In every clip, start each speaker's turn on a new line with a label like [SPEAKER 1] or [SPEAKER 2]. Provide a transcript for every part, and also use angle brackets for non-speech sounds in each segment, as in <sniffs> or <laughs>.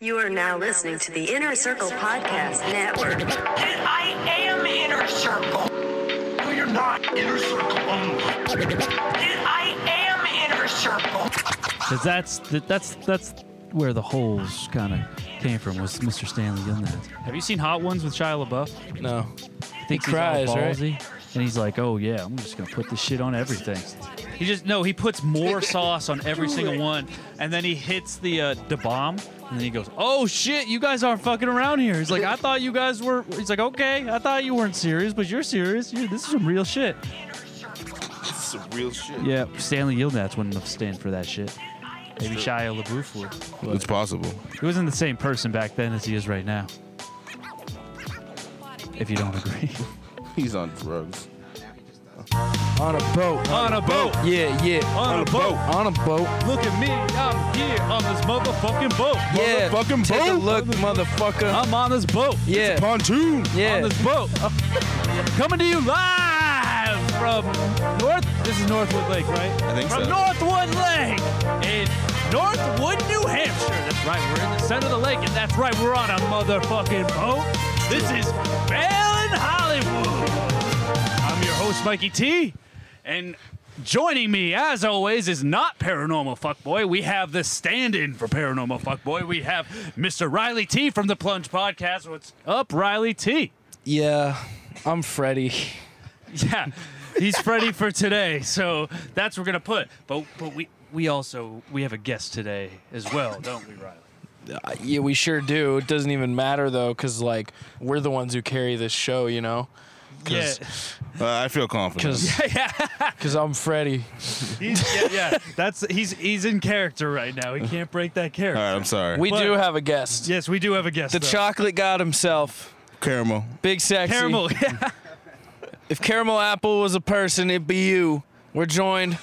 [SPEAKER 1] You are now listening to the Inner Circle Podcast Network.
[SPEAKER 2] that I am inner circle.
[SPEAKER 3] No, you're not. Inner circle only.
[SPEAKER 2] That I am inner circle.
[SPEAKER 4] Because that's the, that's that's where the holes kind of came from was Mr. Stanley doing that. Have you seen Hot Ones with Shia LaBeouf?
[SPEAKER 5] No.
[SPEAKER 4] Thinks
[SPEAKER 5] cries,
[SPEAKER 4] he's all
[SPEAKER 5] right?
[SPEAKER 4] ballsy, and he's like, "Oh yeah, I'm just gonna put this shit on everything." He just no, he puts more sauce on
[SPEAKER 5] <laughs>
[SPEAKER 4] every single one, and then he hits the uh, the bomb, and then he goes, "Oh shit, you guys aren't fucking around here." He's like, "I thought you guys were." He's like, "Okay, I thought you weren't serious, but you're serious. You this is some real shit."
[SPEAKER 5] This is some real shit.
[SPEAKER 4] Yeah, Stanley Yildats wouldn't have stand for that shit. Maybe Shia LaBeouf would.
[SPEAKER 6] It's possible.
[SPEAKER 4] He wasn't the same person back then as he is right now. If you don't agree.
[SPEAKER 6] He's on drugs.
[SPEAKER 5] On a boat.
[SPEAKER 4] <laughs> On a boat.
[SPEAKER 5] Yeah, yeah.
[SPEAKER 4] On a boat.
[SPEAKER 5] On a boat.
[SPEAKER 4] Look at me. I'm here on this motherfucking boat.
[SPEAKER 5] Yeah.
[SPEAKER 6] Motherfucking
[SPEAKER 5] Take a
[SPEAKER 6] boat.
[SPEAKER 5] look, motherfucker.
[SPEAKER 4] I'm on this boat.
[SPEAKER 5] yeah.
[SPEAKER 6] Pontoon.
[SPEAKER 4] On
[SPEAKER 5] yeah.
[SPEAKER 4] this boat. <laughs> Coming to you live from North. This is Northwood Lake, right?
[SPEAKER 6] I think
[SPEAKER 4] from
[SPEAKER 6] so.
[SPEAKER 4] Northwood Lake in Northwood, New Hampshire. That's right. We're in the center of the lake, and that's right. We're on a motherfucking boat. This is Bell in Hollywood. I'm your host, Mikey T, and joining me, as always, is not Paranormal Fuckboy. We have the stand-in for Paranormal Fuckboy. We have Mr. Riley T from the Plunge Podcast. What's up, Riley T?
[SPEAKER 5] Yeah. I'm Freddy.
[SPEAKER 4] <laughs> Yeah, he's Freddy for today, so that's what we're gonna put. But but we we also we have a guest today as well, don't we, Riley?
[SPEAKER 5] Uh, Yeah, we sure do. It doesn't even matter though, cause like we're the ones who carry this show, you <laughs> know.
[SPEAKER 4] Yeah,
[SPEAKER 5] 'Cause-
[SPEAKER 4] <laughs>
[SPEAKER 6] Uh, I feel confident.
[SPEAKER 5] Cause, cause I'm Freddy.
[SPEAKER 4] he's, yeah, yeah. That's he's he's in character right now. He can't break that
[SPEAKER 6] All
[SPEAKER 4] character.
[SPEAKER 6] right, I'm sorry.
[SPEAKER 5] We
[SPEAKER 4] But-
[SPEAKER 5] do have a guest.
[SPEAKER 4] Yes, we do have a guest.
[SPEAKER 5] The
[SPEAKER 4] though.
[SPEAKER 5] chocolate god himself,
[SPEAKER 6] Caramel.
[SPEAKER 5] Big Sexy.
[SPEAKER 4] Caramel. <laughs> Yeah.
[SPEAKER 5] If Caramel Apple was a person, it'd be you. We're joined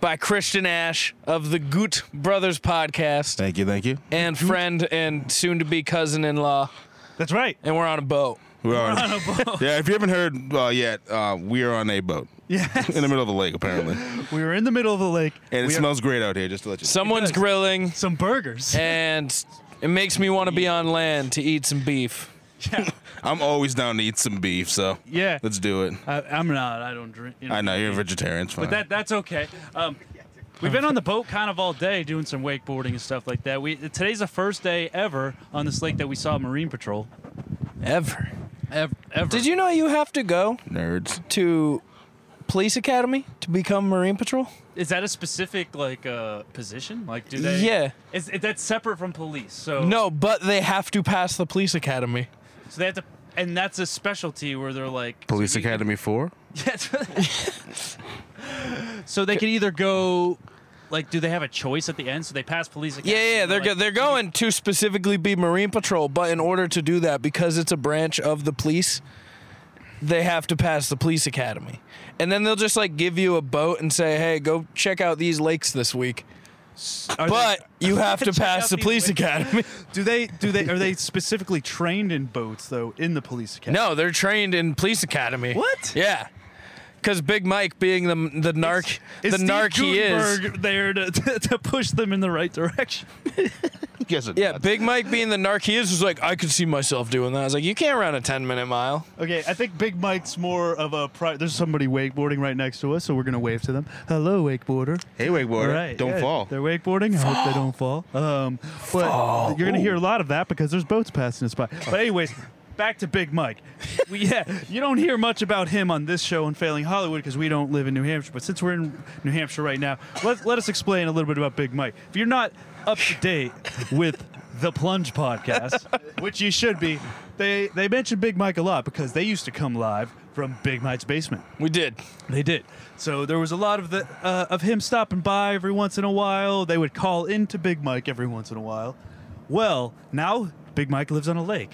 [SPEAKER 5] by Christian Ash of the Goot Brothers podcast
[SPEAKER 6] Thank you, thank you.
[SPEAKER 5] and friend and soon to be cousin in law.
[SPEAKER 4] That's right.
[SPEAKER 5] And we're on a boat.
[SPEAKER 6] We're on, a boat. <laughs> Yeah, if you haven't heard uh, yet, uh, we are on a boat.
[SPEAKER 4] Yeah.
[SPEAKER 6] In the middle of a lake, apparently.
[SPEAKER 4] We were in the middle of the lake.
[SPEAKER 6] And it
[SPEAKER 4] we are-
[SPEAKER 6] smells great out here, just to let you know.
[SPEAKER 5] Someone's
[SPEAKER 4] does.
[SPEAKER 5] grilling,
[SPEAKER 4] some burgers.
[SPEAKER 6] <laughs>
[SPEAKER 5] and it makes me want to be on land to eat some beef.
[SPEAKER 4] yeah.
[SPEAKER 6] I'm always down to eat some beef, so
[SPEAKER 4] Yeah.
[SPEAKER 6] let's do it.
[SPEAKER 4] I, I'm not. I don't drink. You
[SPEAKER 6] I know, you're a vegetarian. It's fine.
[SPEAKER 4] But that that's okay. Um, we've been on the boat kind of all day doing some wakeboarding and stuff like that. We today's the first day ever on this lake that we saw Marine Patrol.
[SPEAKER 5] Ever.
[SPEAKER 4] Ever. ever.
[SPEAKER 5] Did you know you have to go
[SPEAKER 6] Nerds.
[SPEAKER 5] to police academy to become Marine Patrol?
[SPEAKER 4] Is that a specific like uh, position? Like do they?
[SPEAKER 5] Yeah.
[SPEAKER 4] Is, is that's separate from police? So
[SPEAKER 5] No, but they have to pass the police academy.
[SPEAKER 4] So they have to. And that's a specialty where they're like
[SPEAKER 6] Police
[SPEAKER 4] so you-
[SPEAKER 6] Academy 4?
[SPEAKER 4] Yes. <laughs> so they can either go, like, do they have a choice at the end? So they pass police academy.
[SPEAKER 5] Yeah, yeah, they're go-
[SPEAKER 4] like,
[SPEAKER 5] they're going to specifically be Marine Patrol, but in order to do that, because it's a branch of the police, they have to pass the police academy, and then they'll just like give you a boat and say, "Hey, go check out these lakes this week."
[SPEAKER 4] are they-
[SPEAKER 5] But
[SPEAKER 4] <laughs>
[SPEAKER 5] you have to
[SPEAKER 4] Check out
[SPEAKER 5] pass the
[SPEAKER 4] these
[SPEAKER 5] police
[SPEAKER 4] lakes.
[SPEAKER 5] academy.
[SPEAKER 7] Do they do they are they specifically trained in boats though in the police academy?
[SPEAKER 5] No, they're trained in police academy.
[SPEAKER 7] What?
[SPEAKER 5] Yeah, because Big Mike, being the the narc,
[SPEAKER 4] Is
[SPEAKER 5] the
[SPEAKER 4] Steve
[SPEAKER 5] narc he is.
[SPEAKER 4] Gutenberg there to, <laughs> to, to push them in the right direction.
[SPEAKER 6] Yes, it
[SPEAKER 5] Yeah, Big Mike being the narc he is was like, I could see myself doing that. I was like, you can't run a 10 minute mile.
[SPEAKER 7] Okay, I think Big Mike's more of a pri- there's somebody wakeboarding right next to us, so we're gonna wave to them. Hello, wakeboarder.
[SPEAKER 6] Hey, wakeboarder.
[SPEAKER 7] All right,
[SPEAKER 6] Don't
[SPEAKER 7] yeah,
[SPEAKER 6] fall.
[SPEAKER 7] They're wakeboarding. I hope they don't fall. Um, but you're gonna hear a lot of that because there's boats passing us by.
[SPEAKER 6] Oh.
[SPEAKER 7] But anyways, back to Big Mike. we, yeah, you don't hear much about him on this show in Failing Hollywood because we don't live in New Hampshire. But since we're in New Hampshire right now, let let us explain a little bit about Big Mike. If you're not up to date with the Plunge
[SPEAKER 6] <laughs>
[SPEAKER 7] podcast, which you should be, they they mention Big Mike a lot because they used to come live from Big Mike's basement.
[SPEAKER 5] We did.
[SPEAKER 7] They did. So there was a lot of the uh, of him stopping by every once in a while. They would call into Big Mike every once in a while. Well, now Big Mike lives on a lake,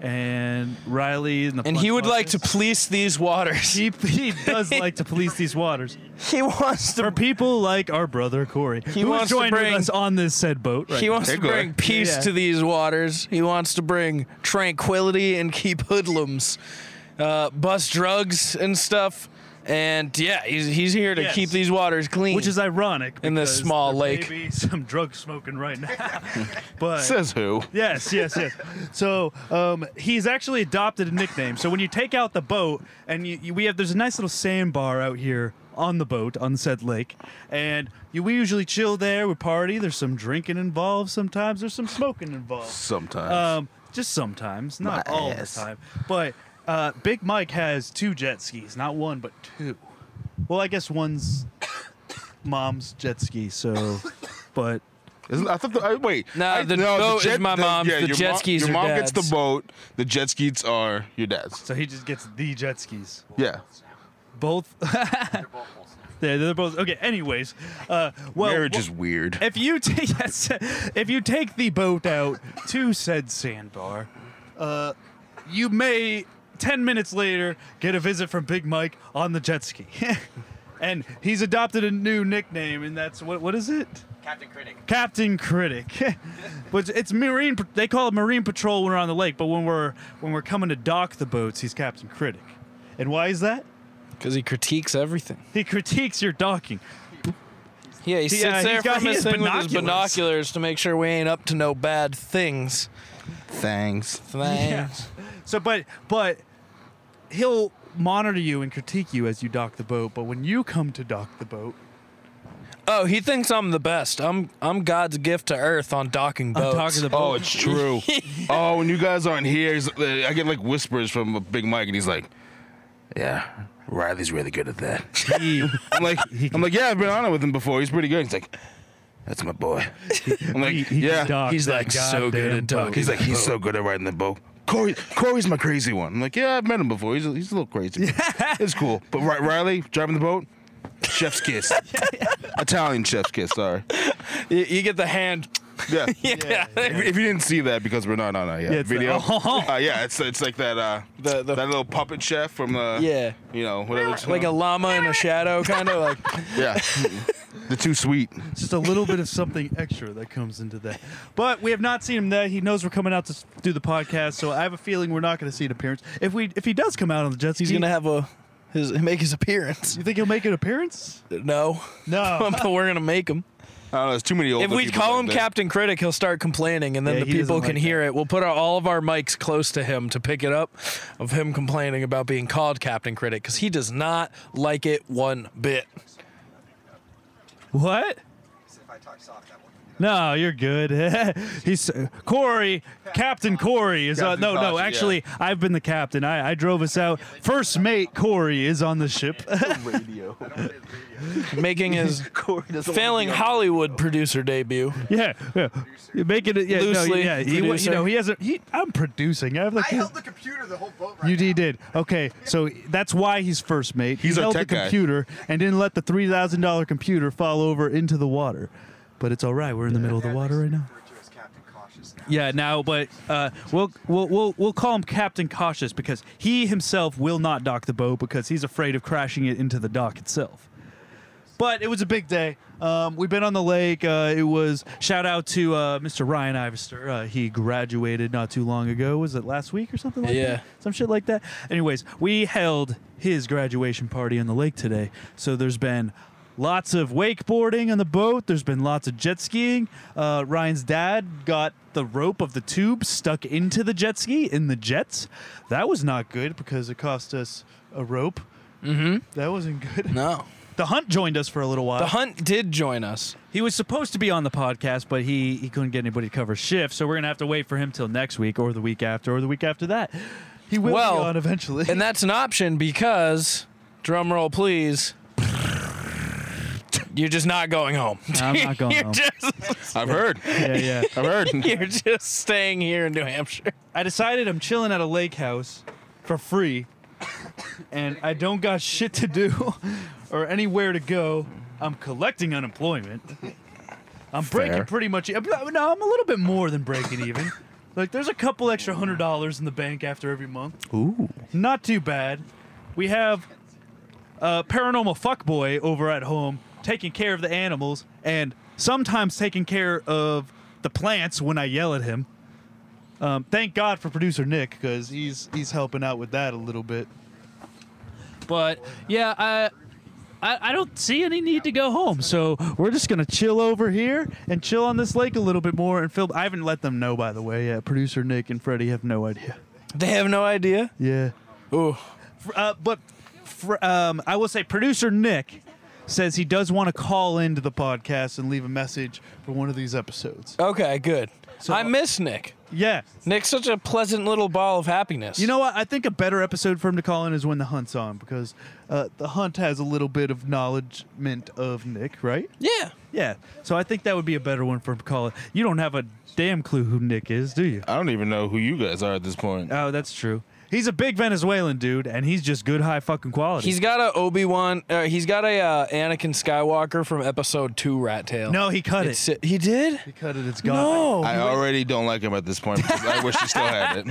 [SPEAKER 7] and Riley and the
[SPEAKER 5] And
[SPEAKER 7] Plunge
[SPEAKER 5] he would like to
[SPEAKER 7] Podcast-
[SPEAKER 5] police these waters.
[SPEAKER 7] He, he does like to police these
[SPEAKER 5] <laughs>
[SPEAKER 7] waters
[SPEAKER 5] He wants
[SPEAKER 7] for
[SPEAKER 5] to.
[SPEAKER 7] people like our brother Corey,
[SPEAKER 5] He
[SPEAKER 7] who
[SPEAKER 5] wants to
[SPEAKER 7] joined with
[SPEAKER 5] bring-
[SPEAKER 7] us on this said boat. Right
[SPEAKER 5] He
[SPEAKER 7] now.
[SPEAKER 5] wants
[SPEAKER 6] Hey,
[SPEAKER 5] to
[SPEAKER 6] Gore.
[SPEAKER 5] bring peace
[SPEAKER 7] Yeah.
[SPEAKER 5] to these waters. He wants to bring tranquility and keep hoodlums, uh, bust drugs and stuff, And yeah, he's, he's here to
[SPEAKER 4] Yes.
[SPEAKER 5] keep these waters clean.
[SPEAKER 4] which is ironic
[SPEAKER 5] In this
[SPEAKER 4] because
[SPEAKER 5] small
[SPEAKER 4] there may
[SPEAKER 5] lake.
[SPEAKER 4] be some drug smoking right
[SPEAKER 5] <laughs>
[SPEAKER 4] now. but
[SPEAKER 6] Says who?
[SPEAKER 4] yes, yes, yes. So um, he's actually adopted a nickname. So when you take out the boat, and you, you, we have there's a nice little sandbar out here on the boat on said lake, and you, we usually chill there. We party. There's some drinking involved. Sometimes there's some smoking involved.
[SPEAKER 6] Sometimes.
[SPEAKER 4] Um, just sometimes, not
[SPEAKER 6] My
[SPEAKER 4] all
[SPEAKER 6] ass.
[SPEAKER 4] the time. But uh, Big Mike has two jet skis, not one but two. Well, I guess one's <coughs> mom's jet ski. So, but
[SPEAKER 6] Isn't, I thought the, I, wait.
[SPEAKER 5] No,
[SPEAKER 6] I,
[SPEAKER 5] the boat is my mom's, the
[SPEAKER 6] your
[SPEAKER 5] jet
[SPEAKER 6] mom-
[SPEAKER 5] skis
[SPEAKER 6] Your
[SPEAKER 5] are
[SPEAKER 6] mom gets
[SPEAKER 5] dad's.
[SPEAKER 6] the boat. The jet skis are your dad's.
[SPEAKER 4] so he just gets the jet skis.
[SPEAKER 6] Yeah.
[SPEAKER 4] both. <laughs> they're, they're both okay. Anyways, uh, well,
[SPEAKER 6] Marriage
[SPEAKER 4] wh-
[SPEAKER 6] is weird.
[SPEAKER 4] if you take <laughs> yes, if you take the boat out to said sandbar, uh, you may ten minutes later get a visit from Big Mike on the jet ski, <laughs> and he's adopted a new nickname, and that's what what is it?
[SPEAKER 8] Captain Critic.
[SPEAKER 4] Captain Critic. <laughs> but it's marine. They call it marine patrol when we're on the lake, but when we're when we're coming to dock the boats, he's Captain Critic. And why is that?
[SPEAKER 5] because he critiques everything.
[SPEAKER 4] He critiques your docking.
[SPEAKER 5] Yeah, he sits
[SPEAKER 4] uh,
[SPEAKER 5] there
[SPEAKER 4] he's got-
[SPEAKER 5] from
[SPEAKER 4] he
[SPEAKER 5] his
[SPEAKER 4] has
[SPEAKER 5] thing with his
[SPEAKER 4] binoculars.
[SPEAKER 5] binoculars to make sure we ain't up to no bad things.
[SPEAKER 6] Thanks.
[SPEAKER 5] Things.
[SPEAKER 4] So, but but he'll monitor you and critique you as you dock the boat. But when you come to dock the boat,
[SPEAKER 5] Oh, he thinks I'm the best. I'm I'm God's gift to Earth on docking boats.
[SPEAKER 4] docking the
[SPEAKER 6] Oh, it's true. oh, when you guys aren't here, he's- I get like whispers from Big Mike, and he's like, "Yeah, Riley's really good at that."
[SPEAKER 5] <laughs>
[SPEAKER 4] he,
[SPEAKER 6] I'm <laughs> like, I'm like, "Yeah, I've been on it with him before. He's pretty good." He's like, "That's my boy." <laughs> I'm like,
[SPEAKER 4] he, he
[SPEAKER 6] "Yeah."
[SPEAKER 4] can dock
[SPEAKER 5] He's
[SPEAKER 4] that
[SPEAKER 5] like so good
[SPEAKER 4] goddamn
[SPEAKER 5] at
[SPEAKER 4] boat.
[SPEAKER 5] docking.
[SPEAKER 6] He's like, he's so good at riding the boat. Corey, Corey's my crazy one. I'm like, yeah, I've met him before. He's a, he's a little crazy. it's cool. But Ri- Riley driving the boat, chef's kiss. Italian chef's kiss. Sorry.
[SPEAKER 5] <laughs> You, you get the hand.
[SPEAKER 6] Yeah.
[SPEAKER 5] Yeah.
[SPEAKER 6] If, if you didn't see that, because we're not on a yeah,
[SPEAKER 4] Yeah, it's
[SPEAKER 6] video.
[SPEAKER 4] like, oh.
[SPEAKER 6] uh, yeah, it's it's like that uh,
[SPEAKER 5] The- the-
[SPEAKER 6] that little puppet chef from the
[SPEAKER 5] Yeah.
[SPEAKER 6] you know whatever.
[SPEAKER 5] <laughs>
[SPEAKER 6] it's
[SPEAKER 5] Like a
[SPEAKER 6] called.
[SPEAKER 5] llama in a shadow, kind of like.
[SPEAKER 6] yeah. the too sweet.
[SPEAKER 4] just a little bit of something extra that comes into that. But we have not seen him there. He knows we're coming out to s- do the podcast, so I have a feeling we're not going to see an appearance. If we if he does come out on the jet ski,
[SPEAKER 5] He's gonna have a his <laughs> make his appearance.
[SPEAKER 4] You think he'll make an appearance?
[SPEAKER 5] No,
[SPEAKER 4] <laughs> No.
[SPEAKER 5] but we're gonna make him.
[SPEAKER 6] I don't know. There's too many old.
[SPEAKER 5] If we call him Captain Critic, he'll start complaining, and then
[SPEAKER 4] Yeah,
[SPEAKER 5] the
[SPEAKER 4] he doesn't
[SPEAKER 5] people can
[SPEAKER 4] like
[SPEAKER 5] hear it. We'll put our, all of our mics close to him to pick it up of him complaining about being called Captain Critic because he does not like it one bit.
[SPEAKER 4] what?
[SPEAKER 8] If I talk soft, that won't
[SPEAKER 4] No, you're good. <laughs> He's Corey, Captain Corey is on.
[SPEAKER 6] Captain
[SPEAKER 4] No, no,
[SPEAKER 6] Caution,
[SPEAKER 4] actually, I've been the captain. I, I drove us out. First mate Corey is on the ship. <laughs>
[SPEAKER 6] Radio.
[SPEAKER 5] Making his failing Hollywood producer debut.
[SPEAKER 4] yeah, yeah, You're making it. Yeah, no,
[SPEAKER 5] Loosely
[SPEAKER 4] yeah. He, wa- you
[SPEAKER 5] producer.
[SPEAKER 4] know, he hasn't. He, I'm producing. I have like.
[SPEAKER 8] I held the computer the whole boat right
[SPEAKER 4] You did, did. Okay, so that's why he's first mate.
[SPEAKER 6] He's
[SPEAKER 4] he
[SPEAKER 6] our
[SPEAKER 4] held
[SPEAKER 6] tech
[SPEAKER 4] the
[SPEAKER 6] guy.
[SPEAKER 4] computer and didn't let the three thousand dollar computer fall over into the water. But it's all right. We're in the middle of the water right now.
[SPEAKER 8] referred to as Captain Cautious now.
[SPEAKER 4] Yeah, now, but uh, we'll, we'll we'll we'll call him Captain Cautious because he himself will not dock the boat because he's afraid of crashing it into the dock itself. But it was a big day. Um, we've been on the lake. Uh, it was shout out to uh, Mr. Ryan Ivester. Uh, he graduated not too long ago. Was it last week or something like
[SPEAKER 5] Yeah.
[SPEAKER 4] that? Some shit like that. Anyways, we held his graduation party on the lake today. So there's been lots of wakeboarding on the boat. There's been lots of jet skiing. Uh, Ryan's dad got the rope of the tube stuck into the jet ski in the jets. That was not good because it cost us a rope. Mm-hmm. That wasn't good. <laughs>
[SPEAKER 5] No,
[SPEAKER 4] The Hunt joined us for a little while.
[SPEAKER 5] the hunt did join us.
[SPEAKER 4] He was supposed to be on the podcast, but he, he couldn't get anybody to cover shift, so we're gonna have to wait for him till next week, or the week after, or the week after that. He will
[SPEAKER 5] Well,
[SPEAKER 4] be on eventually.
[SPEAKER 5] And that's an option because, drum roll please, you're just not going home.
[SPEAKER 4] <laughs>
[SPEAKER 5] <laughs>
[SPEAKER 4] I'm not going
[SPEAKER 5] you're
[SPEAKER 4] home.
[SPEAKER 5] Just,
[SPEAKER 6] I've heard.
[SPEAKER 4] yeah, yeah.
[SPEAKER 6] I've heard.
[SPEAKER 5] <laughs> you're just staying here in New Hampshire.
[SPEAKER 4] I decided I'm chilling at a lake house for free, and I don't got shit to do <laughs> or anywhere to go. I'm collecting unemployment. I'm breaking
[SPEAKER 6] Fair.
[SPEAKER 4] pretty much. I'm not- No, I'm a little bit more than breaking even. Like, there's a couple extra hundred dollars in the bank after every month. Ooh. Not too bad. We have a paranormal fuckboy over at home taking care of the animals and sometimes taking care of the plants when I yell at him. Um, thank God for producer Nick because he's he's helping out with that a little bit.
[SPEAKER 9] But yeah, I, I I don't see any need to go home, so
[SPEAKER 4] We're just gonna chill over here and chill on this lake a little bit more and film. I haven't let them know, by the way. Yeah, producer Nick and Freddie have no idea.
[SPEAKER 5] They have no idea.
[SPEAKER 4] Yeah.
[SPEAKER 5] Ooh.
[SPEAKER 4] uh, but fr- um, I will say, producer Nick says he does want to call into the podcast and leave a message for one of these episodes.
[SPEAKER 5] Okay, good.
[SPEAKER 4] So-
[SPEAKER 5] I miss Nick.
[SPEAKER 4] Yeah,
[SPEAKER 5] Nick's such a pleasant little ball of happiness.
[SPEAKER 4] you know what? I think a better episode for him to call in is when the hunt's on because uh, the hunt has a little bit of knowledgement of Nick, right?
[SPEAKER 5] Yeah.
[SPEAKER 4] Yeah. So I think that would be a better one for him to call in. You don't have a damn clue who Nick is, do you?
[SPEAKER 6] I don't even know who you guys are at this point.
[SPEAKER 4] Oh, that's true. He's a big Venezuelan dude, and he's just good high fucking quality.
[SPEAKER 5] He's got a Obi Wan. Uh, he's got a uh, Anakin Skywalker from Episode Two, Rat Tail.
[SPEAKER 4] no, he cut
[SPEAKER 5] It's- he did.
[SPEAKER 4] it. He cut it. It's gone.
[SPEAKER 5] No.
[SPEAKER 6] I already don't like him at this point. because I wish he still
[SPEAKER 4] <laughs>
[SPEAKER 6] had it.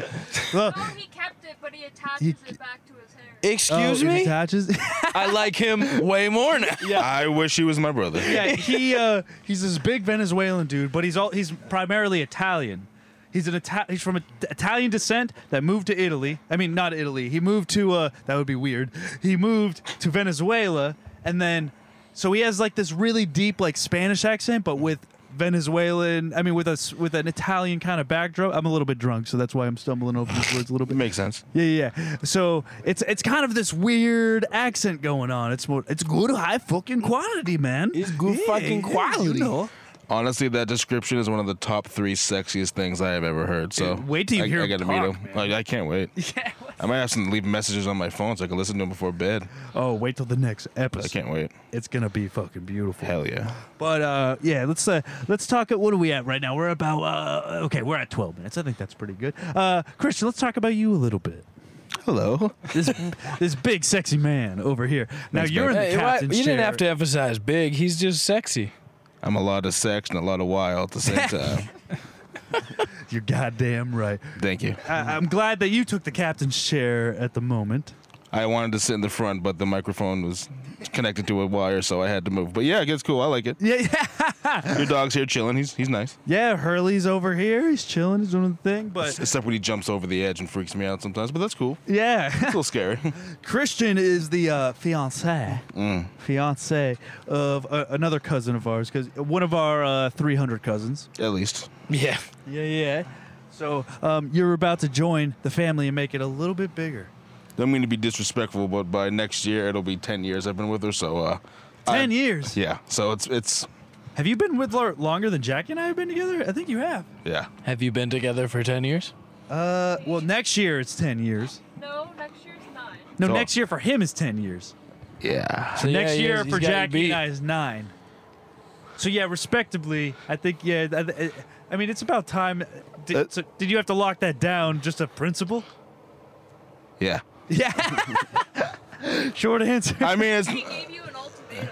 [SPEAKER 4] Look.
[SPEAKER 10] No, he kept it, but he attaches it back to his hair.
[SPEAKER 5] Excuse
[SPEAKER 4] Oh, it <laughs>
[SPEAKER 5] me.
[SPEAKER 4] attaches-
[SPEAKER 5] I like him way more now.
[SPEAKER 6] I wish he was my brother.
[SPEAKER 4] yeah, he uh, he's this big Venezuelan dude, but he's all he's primarily Italian. He's an Ita- he's from a, Italian descent that moved to Italy. I mean, not Italy. He moved to uh, that would be weird. He moved to Venezuela, and then so he has like this really deep like Spanish accent, but with Venezuelan. I mean, with us with an Italian kind of backdrop. I'm a little bit drunk, so that's why I'm stumbling over these words a little bit.
[SPEAKER 6] It makes sense.
[SPEAKER 4] Yeah, yeah. yeah. So it's it's kind of this weird accent going on. It's more it's good high fucking quality, man.
[SPEAKER 5] It's good fucking
[SPEAKER 4] yeah,
[SPEAKER 5] quality.
[SPEAKER 4] You know.
[SPEAKER 6] Honestly, that description is one of the top three sexiest things I have ever heard. So
[SPEAKER 4] Dude, wait till you
[SPEAKER 6] I,
[SPEAKER 4] hear
[SPEAKER 6] I
[SPEAKER 4] him
[SPEAKER 6] gotta meet
[SPEAKER 4] talk,
[SPEAKER 6] him. I, I
[SPEAKER 4] <laughs>
[SPEAKER 6] can't wait. I might have to leave messages on my phone so I can listen to him before bed.
[SPEAKER 4] Oh, wait till the next episode.
[SPEAKER 6] I can't wait.
[SPEAKER 4] It's gonna be fucking beautiful.
[SPEAKER 6] Hell yeah.
[SPEAKER 4] But uh, yeah, let's uh, let's talk. What are we at right now? We're about uh, okay. We're at twelve minutes. I think that's pretty good. Uh, Christian, let's talk about you a little bit.
[SPEAKER 6] Hello.
[SPEAKER 4] <laughs> This this big sexy man over here. Now
[SPEAKER 6] Thanks,
[SPEAKER 4] you're
[SPEAKER 6] bud.
[SPEAKER 4] in
[SPEAKER 5] Hey,
[SPEAKER 4] the
[SPEAKER 5] why-
[SPEAKER 4] captain's
[SPEAKER 5] you didn't
[SPEAKER 4] chair.
[SPEAKER 5] have to emphasize big. He's just sexy.
[SPEAKER 6] I'm a lot of sex and a lot of Y all at
[SPEAKER 4] <laughs>
[SPEAKER 6] the same time.
[SPEAKER 4] You're goddamn right.
[SPEAKER 6] Thank you.
[SPEAKER 4] I, I'm glad that you took the captain's chair at the moment.
[SPEAKER 6] I wanted to sit in the front, but the microphone was connected to a wire, so I had to move. But yeah, it gets cool. I like it.
[SPEAKER 4] Yeah, yeah.
[SPEAKER 6] Your dog's here chilling. He's he's nice.
[SPEAKER 4] Yeah, Hurley's over here. He's chilling. He's doing the thing. But
[SPEAKER 6] Except when he jumps over the edge and freaks me out sometimes, but that's cool. It's
[SPEAKER 4] yeah, <laughs>
[SPEAKER 6] a little scary. <laughs>
[SPEAKER 4] Christian is the uh, fiance,
[SPEAKER 6] Mm.
[SPEAKER 4] fiance of uh, another cousin of ours, because one of our uh, 300 cousins.
[SPEAKER 6] At least.
[SPEAKER 5] Yeah.
[SPEAKER 4] Yeah, yeah. So um, you're about to join the family and make it a little bit bigger.
[SPEAKER 6] I'm going to be disrespectful, but by next year it'll be 10 years I've been with her, so uh
[SPEAKER 4] Ten
[SPEAKER 6] I-
[SPEAKER 4] years.
[SPEAKER 6] Yeah. So it's it's
[SPEAKER 4] Have you been with her longer than Jackie and I have been together? I think you have.
[SPEAKER 6] yeah.
[SPEAKER 5] Have you been together for ten years?
[SPEAKER 4] Uh, well, next year it's ten years.
[SPEAKER 10] No, next year's nine.
[SPEAKER 4] No,
[SPEAKER 6] So-
[SPEAKER 4] next year for him is ten years.
[SPEAKER 6] Yeah.
[SPEAKER 5] So
[SPEAKER 4] Next
[SPEAKER 5] yeah, he
[SPEAKER 4] year
[SPEAKER 5] is- he's
[SPEAKER 4] for
[SPEAKER 5] got you
[SPEAKER 4] Jackie
[SPEAKER 5] beat.
[SPEAKER 4] and I is nine. So yeah, respectively, I think yeah. I, I- I mean, it's about time. Did,
[SPEAKER 6] That-
[SPEAKER 4] so did you have to lock that down? Just a principle?
[SPEAKER 6] Yeah.
[SPEAKER 4] <laughs> Yeah. <laughs> Short answer.
[SPEAKER 6] I mean it's
[SPEAKER 10] He gave you
[SPEAKER 5] <laughs>
[SPEAKER 10] an ultimatum.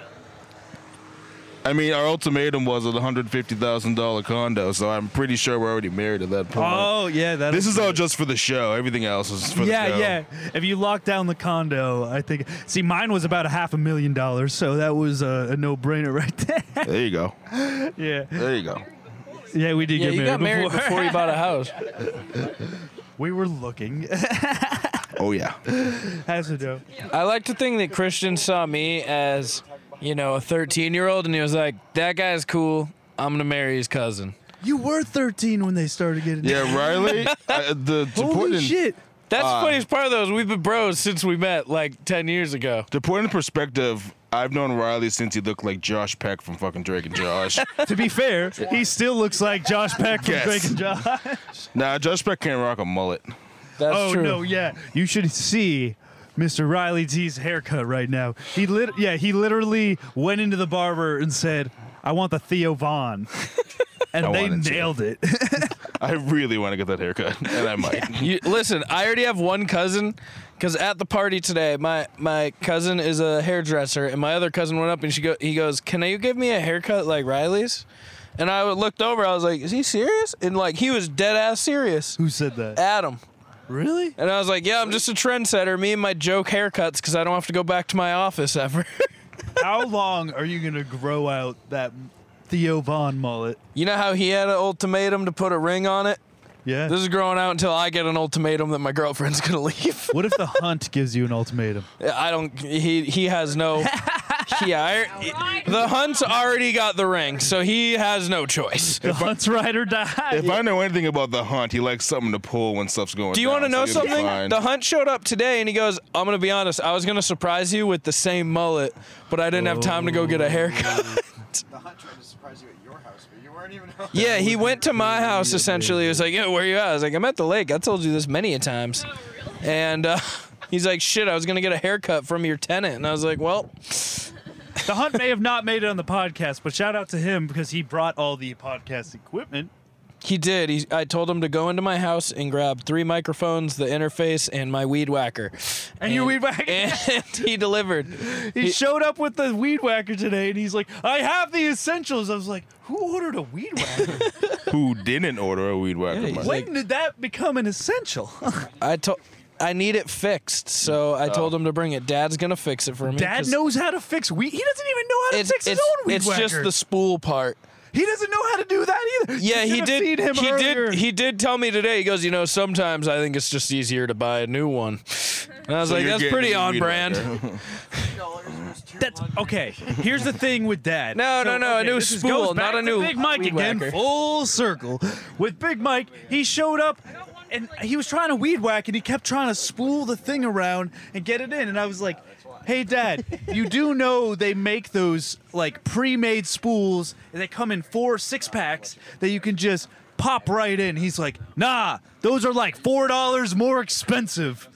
[SPEAKER 6] I mean our ultimatum was a $150,000 condo, so I'm pretty sure we're already married at that point.
[SPEAKER 4] Oh yeah, that.
[SPEAKER 6] This is all just for the show. Everything else is for
[SPEAKER 4] Yeah,
[SPEAKER 6] the show.
[SPEAKER 4] yeah. If you lock down the condo, I think. See, mine was about a half a million dollars, so that was a, a no-brainer right there. <laughs>
[SPEAKER 6] There you go.
[SPEAKER 4] yeah,
[SPEAKER 6] There you go.
[SPEAKER 4] yeah. We did
[SPEAKER 5] Yeah,
[SPEAKER 4] get
[SPEAKER 5] you
[SPEAKER 4] married.
[SPEAKER 5] got married
[SPEAKER 4] before.
[SPEAKER 5] before you bought a house.
[SPEAKER 4] <laughs> we were looking. <laughs>
[SPEAKER 6] Oh yeah.
[SPEAKER 4] As a joke.
[SPEAKER 5] I like to think that Christian saw me as, you know, a 13 year old and he was like, that guy's cool. I'm going to marry his cousin.
[SPEAKER 4] You were 13 when they started getting.
[SPEAKER 6] Yeah, Riley. uh, the
[SPEAKER 4] Holy
[SPEAKER 6] important
[SPEAKER 4] shit.
[SPEAKER 5] That's
[SPEAKER 6] Uh,
[SPEAKER 5] the funniest part of those. We've been bros since we met like 10 years ago.
[SPEAKER 6] To put in perspective, I've known Riley since he looked like Josh Peck from fucking Drake
[SPEAKER 5] <laughs>
[SPEAKER 6] and Josh.
[SPEAKER 4] to be fair, he still looks like Josh Peck from
[SPEAKER 6] Yes.
[SPEAKER 4] Drake and Josh.
[SPEAKER 6] nah, Josh Peck can't rock a mullet.
[SPEAKER 5] That's
[SPEAKER 4] oh
[SPEAKER 5] true.
[SPEAKER 4] no, yeah. You should see Mr. Riley T's haircut right now. He lit yeah, he literally went into the barber and said, I want the Theo
[SPEAKER 6] <laughs>
[SPEAKER 4] Vaughn. And
[SPEAKER 6] I
[SPEAKER 4] they
[SPEAKER 6] wanted to.
[SPEAKER 4] nailed it. <laughs>
[SPEAKER 6] I really want to get that haircut, and I might.
[SPEAKER 5] You, listen, I already have one cousin because at the party today, my, my cousin is a hairdresser, and my other cousin went up and she go, he goes, "Can you give me a haircut like Riley's?" And I looked over, I was like, "Is he serious?" And like he was dead ass serious.
[SPEAKER 4] Who said that?
[SPEAKER 5] Adam.
[SPEAKER 4] Really?
[SPEAKER 5] And I was like, yeah, I'm just a trendsetter. Me and my joke haircuts because I don't have to go back to my office ever. <laughs>
[SPEAKER 4] How long are you gonna grow out that Theo Vaughn mullet?
[SPEAKER 5] you know how he had an ultimatum to put a ring on it?
[SPEAKER 4] Yeah.
[SPEAKER 5] This is growing out until I get an ultimatum that my girlfriend's <laughs> gonna leave.
[SPEAKER 4] what if the hunt gives you an ultimatum?
[SPEAKER 5] I don't. He he has no. Yeah, I, the Hunt's already got the ring, so he has no choice.
[SPEAKER 4] The hunt's ride or die.
[SPEAKER 6] If I know anything about the hunt, he likes something to pull when stuff's going.
[SPEAKER 5] Do you
[SPEAKER 6] want to
[SPEAKER 5] know something? The Hunt showed up today and he goes, I'm going to be honest. I was going to surprise you with the same mullet, but I didn't have time to go get a haircut.
[SPEAKER 8] The hunt tried to surprise you at your house, but you weren't even home.
[SPEAKER 5] yeah, he went to my house essentially. He was like, Yo, where you at? I was like, I'm at the lake. I told you this many a times.
[SPEAKER 10] Oh, really?
[SPEAKER 5] And uh, <laughs> he's like, Shit, I was going to get a haircut from your tenant. And I was like, Well,
[SPEAKER 4] the hunt may have not made it on the podcast, but shout out to him because he brought all the podcast equipment.
[SPEAKER 5] he did. He, I told him to go into my house and grab three microphones, the interface, and my weed whacker. <laughs>
[SPEAKER 4] And your weed whacker.
[SPEAKER 5] And he delivered.
[SPEAKER 4] <laughs> He showed up with the weed whacker today, and he's like, "I have the essentials." I was like, "Who ordered a weed whacker?
[SPEAKER 6] Who didn't order a weed whacker?
[SPEAKER 5] Yeah, he's <laughs>
[SPEAKER 6] Mike?
[SPEAKER 5] like-
[SPEAKER 4] when did that become an essential?"
[SPEAKER 5] I told I need it fixed, so I told him to bring it. Dad's gonna fix it for me.
[SPEAKER 4] Oh. Dad
[SPEAKER 5] 'cause
[SPEAKER 4] knows how to fix weed. He doesn't even know how to
[SPEAKER 5] It's
[SPEAKER 4] fix his
[SPEAKER 5] it's-
[SPEAKER 4] own weed
[SPEAKER 5] it's
[SPEAKER 4] whacker.
[SPEAKER 5] just the spool part.
[SPEAKER 4] he doesn't know how to do that either.
[SPEAKER 5] Yeah,
[SPEAKER 4] You
[SPEAKER 5] he
[SPEAKER 4] should've
[SPEAKER 5] did.
[SPEAKER 4] seen him
[SPEAKER 5] he
[SPEAKER 4] earlier.
[SPEAKER 5] did. He did tell me today. He goes, you know, sometimes I think it's just easier to buy a new one. And I was
[SPEAKER 6] So
[SPEAKER 5] like,
[SPEAKER 6] you're
[SPEAKER 5] that's
[SPEAKER 6] getting
[SPEAKER 5] pretty
[SPEAKER 6] a
[SPEAKER 5] on
[SPEAKER 6] weed
[SPEAKER 5] brand.
[SPEAKER 6] whacker.
[SPEAKER 4] Mm-hmm. That's okay. Here's the thing with Dad.
[SPEAKER 5] No, no, no, a new
[SPEAKER 4] this is-
[SPEAKER 5] spool,
[SPEAKER 4] goes back
[SPEAKER 5] not a
[SPEAKER 4] to
[SPEAKER 5] new
[SPEAKER 4] Big Mike
[SPEAKER 5] weed
[SPEAKER 4] again,
[SPEAKER 5] whacker.
[SPEAKER 4] full circle. With Big Mike, he showed up and he was trying to weed whack, and he kept trying to spool the thing around and get it in. And I was like, "Hey, Dad, you do know they make those like pre-made spools, and they come in four six packs that you can just pop right in." He's like, "Nah, those are like four dollars more expensive."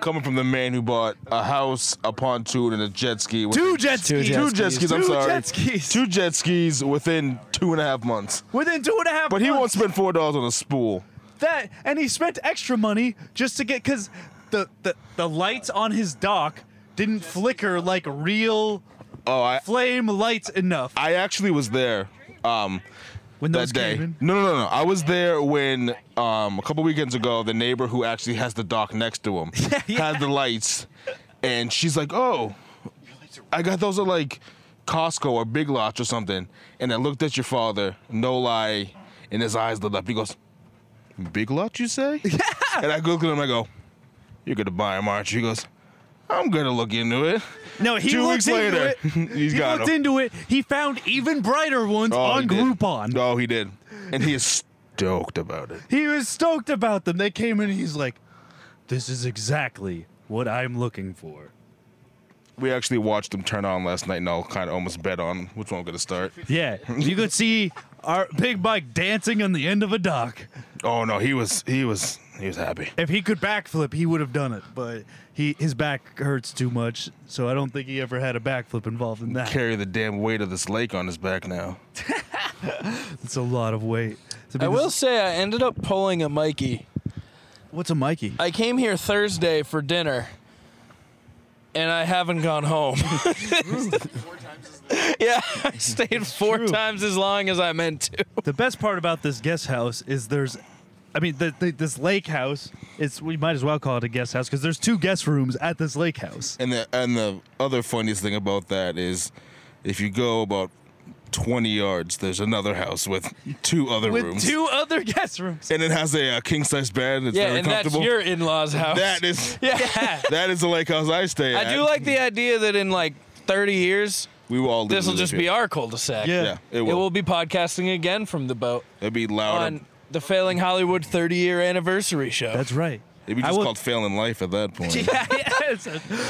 [SPEAKER 6] Coming from the man who bought a house, a pontoon, and a jet ski. with-
[SPEAKER 4] Two jet
[SPEAKER 5] Two
[SPEAKER 4] skis.
[SPEAKER 5] jet
[SPEAKER 6] Two jet skis. I'm
[SPEAKER 4] Two
[SPEAKER 6] sorry.
[SPEAKER 4] jet skis.
[SPEAKER 6] Two jet skis within two and a half months.
[SPEAKER 4] Within two and a half.
[SPEAKER 6] But he
[SPEAKER 4] months.
[SPEAKER 6] won't spend four dollars on a spool.
[SPEAKER 4] that and he spent extra money just to get because the, the the lights on his dock didn't flicker like real
[SPEAKER 6] Oh, I
[SPEAKER 4] flame lights enough
[SPEAKER 6] I actually was there. Um,
[SPEAKER 4] when those
[SPEAKER 6] that day.
[SPEAKER 4] came in.
[SPEAKER 6] <laughs> No, no, no, no. I was there when um, a couple weekends ago, the neighbor who actually has the dock next to him
[SPEAKER 4] <laughs>
[SPEAKER 6] had the lights, and she's like, "Oh, I got those at like Costco or Big Lots or something." And I looked at your father, no lie, and his eyes lit up. He goes, "Big Lot,
[SPEAKER 4] <laughs>
[SPEAKER 6] you say?" and I look at him. I go, "You're gonna buy him, aren't you?" He goes, "I'm gonna look into it."
[SPEAKER 4] No, he
[SPEAKER 6] Two
[SPEAKER 4] looked
[SPEAKER 6] weeks
[SPEAKER 4] into
[SPEAKER 6] later,
[SPEAKER 4] it.
[SPEAKER 6] <laughs> he's
[SPEAKER 4] he
[SPEAKER 6] got
[SPEAKER 4] looked
[SPEAKER 6] him.
[SPEAKER 4] into it. He found even brighter ones
[SPEAKER 6] Oh,
[SPEAKER 4] on
[SPEAKER 6] he did.
[SPEAKER 4] Groupon.
[SPEAKER 6] No, he did, and he is stoked about it.
[SPEAKER 4] He was stoked about them. They came in. and He's like, "This is exactly what I'm looking for."
[SPEAKER 6] We actually watched them turn on last night, and I'll kind of almost bet on which one I'm going to start.
[SPEAKER 4] Yeah, you could see our Big Mike dancing on the end of a dock.
[SPEAKER 6] Oh no, he was he was he was happy.
[SPEAKER 4] If he could backflip, he would have done it, but he his back hurts too much, so I don't think he ever had a backflip involved in that.
[SPEAKER 6] Carry the damn weight of this lake on his back now.
[SPEAKER 4] It's a lot of weight. To be
[SPEAKER 5] I will
[SPEAKER 4] this-
[SPEAKER 5] say I ended up pulling a Mikey.
[SPEAKER 4] What's a Mikey?
[SPEAKER 5] I came here Thursday for dinner, and I haven't gone <laughs> home. yeah, I stayed four
[SPEAKER 4] true.
[SPEAKER 5] times as long as I meant to.
[SPEAKER 4] The best part about this guest house is there's, I mean, the, the, this lake house. It's we might as well call it a guest house because there's two guest rooms at this lake house.
[SPEAKER 6] And the and the other funniest thing about that is, if you go about 20 yards, there's another house with two other
[SPEAKER 4] With
[SPEAKER 6] rooms,
[SPEAKER 4] two other guest rooms.
[SPEAKER 6] and it has a, uh king size bed. It's
[SPEAKER 5] Yeah,
[SPEAKER 6] very
[SPEAKER 5] and that's
[SPEAKER 6] comfortable.
[SPEAKER 5] your in-laws' house.
[SPEAKER 6] <laughs> That is
[SPEAKER 5] <laughs> yeah.
[SPEAKER 6] that is the lake house I stay at.
[SPEAKER 5] I do like the idea that in like 30 years,
[SPEAKER 6] We will all.
[SPEAKER 5] this will
[SPEAKER 6] live
[SPEAKER 5] just
[SPEAKER 6] here.
[SPEAKER 5] be our cul-de-sac.
[SPEAKER 4] Yeah.
[SPEAKER 6] Yeah, it
[SPEAKER 5] It
[SPEAKER 6] will.
[SPEAKER 5] will. be podcasting again from the boat
[SPEAKER 6] It'd be louder.
[SPEAKER 5] on the Failing Hollywood 30 year anniversary show.
[SPEAKER 4] That's right.
[SPEAKER 6] It'd be
[SPEAKER 4] I
[SPEAKER 6] just
[SPEAKER 4] will- <laughs>
[SPEAKER 6] called failing life
[SPEAKER 5] <laughs>
[SPEAKER 6] at that point.
[SPEAKER 4] yeah, yes.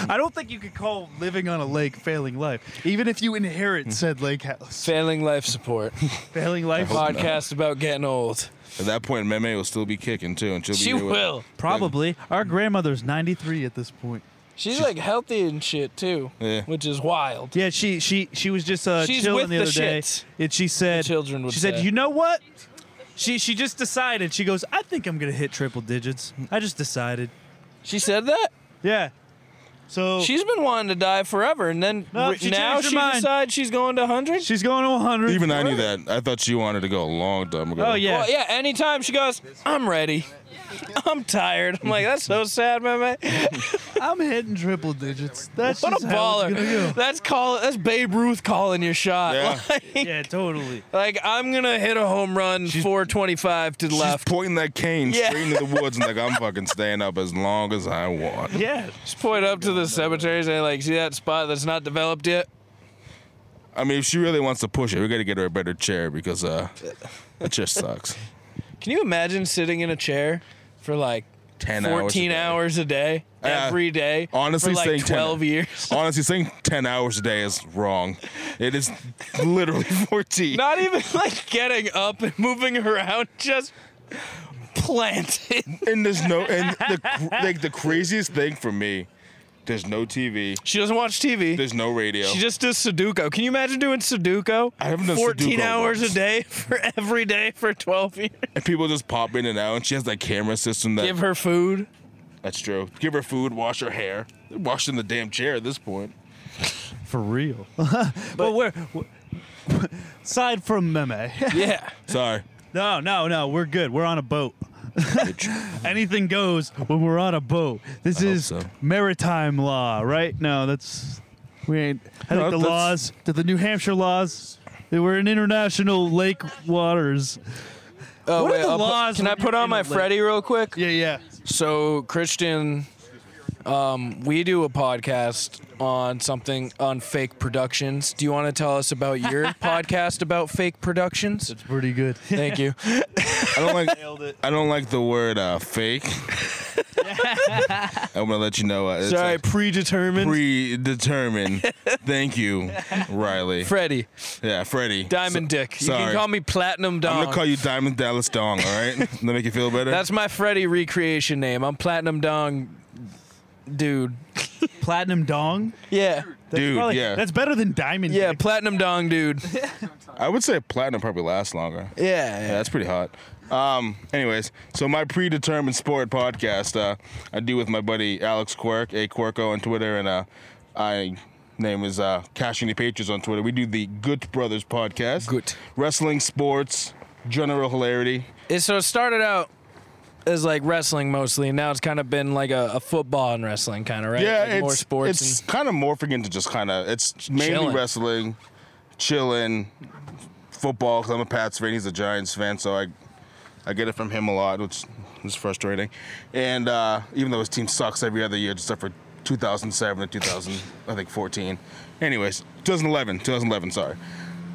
[SPEAKER 4] I don't think you could call living on a lake failing life, even if you inherit said lake house.
[SPEAKER 5] Failing Life Support
[SPEAKER 4] Failing life.
[SPEAKER 5] podcast about getting old.
[SPEAKER 6] At that point, Meme will still be kicking too, and she'll be
[SPEAKER 5] She
[SPEAKER 6] here with-
[SPEAKER 5] will.
[SPEAKER 4] Probably. Our grandmother's 93 at this point.
[SPEAKER 5] She's like healthy and shit too,
[SPEAKER 6] Yeah.
[SPEAKER 5] which is wild.
[SPEAKER 4] Yeah, she she she was just uh,
[SPEAKER 5] She's
[SPEAKER 4] chilling
[SPEAKER 5] with
[SPEAKER 4] the
[SPEAKER 5] the
[SPEAKER 4] other day,
[SPEAKER 5] shits,
[SPEAKER 4] and she said,
[SPEAKER 5] children would
[SPEAKER 4] she said,
[SPEAKER 5] say.
[SPEAKER 4] you know what? She she just decided. She goes, I think I'm gonna hit triple digits. I just decided.
[SPEAKER 5] She said that
[SPEAKER 4] Yeah. So
[SPEAKER 5] she's been wanting to die forever, and then
[SPEAKER 4] No,
[SPEAKER 5] re-
[SPEAKER 4] she
[SPEAKER 5] now
[SPEAKER 4] changed her
[SPEAKER 5] she
[SPEAKER 4] mind.
[SPEAKER 5] decides she's going to hundred.
[SPEAKER 4] she's going to 100.
[SPEAKER 6] Even I knew that. I thought she wanted to go a long time ago.
[SPEAKER 4] Oh yeah.
[SPEAKER 5] Well, yeah. Anytime she goes, I'm ready. I'm tired. I'm like, that's so sad, man.
[SPEAKER 4] <laughs>
[SPEAKER 5] man.
[SPEAKER 4] I'm hitting triple digits. That's
[SPEAKER 5] What a
[SPEAKER 4] just how it's gonna
[SPEAKER 5] baller.
[SPEAKER 4] go.
[SPEAKER 5] That's call. That's Babe Ruth calling your shot.
[SPEAKER 6] Yeah.
[SPEAKER 5] <laughs> Like,
[SPEAKER 4] Yeah, totally.
[SPEAKER 5] like, I'm gonna hit a home run, 425 to the
[SPEAKER 6] She's
[SPEAKER 5] left.
[SPEAKER 6] pointing that cane
[SPEAKER 5] Yeah. <laughs>
[SPEAKER 6] straight into the woods and like I'm fucking staying up as long as I want.
[SPEAKER 4] Yeah.
[SPEAKER 5] Just point up to the cemetery, say like, see that spot that's not developed yet.
[SPEAKER 6] I mean, if she really wants to push it, we gotta get her a better chair because uh, that
[SPEAKER 5] <laughs>
[SPEAKER 6] chair sucks.
[SPEAKER 5] Can you imagine sitting in a chair for like
[SPEAKER 6] 10 hours a
[SPEAKER 5] 14
[SPEAKER 6] day.
[SPEAKER 5] hours a day,
[SPEAKER 6] Yeah.
[SPEAKER 5] every day?
[SPEAKER 6] Honestly,
[SPEAKER 5] for like
[SPEAKER 6] saying 10
[SPEAKER 5] 12 years. <laughs>
[SPEAKER 6] Honestly, saying 10 hours a day is wrong. It is literally <laughs> 14.
[SPEAKER 5] Not even like getting up and moving around, just planted.
[SPEAKER 6] And there's no,
[SPEAKER 5] <laughs>
[SPEAKER 6] and the, like the craziest thing for me, there's no TV,
[SPEAKER 5] She doesn't watch TV.
[SPEAKER 6] there's no radio.
[SPEAKER 5] She just does Sudoku. Can you imagine doing Sudoku?
[SPEAKER 6] I haven't done
[SPEAKER 5] 14
[SPEAKER 6] Sudoku
[SPEAKER 5] hours
[SPEAKER 6] once.
[SPEAKER 5] a day <laughs> for every day for 12 years.
[SPEAKER 6] and people just pop in and out, and she has that camera system that.
[SPEAKER 5] Give her food.
[SPEAKER 6] that's true. Give her food, wash her hair. They're washing the damn chair at this point.
[SPEAKER 4] For real. <laughs> but, we're. <laughs> w aside from meme. <laughs>
[SPEAKER 5] Yeah.
[SPEAKER 6] Sorry.
[SPEAKER 4] no, no, no. We're good. We're on a boat. <laughs> Anything goes when we're on a boat. This is
[SPEAKER 6] so.
[SPEAKER 4] maritime law, right? No, that's. We ain't. I
[SPEAKER 6] No,
[SPEAKER 4] think the
[SPEAKER 6] that's-
[SPEAKER 4] laws, the, the New Hampshire laws, they were in international lake waters.
[SPEAKER 5] Oh,
[SPEAKER 4] What are
[SPEAKER 5] wait,
[SPEAKER 4] the
[SPEAKER 5] I'll put-
[SPEAKER 4] laws
[SPEAKER 5] can I
[SPEAKER 4] when
[SPEAKER 5] put
[SPEAKER 4] you're
[SPEAKER 5] on
[SPEAKER 4] in
[SPEAKER 5] my
[SPEAKER 4] a lake?
[SPEAKER 5] Freddy real quick?
[SPEAKER 4] Yeah, yeah.
[SPEAKER 5] So, Christian, um, we do a podcast on something on fake productions. Do you want to tell us about your podcast about fake productions?
[SPEAKER 4] It's pretty good. <laughs>
[SPEAKER 5] Thank you.
[SPEAKER 6] <laughs> I don't like. I don't like the word
[SPEAKER 5] <laughs>
[SPEAKER 6] uh, fake. I'm gonna let you know. Uh, it's
[SPEAKER 5] Sorry,
[SPEAKER 6] like
[SPEAKER 5] predetermined.
[SPEAKER 6] predetermined.
[SPEAKER 5] <laughs>
[SPEAKER 6] Thank you, Riley.
[SPEAKER 5] Freddy,
[SPEAKER 6] yeah, Freddie.
[SPEAKER 5] Diamond
[SPEAKER 6] So-
[SPEAKER 5] Dick. You
[SPEAKER 6] sorry.
[SPEAKER 5] can call me Platinum
[SPEAKER 6] I'm
[SPEAKER 5] Dong.
[SPEAKER 6] gonna call you Diamond Dallas Dong. All
[SPEAKER 5] <laughs>
[SPEAKER 6] right, that make you feel better.
[SPEAKER 5] That's my Freddy recreation name. I'm Platinum Dong, dude.
[SPEAKER 4] Platinum dong.
[SPEAKER 5] Yeah,
[SPEAKER 4] That's
[SPEAKER 6] Dude,
[SPEAKER 4] probably-
[SPEAKER 6] yeah.
[SPEAKER 4] That's better than diamond.
[SPEAKER 5] yeah,
[SPEAKER 4] dick.
[SPEAKER 5] Platinum Dong, dude.
[SPEAKER 6] I would say platinum probably lasts longer. Yeah,
[SPEAKER 5] Yeah,
[SPEAKER 6] that's pretty hot. Um, anyways, so my predetermined sport podcast uh, I do with my buddy Alex Quirk, a Quirko on Twitter, and uh, I name is uh, Cashing the Patriots on Twitter. We do the Good Brothers podcast.
[SPEAKER 5] Good.
[SPEAKER 6] wrestling, sports, general hilarity.
[SPEAKER 5] It- so it started out as like wrestling mostly, and now it's kind of been like a, a football and wrestling kind of right.
[SPEAKER 6] Yeah,
[SPEAKER 5] Like
[SPEAKER 6] it's
[SPEAKER 5] more sports.
[SPEAKER 6] It's
[SPEAKER 5] and,
[SPEAKER 6] kind of morphing into just kind of it's mainly
[SPEAKER 5] Chilling.
[SPEAKER 6] wrestling, chilling, football. Because I'm a Pats fan, he's a Giants fan, so I I get it from him a lot, which is frustrating. And uh, even though his team sucks every other year, except for 2007 and 2000, I think 14. Anyways, 2011, 2011. Sorry.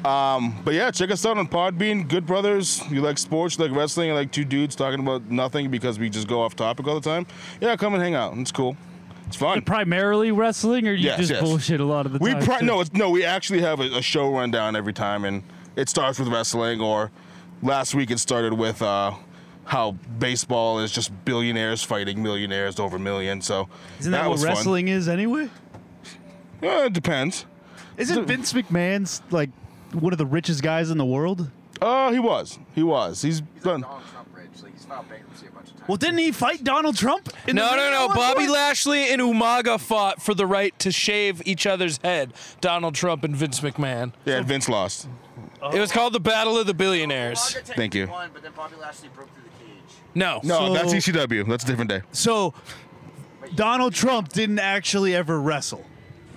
[SPEAKER 6] Um, but yeah, check us out on Podbean, Good Brothers. You like sports, you like wrestling, you like two dudes talking about nothing because we just go off topic all the time. Yeah, come and hang out. It's cool. It's fun.
[SPEAKER 4] primarily wrestling, or you
[SPEAKER 6] Yes,
[SPEAKER 4] just
[SPEAKER 6] yes.
[SPEAKER 4] bullshit a lot of the
[SPEAKER 6] We
[SPEAKER 4] time.
[SPEAKER 6] pri-
[SPEAKER 4] too?
[SPEAKER 6] no, it's, no, we actually have a, a show rundown every time, and it starts with wrestling. Or last week it started with uh, how baseball is just billionaires fighting millionaires over millions. So
[SPEAKER 4] Isn't that, what
[SPEAKER 6] was
[SPEAKER 4] wrestling is anyway?
[SPEAKER 6] Fun. Uh, it depends.
[SPEAKER 4] Isn't Vince McMahon's like one of the richest guys in the world?
[SPEAKER 6] Uh, he was. He was. He's
[SPEAKER 8] He's like
[SPEAKER 6] done.
[SPEAKER 8] Donald Trump rich. Like he's filed bankruptcy a bunch of times.
[SPEAKER 4] Well, didn't he fight Donald Trump? in the
[SPEAKER 5] no, no,
[SPEAKER 4] ring
[SPEAKER 5] no.
[SPEAKER 4] at one
[SPEAKER 5] Bobby
[SPEAKER 4] point?
[SPEAKER 5] Lashley and Umaga fought for the right to shave each other's head. Donald Trump and Vince McMahon.
[SPEAKER 6] Yeah, Vince lost.
[SPEAKER 5] It was called the Battle of the Billionaires.
[SPEAKER 8] Umaga
[SPEAKER 6] Thank you.
[SPEAKER 8] won, but then Bobby Lashley broke through the cage.
[SPEAKER 5] No.
[SPEAKER 4] So-
[SPEAKER 6] No, that's ECW. That's a different day.
[SPEAKER 4] So Donald Trump didn't actually ever wrestle.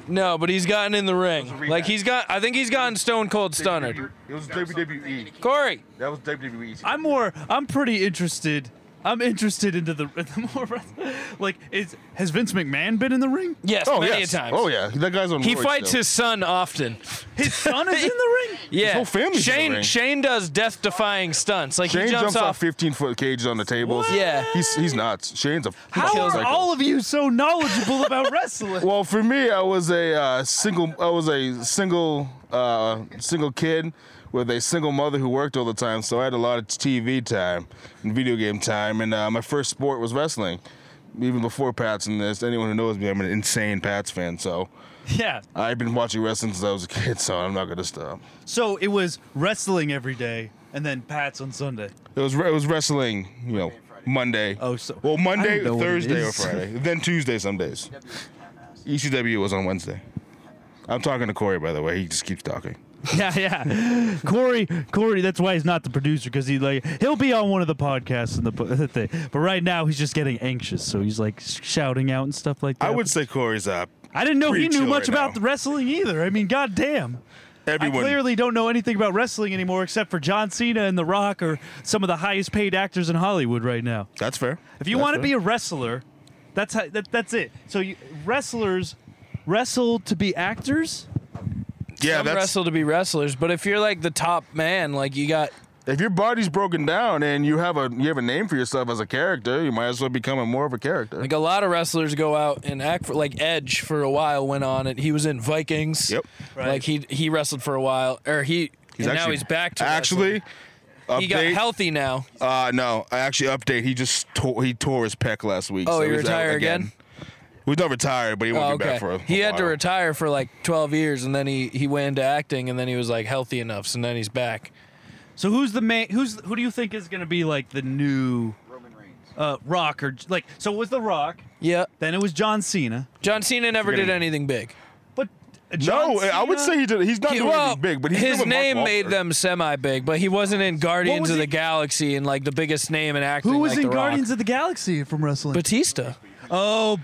[SPEAKER 5] No, but he's gotten in the ring.
[SPEAKER 6] rematch.
[SPEAKER 5] Like he's got. I think he's gotten Stone Cold Stunner.
[SPEAKER 6] It was WWE.
[SPEAKER 5] Corey.
[SPEAKER 6] That was E. WWE.
[SPEAKER 4] I'm more. I'm pretty interested. I'm interested into the, <laughs> the more wrestling. like is has Vince McMahon been in the ring?
[SPEAKER 5] Yes,
[SPEAKER 6] Oh
[SPEAKER 5] many
[SPEAKER 6] yeah.
[SPEAKER 5] a times.
[SPEAKER 6] Oh yeah. That guy's on.
[SPEAKER 5] He
[SPEAKER 6] roids
[SPEAKER 5] fights
[SPEAKER 6] still.
[SPEAKER 5] his son often.
[SPEAKER 4] His son is in
[SPEAKER 5] <laughs>
[SPEAKER 4] the ring.
[SPEAKER 5] Yeah.
[SPEAKER 6] whole family's in the
[SPEAKER 5] Shane
[SPEAKER 6] ring.
[SPEAKER 5] Shane does death defying stunts. Like
[SPEAKER 6] Shane
[SPEAKER 5] he jumps, off.
[SPEAKER 6] 15 foot cages on the tables.
[SPEAKER 5] What? Yeah.
[SPEAKER 6] He's he's nuts. Shane's a.
[SPEAKER 4] How
[SPEAKER 6] he's a
[SPEAKER 4] are
[SPEAKER 6] psycho.
[SPEAKER 4] all of you so knowledgeable about
[SPEAKER 5] <laughs>
[SPEAKER 4] wrestling?
[SPEAKER 6] Well, for me, I was a uh, single. I was a single, uh, single kid with a single mother who worked all the time. So I had a lot of TV time and video game time, and uh, my first sport was wrestling. Even before Pats and this, anyone who knows me, I'm an insane Pats fan. So
[SPEAKER 4] yeah.
[SPEAKER 6] I've been watching wrestling since I was a kid. So I'm not gonna stop.
[SPEAKER 4] So it was wrestling every day, and then Pats on Sunday.
[SPEAKER 6] It was it was wrestling, you know, Monday.
[SPEAKER 4] Oh, so-
[SPEAKER 6] well,
[SPEAKER 4] I
[SPEAKER 6] Monday,
[SPEAKER 4] don't know what it
[SPEAKER 6] Thursday, or
[SPEAKER 4] is.
[SPEAKER 6] Friday. Then Tuesday, some days. E ECW was on Wednesday. I'm talking to Corey, by the way. He just keeps talking.
[SPEAKER 4] <laughs> Yeah, yeah. Corey, Corey. That's why he's not the producer because he like he'll be on one of the podcasts and the <laughs> po- thing. But right now he's just getting anxious, so he's like shouting out and stuff like that.
[SPEAKER 11] I would say Corey's up.
[SPEAKER 4] I didn't know he
[SPEAKER 11] pretty
[SPEAKER 4] knew
[SPEAKER 11] chill
[SPEAKER 4] much
[SPEAKER 11] right
[SPEAKER 4] about
[SPEAKER 11] now.
[SPEAKER 4] the wrestling either. I mean, goddamn.
[SPEAKER 11] Everyone.
[SPEAKER 4] I clearly don't know anything about wrestling anymore except for John Cena and The Rock or some of the highest paid actors in Hollywood right now.
[SPEAKER 11] That's fair.
[SPEAKER 4] If you
[SPEAKER 11] That's
[SPEAKER 4] want to
[SPEAKER 11] fair.
[SPEAKER 4] be a wrestler, that's how, that, that's it. So you, wrestlers wrestle to be actors.
[SPEAKER 11] yeah,
[SPEAKER 5] Some
[SPEAKER 11] that's
[SPEAKER 5] wrestle to be wrestlers, but if you're like the top man, like you got
[SPEAKER 6] If your body's broken down and you have a you have a name for yourself as a character, you might as well become a more of a character.
[SPEAKER 5] like a lot of wrestlers go out and act for like Edge for a while went on it. He was in Vikings.
[SPEAKER 11] Yep.
[SPEAKER 5] Like he he wrestled for a while, or he
[SPEAKER 11] He's
[SPEAKER 5] and
[SPEAKER 11] actually,
[SPEAKER 5] now he's back to wrestling.
[SPEAKER 11] actually.
[SPEAKER 5] He got
[SPEAKER 11] update-
[SPEAKER 5] healthy now.
[SPEAKER 11] Uh, no, I actually update. He just tore, he tore his pec last week.
[SPEAKER 5] Oh,
[SPEAKER 11] so
[SPEAKER 5] he
[SPEAKER 11] he's out
[SPEAKER 5] retired again?
[SPEAKER 11] He's not retired, but he won't
[SPEAKER 5] Oh,
[SPEAKER 11] be
[SPEAKER 5] okay.
[SPEAKER 11] back for. A,
[SPEAKER 5] he
[SPEAKER 11] a
[SPEAKER 5] had to
[SPEAKER 11] while.
[SPEAKER 5] retire for like 12 years, and then he he went into acting, and then he was like healthy enough, so then he's back.
[SPEAKER 4] So who's the main? Who's who do you think is going to be like the new
[SPEAKER 8] Roman Reigns.
[SPEAKER 4] uh, Rock or like? So it was The Rock.
[SPEAKER 5] Yeah.
[SPEAKER 4] Then it was John Cena.
[SPEAKER 5] John Cena never did anything big.
[SPEAKER 4] But uh, John
[SPEAKER 6] No, I would
[SPEAKER 4] Cena-
[SPEAKER 6] say he did. He's not
[SPEAKER 5] He-
[SPEAKER 6] doing
[SPEAKER 5] well,
[SPEAKER 6] anything big, but he's
[SPEAKER 5] his
[SPEAKER 6] doing Mark
[SPEAKER 5] name made
[SPEAKER 6] Wahlberg.
[SPEAKER 5] them semi big, but he wasn't in Guardians
[SPEAKER 4] was
[SPEAKER 5] of
[SPEAKER 4] he-
[SPEAKER 5] the Galaxy and like the biggest name in acting.
[SPEAKER 4] who was in
[SPEAKER 5] like The Rock.
[SPEAKER 4] Guardians of the Galaxy from wrestling.
[SPEAKER 5] Batista.
[SPEAKER 4] Oh,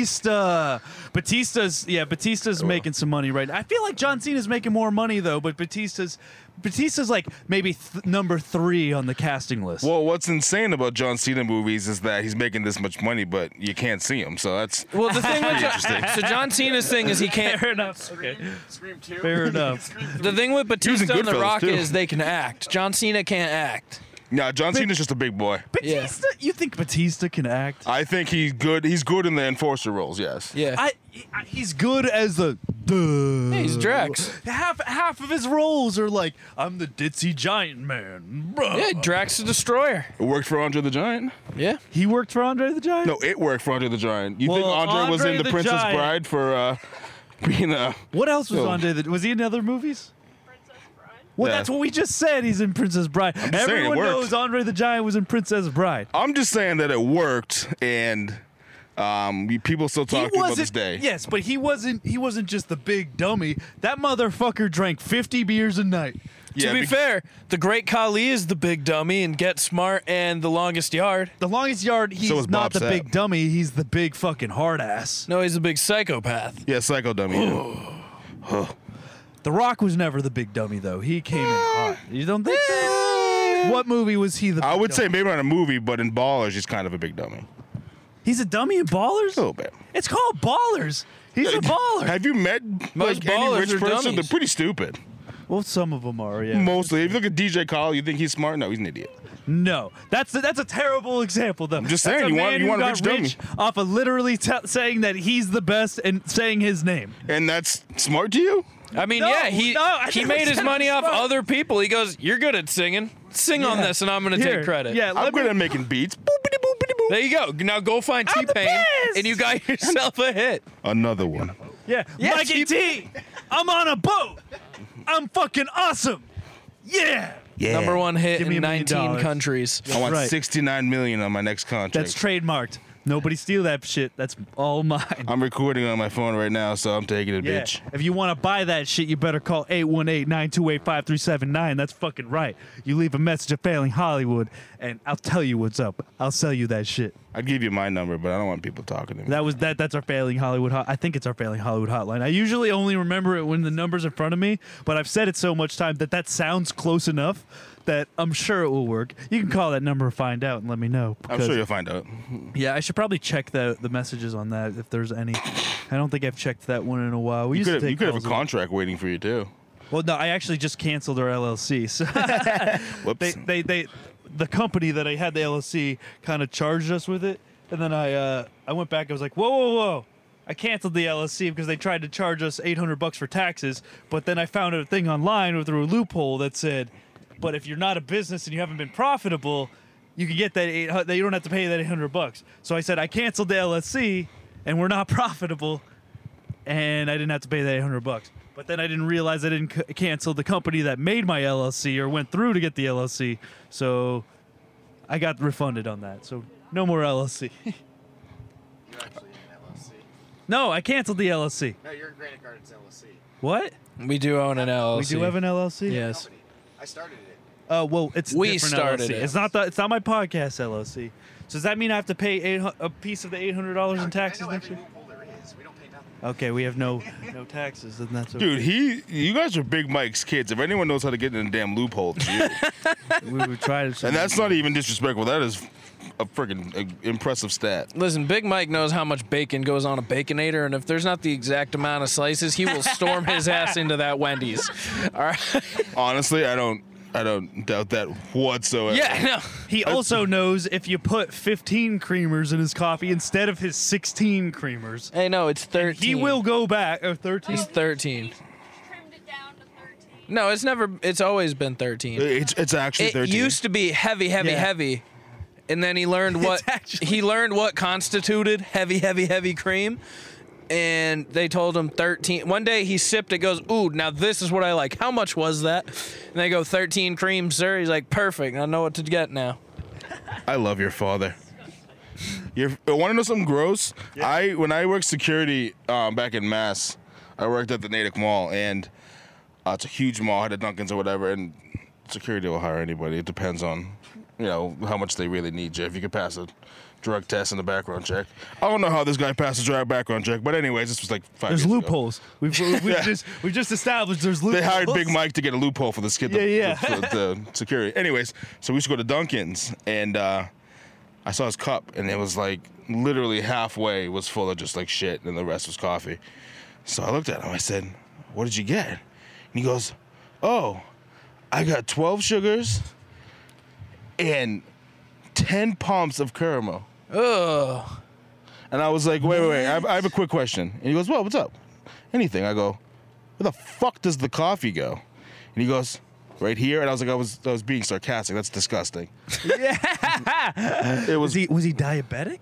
[SPEAKER 4] Batista. Batista's yeah, Batista's making some money right now. I feel like John Cena's making more money though, but Batista's Batista's like maybe th- number 3 on the casting list.
[SPEAKER 6] Well, what's insane about John Cena movies is that he's making this much money, but you can't see him. So that's
[SPEAKER 5] Well, the thing with so John Cena's thing is
[SPEAKER 4] <laughs>
[SPEAKER 5] he can't.
[SPEAKER 4] Fair enough. Okay.
[SPEAKER 8] Scream 2.
[SPEAKER 4] Fair enough.
[SPEAKER 8] <laughs> Scream
[SPEAKER 5] The thing with
[SPEAKER 6] was in
[SPEAKER 5] Batista and The
[SPEAKER 6] Goodfellas,
[SPEAKER 5] Rock
[SPEAKER 6] too.
[SPEAKER 5] is they can act. John Cena can't act.
[SPEAKER 6] no. John Cena's just a big boy.
[SPEAKER 5] Yeah.
[SPEAKER 4] Batista, you think Batista can act?
[SPEAKER 6] I think he's good. He's good in the enforcer roles. Yes.
[SPEAKER 5] Yeah,
[SPEAKER 4] I, I- he's good as the duh.
[SPEAKER 5] he's Drax.
[SPEAKER 4] Half half of his roles are like I'm the ditzy giant man. Bruh.
[SPEAKER 5] Yeah, Drax the Destroyer.
[SPEAKER 6] It worked for Andre the Giant.
[SPEAKER 5] Yeah,
[SPEAKER 4] He worked for Andre the Giant?
[SPEAKER 6] No, it worked for Andre the Giant. You think
[SPEAKER 4] Well,
[SPEAKER 6] Andre, was
[SPEAKER 4] Andre
[SPEAKER 6] in The,
[SPEAKER 4] the
[SPEAKER 6] Princess
[SPEAKER 4] Giant-
[SPEAKER 6] Bride for uh, being a?
[SPEAKER 4] What else was
[SPEAKER 6] No.
[SPEAKER 4] Andre the Was he in other movies?
[SPEAKER 10] Princess Bride.
[SPEAKER 4] Well,
[SPEAKER 6] Yeah.
[SPEAKER 4] that's what we just said. He's in Princess Bride.
[SPEAKER 6] saying it
[SPEAKER 4] Everyone
[SPEAKER 6] worked.
[SPEAKER 4] knows Andre the Giant was in Princess Bride.
[SPEAKER 6] I'm just saying that it worked, and um, we- people still talk to him about this day.
[SPEAKER 4] Yes, but he wasn't. He wasn't just the big dummy. That motherfucker drank fifty beers a night.
[SPEAKER 6] Yeah,
[SPEAKER 5] to be
[SPEAKER 6] bec-
[SPEAKER 5] fair, the Great Khali is the big dummy and Get Smart and The Longest Yard.
[SPEAKER 4] The longest yard. He's
[SPEAKER 11] So was
[SPEAKER 4] not
[SPEAKER 11] Bob
[SPEAKER 4] the
[SPEAKER 11] Sapp.
[SPEAKER 4] big dummy. He's the big fucking hard ass.
[SPEAKER 5] No, he's a big psychopath.
[SPEAKER 6] Yeah, Psycho Dummy. yeah.
[SPEAKER 4] The Rock was never the big dummy though. He came in hot. You don't think so? What movie was he the?
[SPEAKER 6] Eh. I
[SPEAKER 4] big
[SPEAKER 6] would
[SPEAKER 4] dummy?
[SPEAKER 6] say maybe not a movie, but in Ballers, he's kind of a big dummy.
[SPEAKER 4] he's a dummy in Ballers.
[SPEAKER 6] A little bit.
[SPEAKER 4] It's called Ballers. He's a baller.
[SPEAKER 6] Have you met
[SPEAKER 5] Most
[SPEAKER 6] like any
[SPEAKER 5] ballers
[SPEAKER 6] rich
[SPEAKER 5] are
[SPEAKER 6] person?
[SPEAKER 5] dummies.
[SPEAKER 6] They're pretty stupid.
[SPEAKER 4] well, some of them are. Yeah.
[SPEAKER 6] Mostly, if you look at DJ Khaled, you think he's smart. No, he's an idiot.
[SPEAKER 4] No, that's a, that's a terrible example, though. I'm
[SPEAKER 6] just
[SPEAKER 4] that's
[SPEAKER 6] saying,
[SPEAKER 4] a
[SPEAKER 6] you want-
[SPEAKER 4] man
[SPEAKER 6] you
[SPEAKER 4] who
[SPEAKER 6] want a
[SPEAKER 4] got
[SPEAKER 6] rich dummy.
[SPEAKER 4] off of literally te- saying that he's the best and saying his name.
[SPEAKER 6] And that's smart to you?
[SPEAKER 5] I mean,
[SPEAKER 4] No,
[SPEAKER 5] yeah, he
[SPEAKER 4] no, I
[SPEAKER 5] he
[SPEAKER 4] never
[SPEAKER 5] made his
[SPEAKER 4] said
[SPEAKER 5] money
[SPEAKER 4] he's
[SPEAKER 5] off
[SPEAKER 4] smart.
[SPEAKER 5] other people. He goes, "You're good at singing. Sing on
[SPEAKER 4] Yeah.
[SPEAKER 5] this, and I'm gonna
[SPEAKER 4] Here,
[SPEAKER 5] take credit."
[SPEAKER 4] Yeah,
[SPEAKER 6] I'm
[SPEAKER 4] let me,
[SPEAKER 6] good at making beats. Boopity boopity boop.
[SPEAKER 5] There you go. Now go find T
[SPEAKER 4] I'm the
[SPEAKER 5] Pain,
[SPEAKER 4] best.
[SPEAKER 5] and you
[SPEAKER 4] <laughs>
[SPEAKER 5] got yourself a hit.
[SPEAKER 6] Another one.
[SPEAKER 4] yeah.
[SPEAKER 5] Yes,
[SPEAKER 4] Mikey
[SPEAKER 5] he-
[SPEAKER 4] T, I'm on a boat. I'm fucking awesome. Yeah.
[SPEAKER 11] Yeah.
[SPEAKER 5] Number one hit
[SPEAKER 4] Give me
[SPEAKER 5] in
[SPEAKER 4] a million
[SPEAKER 5] 19
[SPEAKER 4] dollars.
[SPEAKER 5] countries.
[SPEAKER 6] I want
[SPEAKER 4] right.
[SPEAKER 6] 69 million on my next contract.
[SPEAKER 4] That's trademarked. Nobody steal that shit. That's all mine.
[SPEAKER 6] I'm recording on my phone right now, so I'm taking it,
[SPEAKER 4] Yeah.
[SPEAKER 6] bitch.
[SPEAKER 4] If you want to buy that shit, you better call 818-928-5379. That's fucking right. You leave a message at Failing Hollywood, and I'll tell you what's up. I'll sell you that shit.
[SPEAKER 6] I'd give you my number, but I don't want people talking to me.
[SPEAKER 4] That was that. That's our failing Hollywood. Hot, I think it's our failing Hollywood hotline. I usually only remember it when the numbers in front of me, but I've said it so much time that that sounds close enough that I'm sure it will work. You can call that number and find out and let me know.
[SPEAKER 6] I'm
[SPEAKER 4] because-
[SPEAKER 6] sure you'll find out.
[SPEAKER 4] Yeah, I should probably check the the messages on that if there's any. I don't think I've checked that one in a while. We
[SPEAKER 6] You
[SPEAKER 4] used
[SPEAKER 6] could,
[SPEAKER 4] to
[SPEAKER 6] have,
[SPEAKER 4] take
[SPEAKER 6] you could have a
[SPEAKER 4] calls in-
[SPEAKER 6] contract waiting for you, too.
[SPEAKER 4] Well, no, I actually just canceled our LLC. So
[SPEAKER 6] Whoops.
[SPEAKER 4] they, they, they, the company that I had the LLC kind of charged us with it, and then I, uh, I went back. I was like, whoa, whoa, whoa. I canceled the LLC because they tried to charge us 800 bucks for taxes, but then I found a thing online with through a loophole that said, but if you're not a business and you haven't been profitable, you can get that 800. that You don't have to pay that 800 bucks. So I said I canceled the LLC, and we're not <laughs> profitable and I didn't have to pay that 800 bucks. But then I didn't realize I didn't c- cancel the company that made my LLC or went through to get the LLC. So I got refunded on that. So no more LLC.
[SPEAKER 8] You actually in LLC.
[SPEAKER 4] no, I canceled the LLC.
[SPEAKER 8] No, you're in Granite Gardens LLC.
[SPEAKER 4] What?
[SPEAKER 5] We do own an LLC.
[SPEAKER 4] We do have an LLC.
[SPEAKER 5] Yes.
[SPEAKER 8] I started it.
[SPEAKER 4] Uh, well, it's a
[SPEAKER 5] We
[SPEAKER 4] different
[SPEAKER 5] started
[SPEAKER 4] LLC.
[SPEAKER 5] it.
[SPEAKER 4] It's not the. It's not my podcast LLC. So does that mean I have to pay eight, hu- a piece of the eight hundred dollars in
[SPEAKER 8] I
[SPEAKER 4] taxes
[SPEAKER 8] know
[SPEAKER 4] next
[SPEAKER 8] every
[SPEAKER 4] year?
[SPEAKER 8] loophole there is. We don't pay nothing.
[SPEAKER 4] Okay, we have no no taxes, and that's okay.
[SPEAKER 6] Dude, he, you guys are Big Mike's kids. If anyone knows how to get in a damn loophole, it's
[SPEAKER 4] <laughs>
[SPEAKER 6] you.
[SPEAKER 4] we would try to.
[SPEAKER 6] and that's not even disrespectful. That is a freaking impressive stat.
[SPEAKER 5] Listen, Big Mike knows how much bacon goes on a baconator, and if there's not the exact amount of slices, he will
[SPEAKER 4] <laughs>
[SPEAKER 5] storm his ass into that Wendy's. All right.
[SPEAKER 6] Honestly, I don't, I don't doubt that whatsoever.
[SPEAKER 5] Yeah,
[SPEAKER 4] He also knows if you put 15 creamers in his coffee instead of his 16 creamers,
[SPEAKER 5] no. Hey, no, it's 13.
[SPEAKER 4] he will go back. Or 13.
[SPEAKER 5] He's 13.
[SPEAKER 10] He's trimmed it down to 13.
[SPEAKER 5] No, it's never, it's always been 13.
[SPEAKER 6] It's, it's actually
[SPEAKER 5] It
[SPEAKER 6] 13.
[SPEAKER 5] used to be heavy, heavy,
[SPEAKER 4] Yeah.
[SPEAKER 5] heavy. And then he
[SPEAKER 6] <laughs>
[SPEAKER 5] learned what
[SPEAKER 4] actually-
[SPEAKER 5] he learned what constituted heavy, heavy, heavy cream. And they told him 13. One day he sipped it, goes, Ooh, now this is what I like. How much was that? And they go, 13 cream, sir. He's like, Perfect. I know what to get now.
[SPEAKER 6] I love your father. Your, I want to know something gross. I when I worked security um, back in Mass, I worked at the Natick Mall, and uh, it's a huge mall, had a Dunkin's or whatever, and security will hire anybody. It depends on you know how much they really need you. If you could pass a drug test and a background check, I don't know how this guy passed a drug background check, but anyways, this was like five.
[SPEAKER 4] There's
[SPEAKER 6] years ago.
[SPEAKER 4] loopholes. We've, we've, <laughs> we've just, we've just established there's
[SPEAKER 6] They
[SPEAKER 4] loopholes.
[SPEAKER 6] hired Big Mike to get a loophole for this kid. The,
[SPEAKER 4] Yeah, yeah.
[SPEAKER 6] The, the-
[SPEAKER 4] <laughs>
[SPEAKER 6] the security. Anyways, so we used to go to Dunkin's, and uh, I saw his cup, and it was like literally halfway was full of just like shit, and the rest was coffee. So I looked at him. I said, "What did you get?" And he goes, "Oh, I got 12 sugars and 10 pumps of caramel."
[SPEAKER 5] Ugh.
[SPEAKER 6] And I was like, wait, wait, wait. I have, I have a quick question. And he goes, well, what's up? Anything. I go, where the fuck does the coffee go? And he goes, right here. And I was like, I was, I was being sarcastic. That's disgusting. <laughs> it was.
[SPEAKER 4] Was he, was he diabetic?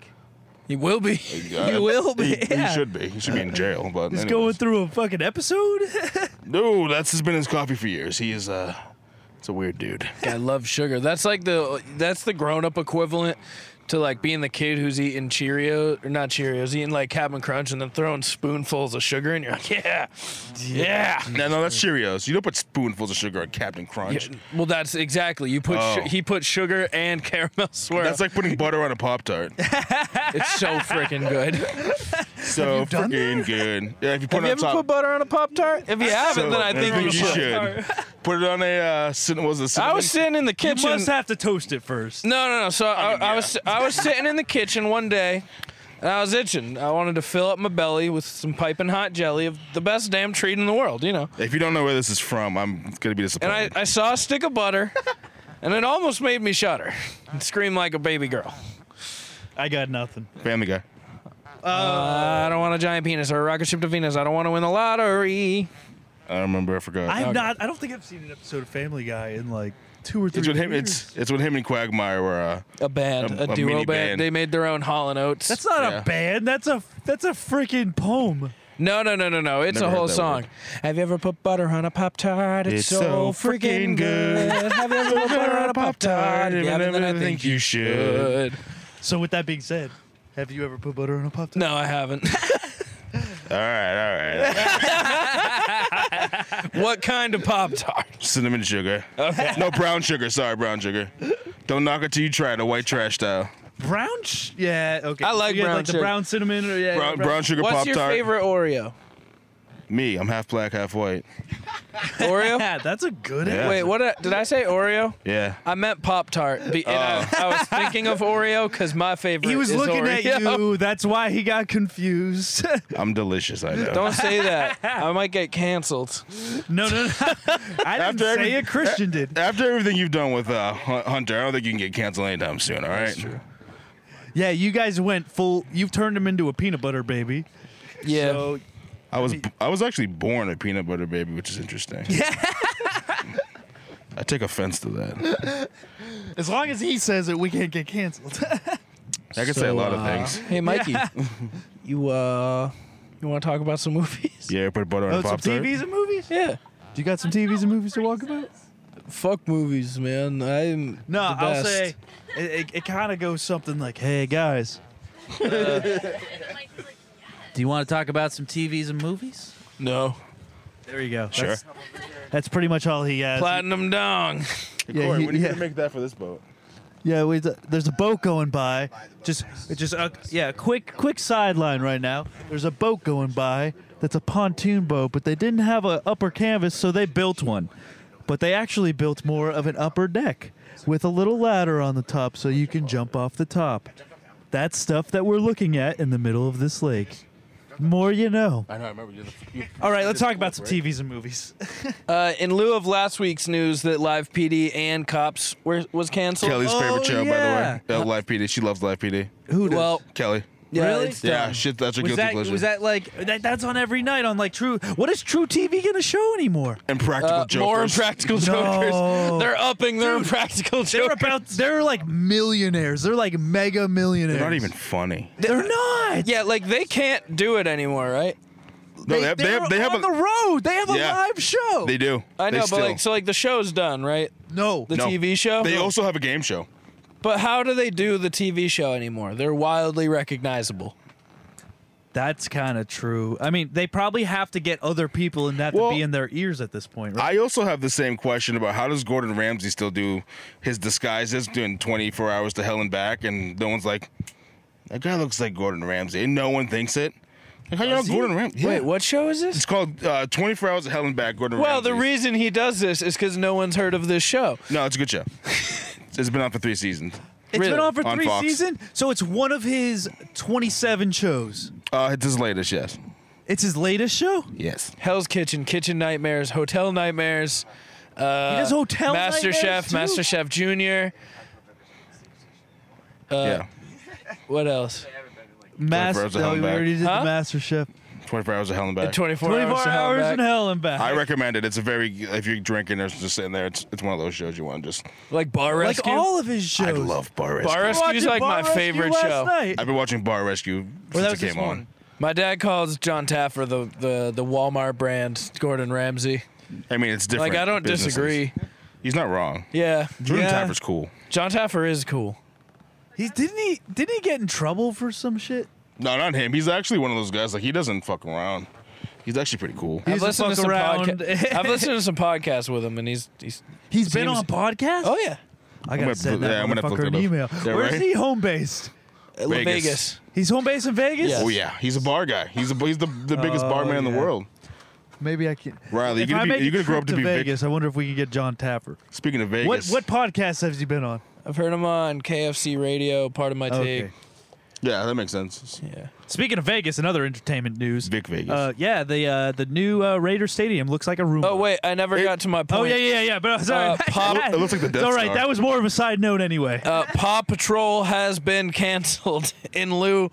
[SPEAKER 5] You will be. <laughs>
[SPEAKER 6] <laughs> uh,
[SPEAKER 5] you will be.
[SPEAKER 6] He, he
[SPEAKER 4] yeah.
[SPEAKER 6] should be. He should be in jail. But
[SPEAKER 4] He's
[SPEAKER 6] anyways.
[SPEAKER 4] going through a fucking episode? <laughs>
[SPEAKER 6] no, that's has been his coffee for years. He is. uh It's a weird dude. <laughs>
[SPEAKER 5] I love sugar. That's like the that's the grown up equivalent to like being the kid who's eating Cheerios or not Cheerios, eating like Captain Crunch and then throwing spoonfuls of sugar <laughs> and you're like, yeah, yeah.
[SPEAKER 6] No, no, that's Cheerios. You don't put spoonfuls of sugar on Captain Crunch.
[SPEAKER 5] Well, that's exactly you put.
[SPEAKER 6] Oh.
[SPEAKER 5] Su- he put sugar and caramel <laughs> swirl.
[SPEAKER 6] That's like putting butter on a Pop Tart.
[SPEAKER 5] it's so freaking
[SPEAKER 6] <laughs>
[SPEAKER 5] good. Have
[SPEAKER 6] So freaking good. Yeah, if you put
[SPEAKER 5] you
[SPEAKER 6] it on
[SPEAKER 5] ever
[SPEAKER 6] top.
[SPEAKER 5] put butter on a pop tart? If you haven't,
[SPEAKER 6] So,
[SPEAKER 5] then I think you should.
[SPEAKER 6] <laughs> Put it on a uh, cin- what was it
[SPEAKER 5] I was
[SPEAKER 6] cinnamon?
[SPEAKER 5] sitting in the
[SPEAKER 4] you
[SPEAKER 5] kitchen.
[SPEAKER 4] must have to toast it first.
[SPEAKER 5] No, no, no. So I, I was I was sitting in the kitchen one day, and I was itching. I wanted to fill up my belly with some piping hot jelly of the best damn treat in the world, you know.
[SPEAKER 6] If you don't know where this is from, I'm gonna be
[SPEAKER 5] And
[SPEAKER 6] disappointed.
[SPEAKER 5] I, I saw a stick of butter, <laughs> and it almost made me shudder and scream like a baby girl.
[SPEAKER 4] I got nothing.
[SPEAKER 6] Family Guy.
[SPEAKER 5] I don't want a giant penis or a rocket ship to Venus. I don't want to win the lottery.
[SPEAKER 6] I don't remember. I forgot.
[SPEAKER 4] I've not, I don't think I've seen an episode of Family Guy in like two or three
[SPEAKER 6] it's when him.
[SPEAKER 4] years.
[SPEAKER 6] It's it's when him and Quagmire were. Uh,
[SPEAKER 5] A band,
[SPEAKER 6] A-
[SPEAKER 5] a,
[SPEAKER 6] a
[SPEAKER 5] duo
[SPEAKER 6] mini
[SPEAKER 5] band.
[SPEAKER 6] band.
[SPEAKER 5] They made their own Hall and Oates.
[SPEAKER 4] that's not
[SPEAKER 6] Yeah.
[SPEAKER 4] a band. That's a that's a freaking poem.
[SPEAKER 5] no, no, no, no, no. It's
[SPEAKER 6] Never
[SPEAKER 5] a
[SPEAKER 6] heard
[SPEAKER 5] whole
[SPEAKER 6] that
[SPEAKER 5] song.
[SPEAKER 6] word.
[SPEAKER 5] Have you ever put butter on a pop tart? It's,
[SPEAKER 6] It's so freaking good.
[SPEAKER 5] Have you ever put butter
[SPEAKER 6] <laughs>
[SPEAKER 5] on a pop tart? If you haven't, then I think you should.
[SPEAKER 4] So with that being said, have you ever put butter on a pop tart?
[SPEAKER 5] No, I haven't.
[SPEAKER 6] All right, all
[SPEAKER 5] <laughs>
[SPEAKER 6] right.
[SPEAKER 5] what kind of pop tart?
[SPEAKER 6] cinnamon sugar. Okay. No brown sugar. Sorry, brown sugar. Don't knock it till you try it. A white trash style.
[SPEAKER 4] Brown? Sh- yeah. Okay.
[SPEAKER 5] I like
[SPEAKER 4] you had,
[SPEAKER 5] brown
[SPEAKER 4] like the
[SPEAKER 5] sugar.
[SPEAKER 4] brown cinnamon or yeah.
[SPEAKER 6] Brown, brown sugar
[SPEAKER 5] What's
[SPEAKER 6] pop
[SPEAKER 5] your
[SPEAKER 6] tart.
[SPEAKER 5] favorite Oreo?
[SPEAKER 6] Me, I'm half black, half white.
[SPEAKER 5] Oreo?
[SPEAKER 4] Yeah, that's a good.
[SPEAKER 6] Yeah.
[SPEAKER 5] Wait, what I- did I say? Oreo?
[SPEAKER 6] Yeah.
[SPEAKER 5] I meant Pop Tart, and I, I was thinking of Oreo because my favorite.
[SPEAKER 4] He was
[SPEAKER 5] is
[SPEAKER 4] looking
[SPEAKER 5] Oreo. <laughs>
[SPEAKER 4] at you. That's why he got confused. <laughs>
[SPEAKER 6] I'm delicious. I know.
[SPEAKER 5] Don't say that. I might get canceled.
[SPEAKER 4] no, no, no. I didn't
[SPEAKER 6] After
[SPEAKER 4] say
[SPEAKER 6] every-
[SPEAKER 4] it. Christian did.
[SPEAKER 6] After everything you've done with uh, Hun- Hunter, I don't think you can get canceled anytime soon. All right.
[SPEAKER 4] Yeah, you guys went full. You've turned him into a peanut butter baby.
[SPEAKER 5] Yeah.
[SPEAKER 4] So
[SPEAKER 6] I was I was actually born a peanut butter baby, which is interesting. Yeah. <laughs> I take offense to that.
[SPEAKER 4] as long as he says it, we can't get canceled. <laughs>
[SPEAKER 6] I could say a
[SPEAKER 5] So,
[SPEAKER 6] lot of
[SPEAKER 5] uh,
[SPEAKER 6] things.
[SPEAKER 5] Hey, Mikey, <laughs> you uh, you want to talk about some <laughs> movies?
[SPEAKER 6] Yeah, put butter on
[SPEAKER 4] oh,
[SPEAKER 6] a
[SPEAKER 4] some
[SPEAKER 6] pop tart.
[SPEAKER 4] TVs and movies.
[SPEAKER 5] Yeah.
[SPEAKER 4] You got some TVs and movies to walk about?
[SPEAKER 5] Fuck movies, man. I'm
[SPEAKER 4] No,
[SPEAKER 5] the
[SPEAKER 4] I'll
[SPEAKER 5] best.
[SPEAKER 4] say it, it, it kind of goes something like, "Hey
[SPEAKER 5] <laughs>
[SPEAKER 4] guys,
[SPEAKER 5] Uh,
[SPEAKER 10] Like, like,
[SPEAKER 12] Do you want to talk about some TVs and movies?
[SPEAKER 5] no.
[SPEAKER 4] There you go.
[SPEAKER 6] Sure.
[SPEAKER 4] That's, that's pretty much all he has.
[SPEAKER 5] Platinum <laughs> dong.
[SPEAKER 4] Yeah,
[SPEAKER 6] Corey,
[SPEAKER 4] he-
[SPEAKER 6] what are you
[SPEAKER 4] yeah.
[SPEAKER 6] gonna make that for this boat?
[SPEAKER 4] Yeah, we, there's a boat going by. Just, just a, yeah, quick, quick sideline right now. There's a boat going by that's a pontoon boat, but they didn't have an upper canvas, so they built one. But they actually built more of an upper deck with a little ladder on the top, so you can jump off the top. That's stuff that we're looking at in the middle of this lake. More you know.
[SPEAKER 6] I know. I remember you. you
[SPEAKER 4] All right, let's talk about some TVs and movies.
[SPEAKER 5] Uh, in lieu of last week's news that Live PD and Cops were, was canceled.
[SPEAKER 6] Kelly's favorite
[SPEAKER 4] Oh,
[SPEAKER 6] show,
[SPEAKER 4] yeah.
[SPEAKER 6] by the way. Uh, Live PD. She loves Live PD.
[SPEAKER 4] Who does?
[SPEAKER 5] well,
[SPEAKER 6] Kelly.
[SPEAKER 5] yeah,
[SPEAKER 4] Really?
[SPEAKER 5] it's
[SPEAKER 6] Yeah,
[SPEAKER 5] done.
[SPEAKER 6] shit. That's her
[SPEAKER 4] was
[SPEAKER 6] guilty
[SPEAKER 4] that
[SPEAKER 6] pleasure.
[SPEAKER 4] was that like that, that's on every night on like True? What is True TV gonna show
[SPEAKER 6] <laughs>
[SPEAKER 4] anymore?
[SPEAKER 6] Impractical
[SPEAKER 5] Uh,
[SPEAKER 6] Jokers.
[SPEAKER 5] more impractical jokers.
[SPEAKER 4] No.
[SPEAKER 5] They're upping their impractical jokers.
[SPEAKER 4] They're about. They're like millionaires. They're like mega millionaires.
[SPEAKER 6] They're not even funny.
[SPEAKER 4] They're not.
[SPEAKER 5] yeah, like they can't do it anymore, right?
[SPEAKER 6] No, they, have, they,
[SPEAKER 4] they're
[SPEAKER 6] have, they have
[SPEAKER 4] on
[SPEAKER 6] a.
[SPEAKER 4] the road. They have a
[SPEAKER 6] Yeah.
[SPEAKER 4] live show.
[SPEAKER 6] they do.
[SPEAKER 5] I
[SPEAKER 6] They
[SPEAKER 5] know,
[SPEAKER 6] still-
[SPEAKER 5] but like, so like the show's done, right?
[SPEAKER 4] no.
[SPEAKER 5] The
[SPEAKER 6] No.
[SPEAKER 5] TV show.
[SPEAKER 6] They also have a game show.
[SPEAKER 5] but how do they do the TV show anymore? They're wildly recognizable.
[SPEAKER 4] That's kind of true. I mean, they probably have to get other people and that
[SPEAKER 6] Well,
[SPEAKER 4] to be in their ears at this point, right?
[SPEAKER 6] I also have the same question about how does Gordon Ramsay still do his disguises doing 24 hours to hell and back, and no one's like, that guy looks like Gordon Ramsay, and no one thinks it. Like, how you know Gordon Ramsay?
[SPEAKER 5] Wait, what show is this?
[SPEAKER 6] It's called uh, 24 Hours of Hell and Back, Gordon
[SPEAKER 5] Well, the
[SPEAKER 6] Ramsay's.
[SPEAKER 5] reason he does this is because no one's heard of this show.
[SPEAKER 6] No, it's a
[SPEAKER 5] <laughs>
[SPEAKER 6] good show. it's been on for three seasons.
[SPEAKER 4] It's
[SPEAKER 5] really,
[SPEAKER 4] been on for
[SPEAKER 6] on
[SPEAKER 4] three
[SPEAKER 6] Fox.
[SPEAKER 4] seasons, so it's one of his 27 shows.
[SPEAKER 6] Uh, it's his latest, yes.
[SPEAKER 4] It's his latest show.
[SPEAKER 6] Yes.
[SPEAKER 5] Hell's Kitchen, Kitchen Nightmares, Hotel Nightmares.
[SPEAKER 6] Uh,
[SPEAKER 4] he does Hotel
[SPEAKER 5] Master Chef,
[SPEAKER 4] Nightmares, too?
[SPEAKER 5] Master Chef Junior.
[SPEAKER 6] yeah.
[SPEAKER 5] What else?
[SPEAKER 4] Master.
[SPEAKER 6] Hours of Hell
[SPEAKER 4] Oh,
[SPEAKER 6] and
[SPEAKER 4] we
[SPEAKER 6] Back.
[SPEAKER 4] already did
[SPEAKER 5] Huh?
[SPEAKER 4] the Master Chef.
[SPEAKER 6] 24 Hours of Hell and Back.
[SPEAKER 5] 24,
[SPEAKER 4] 24 hours,
[SPEAKER 5] hours, to Hell and
[SPEAKER 4] in
[SPEAKER 5] Back.
[SPEAKER 4] hell and back.
[SPEAKER 6] I recommend it. It's a very, if you're drinking or just sitting there, it's, it's one of those shows you want to just.
[SPEAKER 5] Like Bar
[SPEAKER 4] like
[SPEAKER 5] Rescue.
[SPEAKER 4] all of his shows.
[SPEAKER 6] I love Bar Rescue.
[SPEAKER 5] Bar Rescue's
[SPEAKER 4] Watching
[SPEAKER 5] like
[SPEAKER 4] Bar
[SPEAKER 5] my
[SPEAKER 4] Rescue
[SPEAKER 5] favorite
[SPEAKER 4] last
[SPEAKER 5] show.
[SPEAKER 4] night.
[SPEAKER 6] I've been watching Bar Rescue
[SPEAKER 5] Or that
[SPEAKER 6] since
[SPEAKER 5] was
[SPEAKER 6] it
[SPEAKER 5] this
[SPEAKER 6] came on.
[SPEAKER 5] morning. My dad calls John Taffer the, the, the Walmart brand Gordon Ramsay.
[SPEAKER 6] I mean, it's different.
[SPEAKER 5] Like I don't
[SPEAKER 6] businesses.
[SPEAKER 5] disagree.
[SPEAKER 6] He's not wrong.
[SPEAKER 5] Yeah.
[SPEAKER 6] Jordan
[SPEAKER 5] yeah.
[SPEAKER 6] Tapper's cool.
[SPEAKER 5] John Taffer is cool.
[SPEAKER 4] He didn't he didn't he get in trouble for some shit?
[SPEAKER 6] No, not him. He's actually one of those guys. Like he doesn't fuck around. He's actually pretty cool.
[SPEAKER 4] He
[SPEAKER 5] I've
[SPEAKER 4] doesn't
[SPEAKER 5] listened, to
[SPEAKER 4] fuck around.
[SPEAKER 5] some
[SPEAKER 4] <laughs>
[SPEAKER 5] podca- I've listened to some podcasts with him, and he's he's.
[SPEAKER 4] He's been
[SPEAKER 5] Seems-
[SPEAKER 4] on podcasts.
[SPEAKER 5] Oh yeah,
[SPEAKER 4] I gotta
[SPEAKER 6] gonna
[SPEAKER 4] send
[SPEAKER 6] put-
[SPEAKER 4] that
[SPEAKER 6] yeah, I'm gonna have to
[SPEAKER 4] motherfucker an
[SPEAKER 6] look it up.
[SPEAKER 4] email.
[SPEAKER 6] Yeah,
[SPEAKER 4] Where's
[SPEAKER 6] right?
[SPEAKER 4] he home based?
[SPEAKER 5] Uh,
[SPEAKER 6] Vegas.
[SPEAKER 5] Vegas.
[SPEAKER 4] He's home based in Vegas.
[SPEAKER 5] Yes.
[SPEAKER 6] Oh yeah, he's a bar guy. He's a, he's the, the biggest
[SPEAKER 4] Oh,
[SPEAKER 6] barman in the
[SPEAKER 4] yeah.
[SPEAKER 6] world.
[SPEAKER 4] Maybe I can.
[SPEAKER 6] Riley,
[SPEAKER 4] If
[SPEAKER 6] you're
[SPEAKER 4] I
[SPEAKER 6] gonna
[SPEAKER 4] make
[SPEAKER 6] be, you're
[SPEAKER 4] a
[SPEAKER 6] gonna grow
[SPEAKER 4] trip
[SPEAKER 6] up to
[SPEAKER 4] to
[SPEAKER 6] be big.
[SPEAKER 4] Vegas. I wonder if we can get John Tapper.
[SPEAKER 6] Speaking of
[SPEAKER 4] What
[SPEAKER 6] Vegas,
[SPEAKER 4] what podcast has he been on?
[SPEAKER 5] I've heard him on KFC Radio. Part of my
[SPEAKER 4] Okay.
[SPEAKER 5] take.
[SPEAKER 6] Yeah, that makes sense.
[SPEAKER 5] Yeah.
[SPEAKER 4] Speaking of Vegas and other entertainment news,
[SPEAKER 6] Vic Vegas.
[SPEAKER 4] Uh, yeah, the uh, the new uh, Raider Stadium looks like a room.
[SPEAKER 5] Oh wait, I never got to my point.
[SPEAKER 4] Oh yeah, yeah, <laughs> yeah. But sorry,
[SPEAKER 5] Uh, Pop-
[SPEAKER 6] It looks like the Death
[SPEAKER 4] All right,
[SPEAKER 6] Star.
[SPEAKER 4] that was more of a side note anyway.
[SPEAKER 5] Uh, Paw Patrol has been canceled <laughs> in lieu.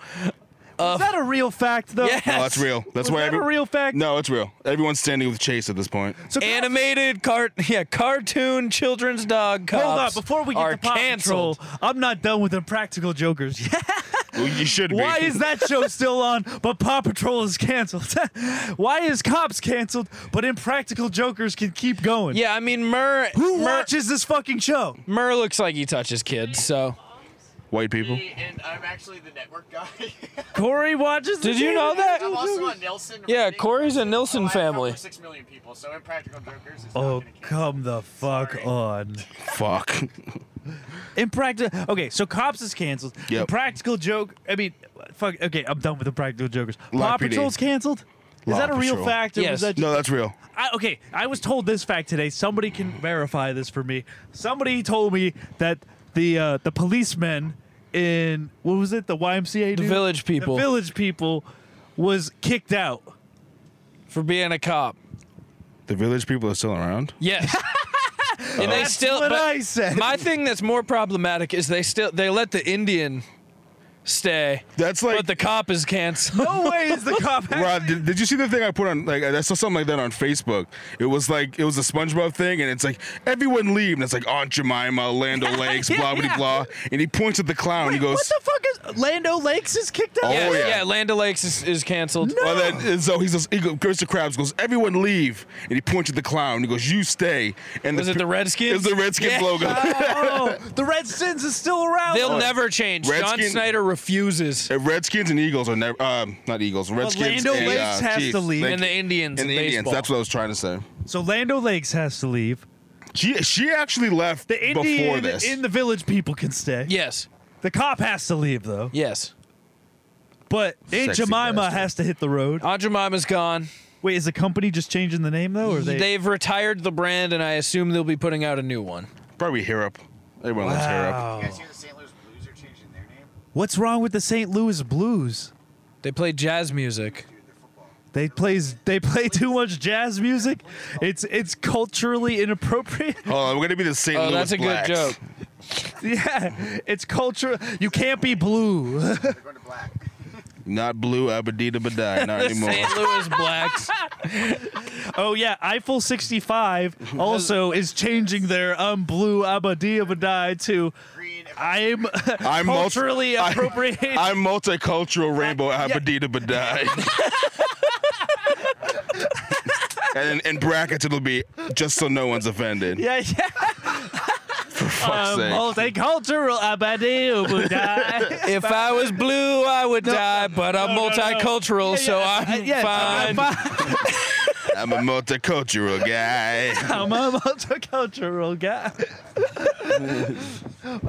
[SPEAKER 4] Is that a real fact though?
[SPEAKER 5] Yes.
[SPEAKER 6] No, Oh, that's real. That's
[SPEAKER 4] Was
[SPEAKER 6] why
[SPEAKER 4] that
[SPEAKER 6] every-
[SPEAKER 4] a real fact?
[SPEAKER 6] No, it's real. Everyone's standing with Chase at this point.
[SPEAKER 4] So Cops-
[SPEAKER 5] Animated cart, yeah, cartoon children's dog cops.
[SPEAKER 4] Hold up, before we
[SPEAKER 5] are
[SPEAKER 4] get to Paw
[SPEAKER 5] canceled.
[SPEAKER 4] Patrol, I'm not done with Impractical Jokers. yet.
[SPEAKER 6] Well, you should be.
[SPEAKER 4] Why is that show still on, but Paw Patrol is canceled? <laughs> Why is Cops canceled, but Impractical Jokers can keep going?
[SPEAKER 5] Yeah, I mean Mur.
[SPEAKER 4] Who
[SPEAKER 5] Mur,
[SPEAKER 4] watches this fucking show?
[SPEAKER 5] Mur looks like he touches kids. So
[SPEAKER 6] white people?
[SPEAKER 8] And I'm actually the network guy. <laughs>
[SPEAKER 4] Corey watches.
[SPEAKER 5] did you know
[SPEAKER 8] I'm
[SPEAKER 5] that?
[SPEAKER 8] also on Nelson.
[SPEAKER 5] Yeah,
[SPEAKER 8] Reading.
[SPEAKER 5] Corey's a Nelson
[SPEAKER 8] Oh, I have
[SPEAKER 5] family.
[SPEAKER 8] over Six million people, so Impractical Jokers is
[SPEAKER 4] Oh,
[SPEAKER 8] not gonna count.
[SPEAKER 4] come the fuck
[SPEAKER 8] Sorry.
[SPEAKER 4] on.
[SPEAKER 6] Fuck.
[SPEAKER 4] Impractical. Okay, so Cops is canceled.
[SPEAKER 6] Yep.
[SPEAKER 4] Impractical Joke. I mean, fuck. Okay, I'm done with Impractical Jokers. Paw
[SPEAKER 6] Live PD.
[SPEAKER 4] Patrol's canceled? Is
[SPEAKER 6] Law
[SPEAKER 4] that a real
[SPEAKER 6] Patrol.
[SPEAKER 4] fact? Or
[SPEAKER 5] Yes.
[SPEAKER 4] was that
[SPEAKER 6] No, that's real.
[SPEAKER 4] I, okay, I was told this fact today. Somebody can verify this for me. Somebody told me that the uh, the policemen in what was it? The YMCA,
[SPEAKER 5] The
[SPEAKER 4] dude?
[SPEAKER 5] Village People.
[SPEAKER 4] the village people, was kicked out.
[SPEAKER 5] For being a cop.
[SPEAKER 6] The village people are still around.
[SPEAKER 4] <laughs>
[SPEAKER 5] Yes. and they
[SPEAKER 4] That's
[SPEAKER 5] still.
[SPEAKER 4] what
[SPEAKER 5] but
[SPEAKER 4] I said.
[SPEAKER 5] My thing that's more problematic is they still they let the Indian stay,
[SPEAKER 6] That's like
[SPEAKER 5] but the cop is canceled.
[SPEAKER 4] no way is the
[SPEAKER 6] <laughs>
[SPEAKER 4] cop.
[SPEAKER 6] Rob, did, did you see the thing I put on? Like, I saw something like that on Facebook. It was like it was a SpongeBob thing, and it's like everyone leave, and it's like Aunt
[SPEAKER 4] <laughs>
[SPEAKER 6] Jemima, Lando Lakes, blah blah
[SPEAKER 4] yeah.
[SPEAKER 6] blah, and he points at the clown. he
[SPEAKER 4] Wait,
[SPEAKER 6] goes,
[SPEAKER 4] what the fuck is Lando Lakes is kicked out?
[SPEAKER 5] <laughs>
[SPEAKER 6] Oh,
[SPEAKER 5] yes,
[SPEAKER 6] yeah.
[SPEAKER 5] yeah. Land O'Lakes is, is canceled.
[SPEAKER 6] well, then, and so he says, he goes, Mr. Krabs goes, everyone leave, and he points at the clown. He goes, you stay. And
[SPEAKER 5] Was it the Redskins?
[SPEAKER 6] It's the
[SPEAKER 4] <laughs>
[SPEAKER 6] Redskins
[SPEAKER 5] Yeah.
[SPEAKER 6] logo.
[SPEAKER 4] Oh, the Red Sins is still around.
[SPEAKER 5] They'll never change. John
[SPEAKER 6] Redskin-
[SPEAKER 5] Snyder refuses.
[SPEAKER 6] Uh, Redskins and Eagles are never um, not Eagles. Redskins
[SPEAKER 4] Orlando
[SPEAKER 6] and
[SPEAKER 4] Lakes
[SPEAKER 6] uh,
[SPEAKER 4] has
[SPEAKER 6] Chiefs.
[SPEAKER 4] to leave.
[SPEAKER 6] Thank
[SPEAKER 5] And the
[SPEAKER 6] you.
[SPEAKER 5] Indians.
[SPEAKER 6] and the
[SPEAKER 5] in
[SPEAKER 6] Indians.
[SPEAKER 5] baseball.
[SPEAKER 6] That's what I was trying to say.
[SPEAKER 4] So Lando Lakes has to leave.
[SPEAKER 6] She she actually left
[SPEAKER 4] The
[SPEAKER 6] before
[SPEAKER 4] Indian
[SPEAKER 6] this.
[SPEAKER 4] in the village people can stay.
[SPEAKER 5] Yes.
[SPEAKER 4] The cop has to leave though.
[SPEAKER 5] Yes.
[SPEAKER 4] But Aunt
[SPEAKER 6] Sexy
[SPEAKER 4] Jemima
[SPEAKER 6] bastard.
[SPEAKER 4] has to hit the road.
[SPEAKER 5] Aunt Jemima's gone.
[SPEAKER 4] Wait, is the company just changing the name though, or are they?
[SPEAKER 5] They've retired the brand, and I assume they'll be putting out a new one.
[SPEAKER 6] Probably Europe. Everyone loves Europe.
[SPEAKER 4] Wow.
[SPEAKER 13] You guys hear the St. Louis Blues are changing their name?
[SPEAKER 4] What's wrong with the St. Louis Blues?
[SPEAKER 5] They play jazz music.
[SPEAKER 4] They plays they play too much jazz music. It's it's culturally inappropriate. <laughs>
[SPEAKER 6] Hold on, we're gonna be the St.
[SPEAKER 5] Oh,
[SPEAKER 6] Louis
[SPEAKER 5] that's a good
[SPEAKER 6] Blacks.
[SPEAKER 5] joke.
[SPEAKER 4] yeah, it's culture. You can't be blue. <laughs>
[SPEAKER 13] They're going to black.
[SPEAKER 6] Not blue
[SPEAKER 5] <laughs>
[SPEAKER 6] Abadita Badai, not
[SPEAKER 5] The
[SPEAKER 6] anymore.
[SPEAKER 5] St. Louis Blacks.
[SPEAKER 4] <laughs> oh yeah, Eiffel 65 also is changing their um blue abadia badai to
[SPEAKER 13] Green.
[SPEAKER 4] I'm,
[SPEAKER 6] I'm multi-
[SPEAKER 4] culturally
[SPEAKER 6] I-
[SPEAKER 4] appropriate.
[SPEAKER 6] I'm multicultural rainbow Abadita
[SPEAKER 5] <laughs>
[SPEAKER 6] Badai. and in brackets it'll be just so no one's
[SPEAKER 4] <laughs>
[SPEAKER 6] offended.
[SPEAKER 4] yeah, yeah.
[SPEAKER 5] uh,
[SPEAKER 6] fuck's
[SPEAKER 4] Um,
[SPEAKER 6] sake.
[SPEAKER 4] multicultural abadia
[SPEAKER 6] <laughs>
[SPEAKER 4] badai.
[SPEAKER 5] If I was blue, I would die, but I'm
[SPEAKER 4] no, Uh, no.
[SPEAKER 5] multicultural, so I'm
[SPEAKER 4] yes, I'm
[SPEAKER 5] fine.
[SPEAKER 4] fine.
[SPEAKER 6] I'm a multicultural guy.
[SPEAKER 4] I'm a multicultural guy.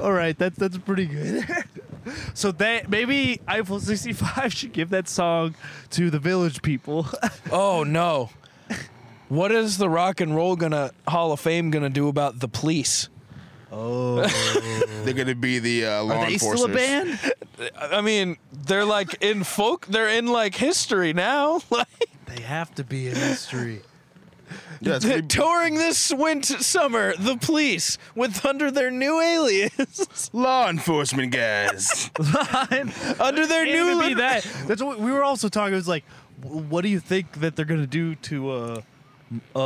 [SPEAKER 4] <laughs> All right, that's that's pretty good. <laughs> so that maybe Eiffel 65 should give that song to the village people.
[SPEAKER 5] Oh no. What is the rock and roll gonna Hall of Fame gonna do about the police?
[SPEAKER 6] They're gonna be the uh, law
[SPEAKER 4] Are they
[SPEAKER 6] enforcers.
[SPEAKER 4] still a band?
[SPEAKER 5] I I mean, they're like in folk. They're in like history now. <laughs> Like
[SPEAKER 4] They have to be in <laughs> history.
[SPEAKER 6] Yeah, it's gonna be-
[SPEAKER 5] touring this winter summer, the police with under their new alias,
[SPEAKER 6] law enforcement
[SPEAKER 5] <laughs>
[SPEAKER 6] guys.
[SPEAKER 5] under their
[SPEAKER 4] Can't
[SPEAKER 5] new
[SPEAKER 4] even be that. <laughs> That's what we were also talking. It was like, w- what do you think that they're gonna do to uh, uh,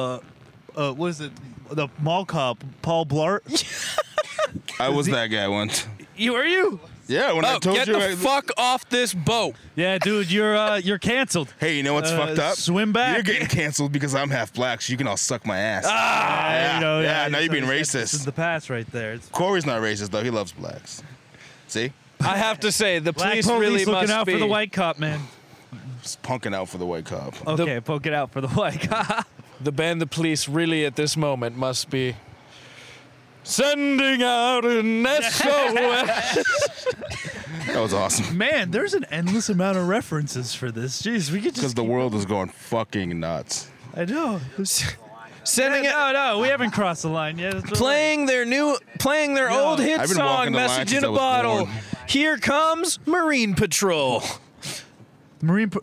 [SPEAKER 4] uh, what is it? The mall cop, Paul Blart.
[SPEAKER 6] I was that guy once.
[SPEAKER 4] you are you?
[SPEAKER 6] Yeah, when I
[SPEAKER 5] Oh,
[SPEAKER 6] told
[SPEAKER 5] get
[SPEAKER 6] you.
[SPEAKER 5] the
[SPEAKER 6] I-
[SPEAKER 5] fuck off this boat.
[SPEAKER 4] Yeah, dude, you're uh, you're canceled.
[SPEAKER 6] hey, you know what's
[SPEAKER 4] Uh,
[SPEAKER 6] fucked up?
[SPEAKER 4] swim back.
[SPEAKER 6] You're getting canceled because I'm half black, so you can all suck my ass.
[SPEAKER 4] yeah,
[SPEAKER 6] you know, yeah, now you're being
[SPEAKER 4] This
[SPEAKER 6] racist.
[SPEAKER 4] is the past right there. It's
[SPEAKER 6] Corey's not racist though. He loves blacks. See,
[SPEAKER 5] I have to say, the
[SPEAKER 4] black
[SPEAKER 5] police,
[SPEAKER 4] police
[SPEAKER 5] really
[SPEAKER 4] looking
[SPEAKER 5] must
[SPEAKER 4] out
[SPEAKER 5] be.
[SPEAKER 4] for the white cop, man.
[SPEAKER 6] he's punking out for the white cop.
[SPEAKER 4] Okay, poke it out for the white <laughs> cop.
[SPEAKER 5] The band, the police, really at this moment must be sending out
[SPEAKER 6] <laughs>
[SPEAKER 5] an SOS.
[SPEAKER 6] That
[SPEAKER 4] <laughs>
[SPEAKER 6] was awesome.
[SPEAKER 4] man, there's an endless amount of references for this. Jeez, we could
[SPEAKER 6] Because
[SPEAKER 4] just.
[SPEAKER 6] the world is going fucking nuts.
[SPEAKER 4] I know.
[SPEAKER 5] sending out.
[SPEAKER 4] No, no, we haven't crossed the line yet. It's all right.
[SPEAKER 5] Playing their new, playing their
[SPEAKER 4] No.
[SPEAKER 5] old hit
[SPEAKER 6] I've been
[SPEAKER 5] song,
[SPEAKER 6] walking the line
[SPEAKER 5] "Message
[SPEAKER 6] since
[SPEAKER 5] in
[SPEAKER 6] I
[SPEAKER 5] a
[SPEAKER 6] was
[SPEAKER 5] Bottle."
[SPEAKER 6] born.
[SPEAKER 5] Here comes Marine Patrol.
[SPEAKER 4] Marine. Pa-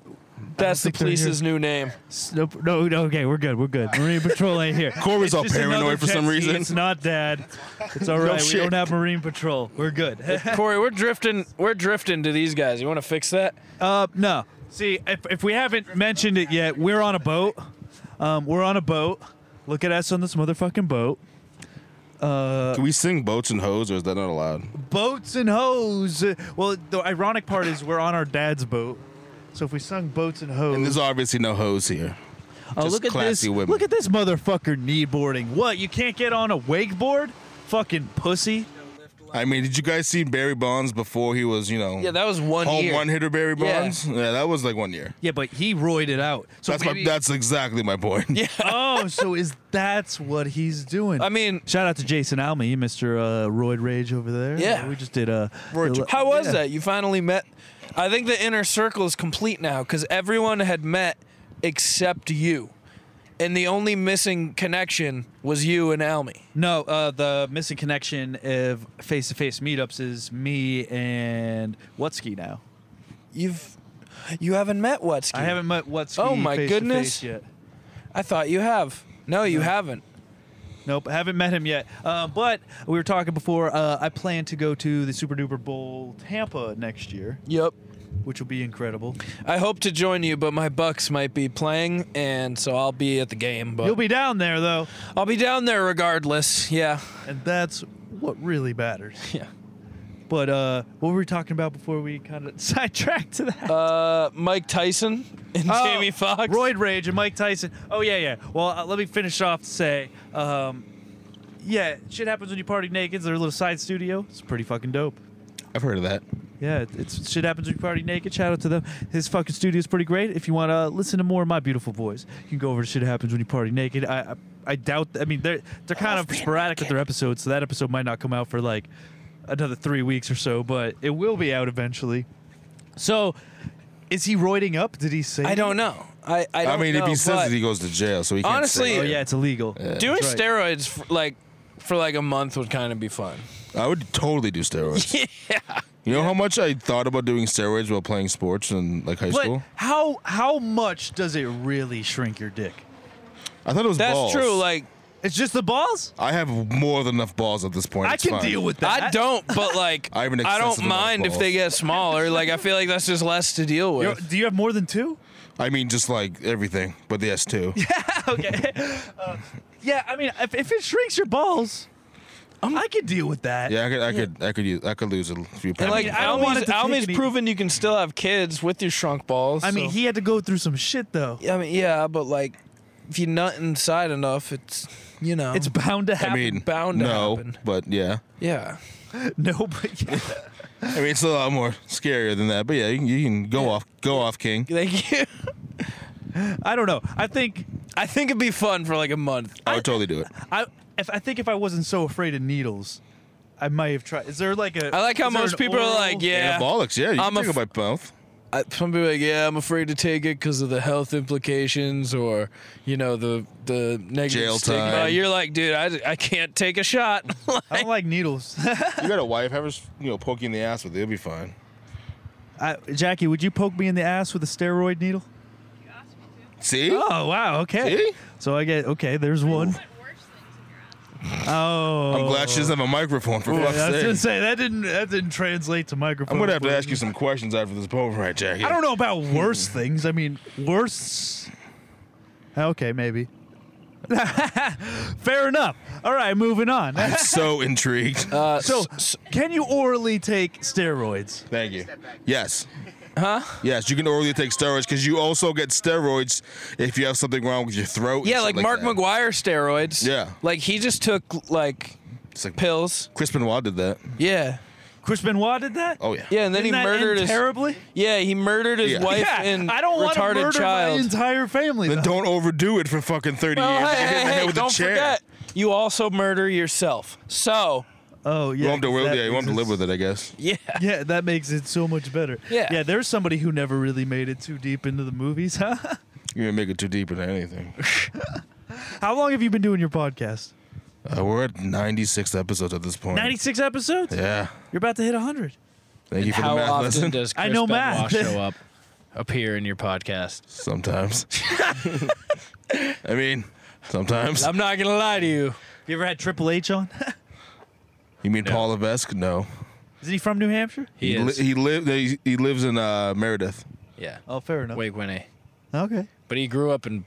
[SPEAKER 5] That's the
[SPEAKER 4] think they're here.
[SPEAKER 5] police's new name.
[SPEAKER 4] No, no, no, okay, we're good, we're good. Marine Patrol ain't
[SPEAKER 6] <laughs>
[SPEAKER 4] here.
[SPEAKER 6] Corey's
[SPEAKER 4] It's
[SPEAKER 6] all
[SPEAKER 4] just another
[SPEAKER 6] paranoid for
[SPEAKER 4] jet
[SPEAKER 6] some
[SPEAKER 4] ski.
[SPEAKER 6] reason.
[SPEAKER 4] It's not Dad. It's all right. we
[SPEAKER 6] shit.
[SPEAKER 4] don't have Marine Patrol. We're good. <laughs>
[SPEAKER 5] <laughs>
[SPEAKER 4] Uh,
[SPEAKER 5] Corey, we're drifting. We're drifting to these guys. You want to fix that?
[SPEAKER 4] Uh, no. See, if, if we haven't mentioned it yet, we're on a boat. Um, we're on a boat. Look at us on this motherfucking boat.
[SPEAKER 6] Can we sing boats and hoes, or is that not allowed?
[SPEAKER 4] Boats and hoes. Well, the ironic part is we're on our dad's boat. So if we sung boats and hoes,
[SPEAKER 6] And there's obviously no hoes here.
[SPEAKER 4] Oh,
[SPEAKER 6] Just
[SPEAKER 4] look at this!
[SPEAKER 6] classy women.
[SPEAKER 4] Look at this motherfucker kneeboarding. What? You can't get on a wakeboard? Fucking pussy.
[SPEAKER 6] I mean, did you guys see Barry Bonds before he was, you know,
[SPEAKER 5] Yeah, that was one
[SPEAKER 6] home
[SPEAKER 5] year.
[SPEAKER 6] run hitter Barry
[SPEAKER 5] Yeah.
[SPEAKER 6] Bonds? Yeah. that was like one year.
[SPEAKER 4] Yeah, but he roided it out. So
[SPEAKER 6] that's
[SPEAKER 4] maybe-
[SPEAKER 5] <laughs>
[SPEAKER 6] my. That's exactly my point. Yeah.
[SPEAKER 4] oh, so is that's what he's doing? <laughs>
[SPEAKER 5] I mean-
[SPEAKER 4] shout out to Jason Alme, Mister uh, Roid Rage over there.
[SPEAKER 5] Yeah.
[SPEAKER 4] we just did a.
[SPEAKER 5] How was
[SPEAKER 4] yeah.
[SPEAKER 5] that? You finally met. I think the inner circle is complete now because everyone had met except you, and the only missing connection was you and Almy.
[SPEAKER 4] No, uh, the missing connection of face-to-face meetups is me and Whatski now.
[SPEAKER 5] You've you haven't met Wetsky.
[SPEAKER 4] I haven't met Whatski.
[SPEAKER 5] Oh my
[SPEAKER 4] face-to-face
[SPEAKER 5] goodness.
[SPEAKER 4] Yet.
[SPEAKER 5] I thought you have. No, you haven't.
[SPEAKER 4] Nope, I haven't met him yet. Uh, but we were talking before. Uh, I plan to go to the Super Duper Bowl Tampa next year,
[SPEAKER 5] Yep.
[SPEAKER 4] which will be incredible.
[SPEAKER 5] I hope to join you, but my Bucks might be playing, and so I'll be at the game. But
[SPEAKER 4] You'll be down there though,
[SPEAKER 5] I'll be down there regardless. Yeah.
[SPEAKER 4] and that's what really matters.
[SPEAKER 5] <laughs> Yeah.
[SPEAKER 4] But uh, what were we talking about before we kind of <laughs> sidetracked to that?
[SPEAKER 5] Uh, Mike Tyson and
[SPEAKER 4] Oh,
[SPEAKER 5] Jamie Foxx.
[SPEAKER 4] Roid Rage, and Mike Tyson. Oh yeah, yeah. Well, uh, let me finish off to say, um, yeah, shit happens when you party naked. It's Their little side studio. It's pretty fucking dope.
[SPEAKER 6] <laughs> I've heard of that.
[SPEAKER 4] Yeah, it- it's shit happens when you party naked. Shout out to them. His fucking studio is pretty great. If you want to listen to more of my beautiful voice, you can go over to shit happens when you party naked. I I, I doubt. I mean, they're they're kind of sporadic with their episodes, so that episode might not come out for like another three weeks or so, but it will be out eventually. So, is he roiding up? Did he say?
[SPEAKER 5] I don't know. I I,
[SPEAKER 6] I
[SPEAKER 5] don't
[SPEAKER 6] mean, if
[SPEAKER 5] know,
[SPEAKER 6] he says
[SPEAKER 5] but
[SPEAKER 6] it, he goes to jail. So he can't
[SPEAKER 5] Honestly-
[SPEAKER 6] say
[SPEAKER 4] Oh
[SPEAKER 6] it.
[SPEAKER 4] yeah, it's illegal.
[SPEAKER 5] doing
[SPEAKER 4] That's right.
[SPEAKER 5] steroids for, like for like a month would kind of be fun.
[SPEAKER 6] "Oh, I would totally
[SPEAKER 5] <laughs>
[SPEAKER 6] do steroids. yeah. You know how much I thought about doing steroids while playing sports in like high
[SPEAKER 4] But
[SPEAKER 6] school?
[SPEAKER 4] how how much does it really shrink your dick?
[SPEAKER 6] I thought it was
[SPEAKER 5] That's
[SPEAKER 6] balls.
[SPEAKER 5] true. Like
[SPEAKER 4] It's just the balls.
[SPEAKER 6] I have more than enough balls at this point.
[SPEAKER 4] I
[SPEAKER 6] It's
[SPEAKER 4] can
[SPEAKER 6] fine.
[SPEAKER 4] deal with that.
[SPEAKER 5] I don't, but like
[SPEAKER 6] <laughs> I
[SPEAKER 5] I,
[SPEAKER 6] have an
[SPEAKER 5] don't
[SPEAKER 6] excessive amount of
[SPEAKER 5] mind if
[SPEAKER 6] balls.
[SPEAKER 5] they get smaller. Like I feel like that's just less to deal
[SPEAKER 4] You're-
[SPEAKER 5] with.
[SPEAKER 4] do you have more than two?
[SPEAKER 6] I mean, just like everything, but the
[SPEAKER 5] <laughs>
[SPEAKER 6] S two.
[SPEAKER 4] okay. <laughs> Uh, yeah, I mean, if, if it shrinks your balls, I can deal with that.
[SPEAKER 6] Yeah, I could, I could, I could use, I could lose a few
[SPEAKER 5] and
[SPEAKER 6] pounds.
[SPEAKER 5] like
[SPEAKER 4] I don't want it
[SPEAKER 5] Almi's,
[SPEAKER 4] to take
[SPEAKER 5] Almi's
[SPEAKER 4] any-
[SPEAKER 5] proven you can still have kids with your shrunk balls.
[SPEAKER 4] I mean,
[SPEAKER 5] so-
[SPEAKER 4] he had to go through some shit though.
[SPEAKER 5] I mean, yeah, but like if you nut inside enough, it's you know,
[SPEAKER 4] It's <laughs> bound to happen.
[SPEAKER 6] I mean,
[SPEAKER 5] bound to
[SPEAKER 6] no,
[SPEAKER 5] happen.
[SPEAKER 6] but yeah.
[SPEAKER 4] <laughs>
[SPEAKER 5] yeah.
[SPEAKER 4] no, but yeah.
[SPEAKER 6] I mean, it's a lot more scarier than that. But yeah, you can, you can go off, go off, King.
[SPEAKER 5] Thank you.
[SPEAKER 4] I don't know. I think
[SPEAKER 5] I think it'd be fun for like a month.
[SPEAKER 6] I would totally do
[SPEAKER 5] <laughs>
[SPEAKER 6] it.
[SPEAKER 4] I if I think if I wasn't so afraid of needles, I might have tried. Is there like a?
[SPEAKER 5] I like how
[SPEAKER 4] is there
[SPEAKER 5] most
[SPEAKER 4] an
[SPEAKER 5] people are
[SPEAKER 4] oral-
[SPEAKER 5] like, yeah.
[SPEAKER 6] Anabolics, yeah, you
[SPEAKER 5] I'm
[SPEAKER 6] can
[SPEAKER 5] a
[SPEAKER 6] take it by
[SPEAKER 5] f- <laughs>
[SPEAKER 6] mouth.
[SPEAKER 5] I, some people are like, yeah, I'm afraid to take it because of the health implications or you know the the negative
[SPEAKER 6] Jail
[SPEAKER 5] stigma.
[SPEAKER 6] time.
[SPEAKER 5] You're like, dude, I, I can't take a shot. <laughs>
[SPEAKER 4] I don't like needles. <laughs>
[SPEAKER 6] You got a wife, have her, you know, poking in the ass with it. It'll be fine.
[SPEAKER 4] I, Jackie, would you poke me in the ass with a steroid needle?
[SPEAKER 6] See,
[SPEAKER 4] Oh wow, okay.
[SPEAKER 6] See?
[SPEAKER 4] So I get okay. There's one.
[SPEAKER 10] Put worse things in your ass.
[SPEAKER 4] Oh,
[SPEAKER 6] I'm glad she doesn't have a microphone for
[SPEAKER 4] Yeah,
[SPEAKER 6] fuck's
[SPEAKER 4] I was gonna
[SPEAKER 6] sake.
[SPEAKER 4] say that didn't that didn't translate to microphone.
[SPEAKER 6] I'm gonna have to
[SPEAKER 4] play.
[SPEAKER 6] ask you some questions after this boat ride, Jackie.
[SPEAKER 4] I don't know about worse things. I mean, worse. Ah, Okay, maybe. <laughs> Fair enough. All right, moving on.
[SPEAKER 6] I'm so intrigued.
[SPEAKER 5] Uh,
[SPEAKER 4] <laughs> so, can you orally take steroids?
[SPEAKER 6] Thank you. Yes. Huh? Yes, you can orally take steroids because you also get steroids if you have something wrong with your throat. and
[SPEAKER 5] yeah,
[SPEAKER 6] shit
[SPEAKER 5] like Mark
[SPEAKER 6] that.
[SPEAKER 5] McGuire steroids.
[SPEAKER 6] Yeah.
[SPEAKER 5] like he just took like
[SPEAKER 6] It's like
[SPEAKER 5] pills.
[SPEAKER 6] Chris Benoit did that.
[SPEAKER 5] Yeah,
[SPEAKER 4] Chris Benoit did that.
[SPEAKER 6] Oh yeah.
[SPEAKER 5] yeah, and then
[SPEAKER 4] Didn't
[SPEAKER 5] he
[SPEAKER 4] that end
[SPEAKER 5] murdered his
[SPEAKER 4] terribly.
[SPEAKER 5] yeah he murdered his
[SPEAKER 6] Yeah.
[SPEAKER 5] wife
[SPEAKER 4] Yeah,
[SPEAKER 5] and
[SPEAKER 4] I don't want to
[SPEAKER 5] retarded
[SPEAKER 4] murder
[SPEAKER 5] child.
[SPEAKER 6] <laughs>
[SPEAKER 4] my entire family.
[SPEAKER 6] Then
[SPEAKER 4] though.
[SPEAKER 6] don't overdo it for fucking thirty
[SPEAKER 5] Well,
[SPEAKER 6] years. You
[SPEAKER 5] hey,
[SPEAKER 6] get hit in
[SPEAKER 5] hey,
[SPEAKER 6] the head
[SPEAKER 5] hey,
[SPEAKER 6] with
[SPEAKER 5] don't
[SPEAKER 6] a chair.
[SPEAKER 5] forget, you also murder yourself. So
[SPEAKER 4] Oh yeah.
[SPEAKER 6] You won't have to
[SPEAKER 4] 'cause
[SPEAKER 6] will-
[SPEAKER 4] that
[SPEAKER 6] yeah, you won't have to live
[SPEAKER 4] makes
[SPEAKER 6] with it, I guess.
[SPEAKER 5] yeah,
[SPEAKER 4] Yeah, that makes it so much better.
[SPEAKER 5] Yeah.
[SPEAKER 4] Yeah, there's somebody who never really made it too deep into the movies, huh? <laughs>
[SPEAKER 6] You can make it too deep into anything.
[SPEAKER 4] How long have you been doing your podcast?
[SPEAKER 6] Uh, we're at ninety six episodes at this point.
[SPEAKER 4] 96 episodes?
[SPEAKER 6] Yeah.
[SPEAKER 4] You're about to hit 100.
[SPEAKER 6] Thank you for
[SPEAKER 14] How
[SPEAKER 6] the math
[SPEAKER 14] often
[SPEAKER 6] lesson.
[SPEAKER 14] does Chris
[SPEAKER 4] I know
[SPEAKER 14] Benoit
[SPEAKER 4] math. <laughs>
[SPEAKER 14] show up, appear in your podcast?
[SPEAKER 6] sometimes. I mean, sometimes.
[SPEAKER 5] I'm not gonna lie to you.
[SPEAKER 4] You ever had Triple H on? <laughs>
[SPEAKER 6] You mean Paul Levesque? No.
[SPEAKER 4] Isn't he from New Hampshire?
[SPEAKER 14] He
[SPEAKER 6] li-
[SPEAKER 14] is.
[SPEAKER 6] he lived. He, he lives in uh, Meredith.
[SPEAKER 14] yeah.
[SPEAKER 4] Oh, fair enough.
[SPEAKER 14] Wait, Winnie.
[SPEAKER 4] Okay.
[SPEAKER 14] But he grew up in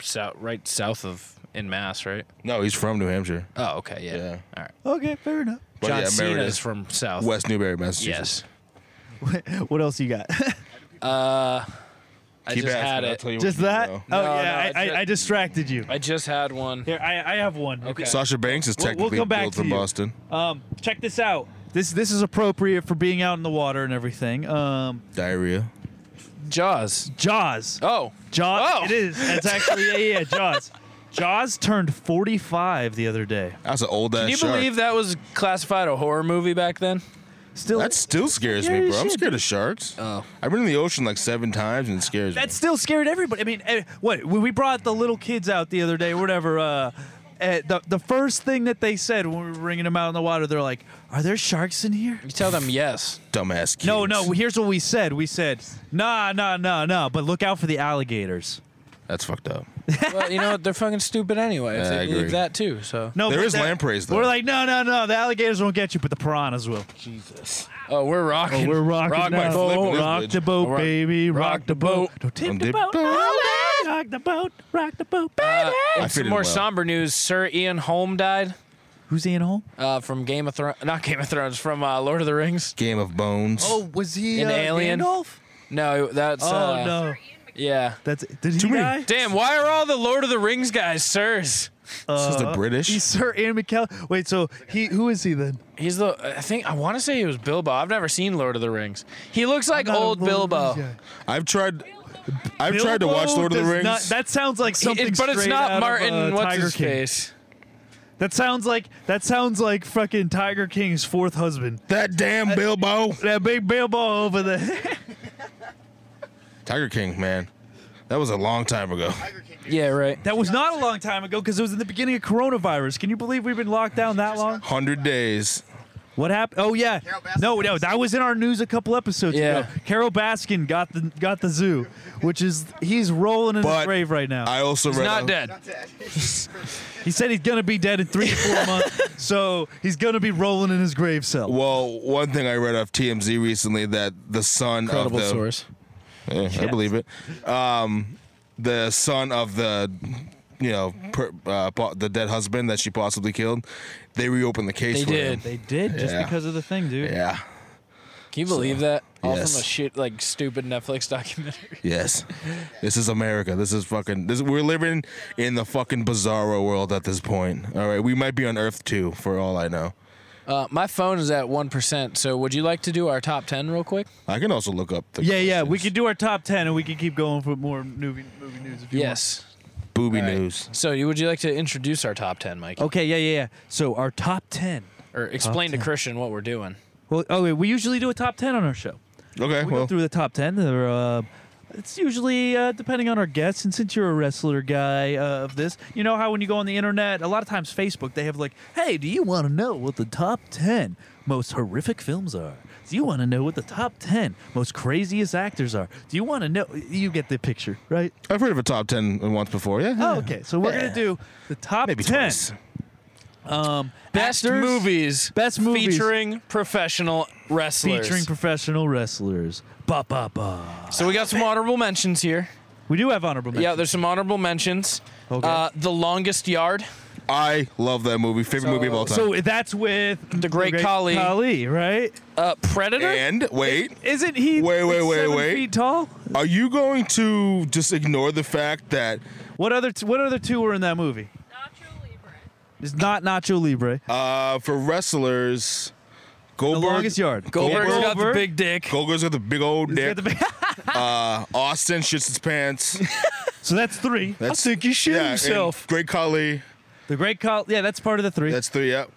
[SPEAKER 14] south, right south of in Mass, right?
[SPEAKER 6] No, he's from New Hampshire.
[SPEAKER 14] Oh, okay, yeah.
[SPEAKER 6] Yeah.
[SPEAKER 14] All right.
[SPEAKER 4] Okay, fair enough. <laughs>
[SPEAKER 6] But
[SPEAKER 14] John
[SPEAKER 6] yeah,
[SPEAKER 14] Cena
[SPEAKER 6] Meredith.
[SPEAKER 14] is from south.
[SPEAKER 6] West Newbury, Massachusetts.
[SPEAKER 14] Yes.
[SPEAKER 4] What else you got? <laughs>
[SPEAKER 14] I just had it.
[SPEAKER 6] you
[SPEAKER 4] just
[SPEAKER 6] what you
[SPEAKER 4] that?
[SPEAKER 6] know.
[SPEAKER 14] No,
[SPEAKER 4] oh, yeah.
[SPEAKER 14] no,
[SPEAKER 4] I,
[SPEAKER 14] it's
[SPEAKER 4] I,
[SPEAKER 14] a-
[SPEAKER 4] I distracted you.
[SPEAKER 14] I just had one.
[SPEAKER 4] Here, I, I have one. Okay.
[SPEAKER 6] Sasha Banks is
[SPEAKER 4] We'll- we'll
[SPEAKER 6] technically
[SPEAKER 4] come back
[SPEAKER 6] built
[SPEAKER 4] to
[SPEAKER 6] from
[SPEAKER 4] you.
[SPEAKER 6] Boston.
[SPEAKER 4] Um, check this out. This this is appropriate for being out in the water and everything. Um,
[SPEAKER 6] Diarrhea.
[SPEAKER 5] Jaws.
[SPEAKER 4] Jaws.
[SPEAKER 5] Oh,
[SPEAKER 4] Jaws.
[SPEAKER 5] Oh.
[SPEAKER 4] It is. It's actually yeah, yeah, yeah, Jaws. Jaws turned 45 the other day.
[SPEAKER 6] That's an old ass
[SPEAKER 5] Can you
[SPEAKER 6] shark.
[SPEAKER 5] believe that was classified a horror movie back then?
[SPEAKER 4] Still
[SPEAKER 6] that still scares
[SPEAKER 4] Yeah,
[SPEAKER 6] me,
[SPEAKER 4] you
[SPEAKER 6] bro. I'm
[SPEAKER 4] should,
[SPEAKER 6] scared of sharks. Oh. I've been in the ocean like seven times and it scares
[SPEAKER 4] that
[SPEAKER 6] me.
[SPEAKER 4] still scared everybody. I mean, eh, what when we brought the little kids out the other day, or whatever. Uh, eh, the the first thing that they said when we were bringing them out in the water, they're like, "Are there sharks in here?"
[SPEAKER 5] You tell them yes.
[SPEAKER 6] Dumbass kids.
[SPEAKER 4] No, no. Here's what we said. We said, "Nah, nah, nah, nah." But look out for the alligators.
[SPEAKER 6] That's fucked up.
[SPEAKER 5] <laughs> well, you know what? They're fucking stupid anyway. If
[SPEAKER 6] Yeah, I
[SPEAKER 5] they believe
[SPEAKER 6] agree.
[SPEAKER 5] that too. So
[SPEAKER 4] No,
[SPEAKER 6] There
[SPEAKER 4] but
[SPEAKER 6] is
[SPEAKER 4] that-
[SPEAKER 6] lampreys, though.
[SPEAKER 4] We're like, no, no, no. The alligators won't get you, but the piranhas will.
[SPEAKER 5] oh, we're rocking.
[SPEAKER 4] We're rocking
[SPEAKER 5] Rock
[SPEAKER 4] now.
[SPEAKER 5] my boat.
[SPEAKER 6] this
[SPEAKER 4] rock
[SPEAKER 6] bridge.
[SPEAKER 4] the boat,
[SPEAKER 5] Rock-
[SPEAKER 4] baby. Rock,
[SPEAKER 5] rock
[SPEAKER 4] the
[SPEAKER 5] the
[SPEAKER 4] boat.
[SPEAKER 5] boat.
[SPEAKER 4] Don't tip
[SPEAKER 6] Don't
[SPEAKER 4] the
[SPEAKER 6] dip-
[SPEAKER 4] boat,
[SPEAKER 6] Boat.
[SPEAKER 4] baby. Rock the boat. Rock the boat,
[SPEAKER 5] Uh,
[SPEAKER 4] baby.
[SPEAKER 5] and
[SPEAKER 6] I
[SPEAKER 5] some
[SPEAKER 6] fitted
[SPEAKER 5] more
[SPEAKER 6] well.
[SPEAKER 5] somber news. Sir Ian Holm died
[SPEAKER 4] Who's Ian Holm?
[SPEAKER 5] uh, from Game
[SPEAKER 14] <laughs>
[SPEAKER 5] of Thrones. Not Game of Thrones. From uh, Lord of the Rings.
[SPEAKER 6] Game of Bones.
[SPEAKER 4] Oh, was he
[SPEAKER 5] An
[SPEAKER 4] uh,
[SPEAKER 5] alien?
[SPEAKER 4] Gandalf?
[SPEAKER 5] No, that's.
[SPEAKER 4] Oh
[SPEAKER 5] uh,
[SPEAKER 4] no,
[SPEAKER 5] Yeah.
[SPEAKER 4] that's did he die?
[SPEAKER 5] Damn. Why are all the Lord of the Rings guys sirs?
[SPEAKER 6] This is
[SPEAKER 4] uh,
[SPEAKER 6] the British?
[SPEAKER 4] He's Sir Ian McKellen. Wait, so he who is he then?
[SPEAKER 14] He's the. I think I want to say he was Bilbo. I've never seen Lord of the Rings. He looks like
[SPEAKER 4] Not a
[SPEAKER 14] old
[SPEAKER 4] Lord of the
[SPEAKER 14] Bilbo.
[SPEAKER 4] Rings guy.
[SPEAKER 6] I've tried. I've tried to watch
[SPEAKER 4] Bilbo
[SPEAKER 6] Lord of the
[SPEAKER 4] does
[SPEAKER 6] Rings.
[SPEAKER 4] not- that sounds like
[SPEAKER 14] He-
[SPEAKER 4] something.
[SPEAKER 14] but it's
[SPEAKER 4] straight
[SPEAKER 14] not
[SPEAKER 4] out
[SPEAKER 14] Martin.
[SPEAKER 4] Of, uh,
[SPEAKER 14] what's
[SPEAKER 4] Tiger
[SPEAKER 14] his
[SPEAKER 4] King.
[SPEAKER 14] face?
[SPEAKER 4] That sounds like that sounds like fucking Tiger King's fourth husband.
[SPEAKER 6] That damn Bilbo.
[SPEAKER 4] That big Bilbo over there.
[SPEAKER 14] <laughs>
[SPEAKER 6] Tiger King, man. That was a long time ago.
[SPEAKER 5] Yeah, right.
[SPEAKER 4] That was not a long time ago because it was in the beginning of coronavirus. Can you believe we've been locked down that long?
[SPEAKER 6] 100 days.
[SPEAKER 4] What happened? Oh yeah, no, no, that was in our news a couple episodes
[SPEAKER 5] Yeah.
[SPEAKER 4] ago. Carol Baskin got the got the zoo, which is he's rolling in his
[SPEAKER 6] But
[SPEAKER 4] grave right now.
[SPEAKER 6] I also
[SPEAKER 14] He's
[SPEAKER 6] read.
[SPEAKER 14] not dead.
[SPEAKER 4] he said he's gonna be dead in three to <laughs> four months, so he's gonna be rolling in his grave cell.
[SPEAKER 6] Well, one thing I read off TMZ recently that the son
[SPEAKER 14] Incredible
[SPEAKER 6] of the
[SPEAKER 14] source.
[SPEAKER 6] Yeah, I believe it. Um, the son of the you know per, uh, po- the dead husband that she possibly killed, they reopened the case.
[SPEAKER 14] They
[SPEAKER 6] for
[SPEAKER 14] did.
[SPEAKER 6] him.
[SPEAKER 4] They did just
[SPEAKER 6] Yeah.
[SPEAKER 4] because of the thing, dude.
[SPEAKER 6] Yeah.
[SPEAKER 14] Can you believe that? All
[SPEAKER 6] yes.
[SPEAKER 14] from a shit like stupid Netflix <laughs> documentary.
[SPEAKER 6] Yes. This is America. This is fucking. This we're living in the fucking bizarro world at this point. All right, we might be on Earth too, for all I know.
[SPEAKER 14] Uh, my phone is at one percent. So would you like to do our top ten real quick?
[SPEAKER 6] I can also look up the
[SPEAKER 4] Yeah, yeah, we could
[SPEAKER 6] questions.
[SPEAKER 4] do our top ten, and we could keep going for more movie movie news if you want.
[SPEAKER 14] Yes.
[SPEAKER 6] booby
[SPEAKER 14] All right.
[SPEAKER 6] news.
[SPEAKER 14] So you, would you like to introduce our top ten, Mike,
[SPEAKER 4] Okay, yeah, yeah, yeah. So our top ten.
[SPEAKER 14] or explain to
[SPEAKER 4] 10.
[SPEAKER 14] Christian what we're doing?
[SPEAKER 4] Well, oh, wait, we usually do a top ten on our show.
[SPEAKER 6] Okay,
[SPEAKER 4] We go
[SPEAKER 6] well,
[SPEAKER 4] through the top ten. There, uh, it's usually uh, depending on our guests, and since you're a wrestler guy uh, of this, you know how when you go on the internet, a lot of times Facebook they have like, "Hey, do you want to know what the top ten most horrific films are? Do you want to know what the top ten most craziest actors are? Do you want to know?" You get the picture, right?
[SPEAKER 6] I've heard of a top ten once before. Yeah.
[SPEAKER 4] Oh, okay. So we're gonna do the top
[SPEAKER 6] Maybe
[SPEAKER 4] ten
[SPEAKER 6] twice.
[SPEAKER 4] um,
[SPEAKER 14] Best
[SPEAKER 4] actors
[SPEAKER 14] movies.
[SPEAKER 4] Best movies.
[SPEAKER 14] featuring professional wrestlers.
[SPEAKER 4] featuring professional wrestlers. Ba ba ba.
[SPEAKER 14] so we got some honorable mentions here.
[SPEAKER 4] We do have honorable mentions.
[SPEAKER 14] Yeah, there's some honorable mentions.
[SPEAKER 4] Okay.
[SPEAKER 14] Uh, the longest yard.
[SPEAKER 6] I love that movie. Favorite movie of all time.
[SPEAKER 4] So that's with the
[SPEAKER 14] Great Khali.
[SPEAKER 4] Khali, right?
[SPEAKER 14] Uh, Predator.
[SPEAKER 6] and wait,
[SPEAKER 4] Isn't he?
[SPEAKER 6] Wait, wait, wait,
[SPEAKER 4] seven
[SPEAKER 6] wait.
[SPEAKER 4] Feet tall.
[SPEAKER 6] Are you going to just ignore the fact that
[SPEAKER 4] What other? T- what other two were in that movie?
[SPEAKER 10] Nacho Libre.
[SPEAKER 4] It's not Nacho Libre.
[SPEAKER 6] uh, for
[SPEAKER 4] the
[SPEAKER 6] wrestlers, Goldberg,
[SPEAKER 4] longest yard.
[SPEAKER 14] Goldberg's got the
[SPEAKER 4] Goldberg.
[SPEAKER 14] big dick.
[SPEAKER 6] Goldberg's got the big old
[SPEAKER 4] He's got
[SPEAKER 6] dick.
[SPEAKER 4] the big- <laughs>
[SPEAKER 6] uh, Austin shits his pants.
[SPEAKER 4] so that's three.
[SPEAKER 6] That's,
[SPEAKER 14] think he shit
[SPEAKER 6] and
[SPEAKER 14] himself.
[SPEAKER 6] Great Khali.
[SPEAKER 4] The Great Khali. Yeah, that's part of the three.
[SPEAKER 6] That's three. Yep.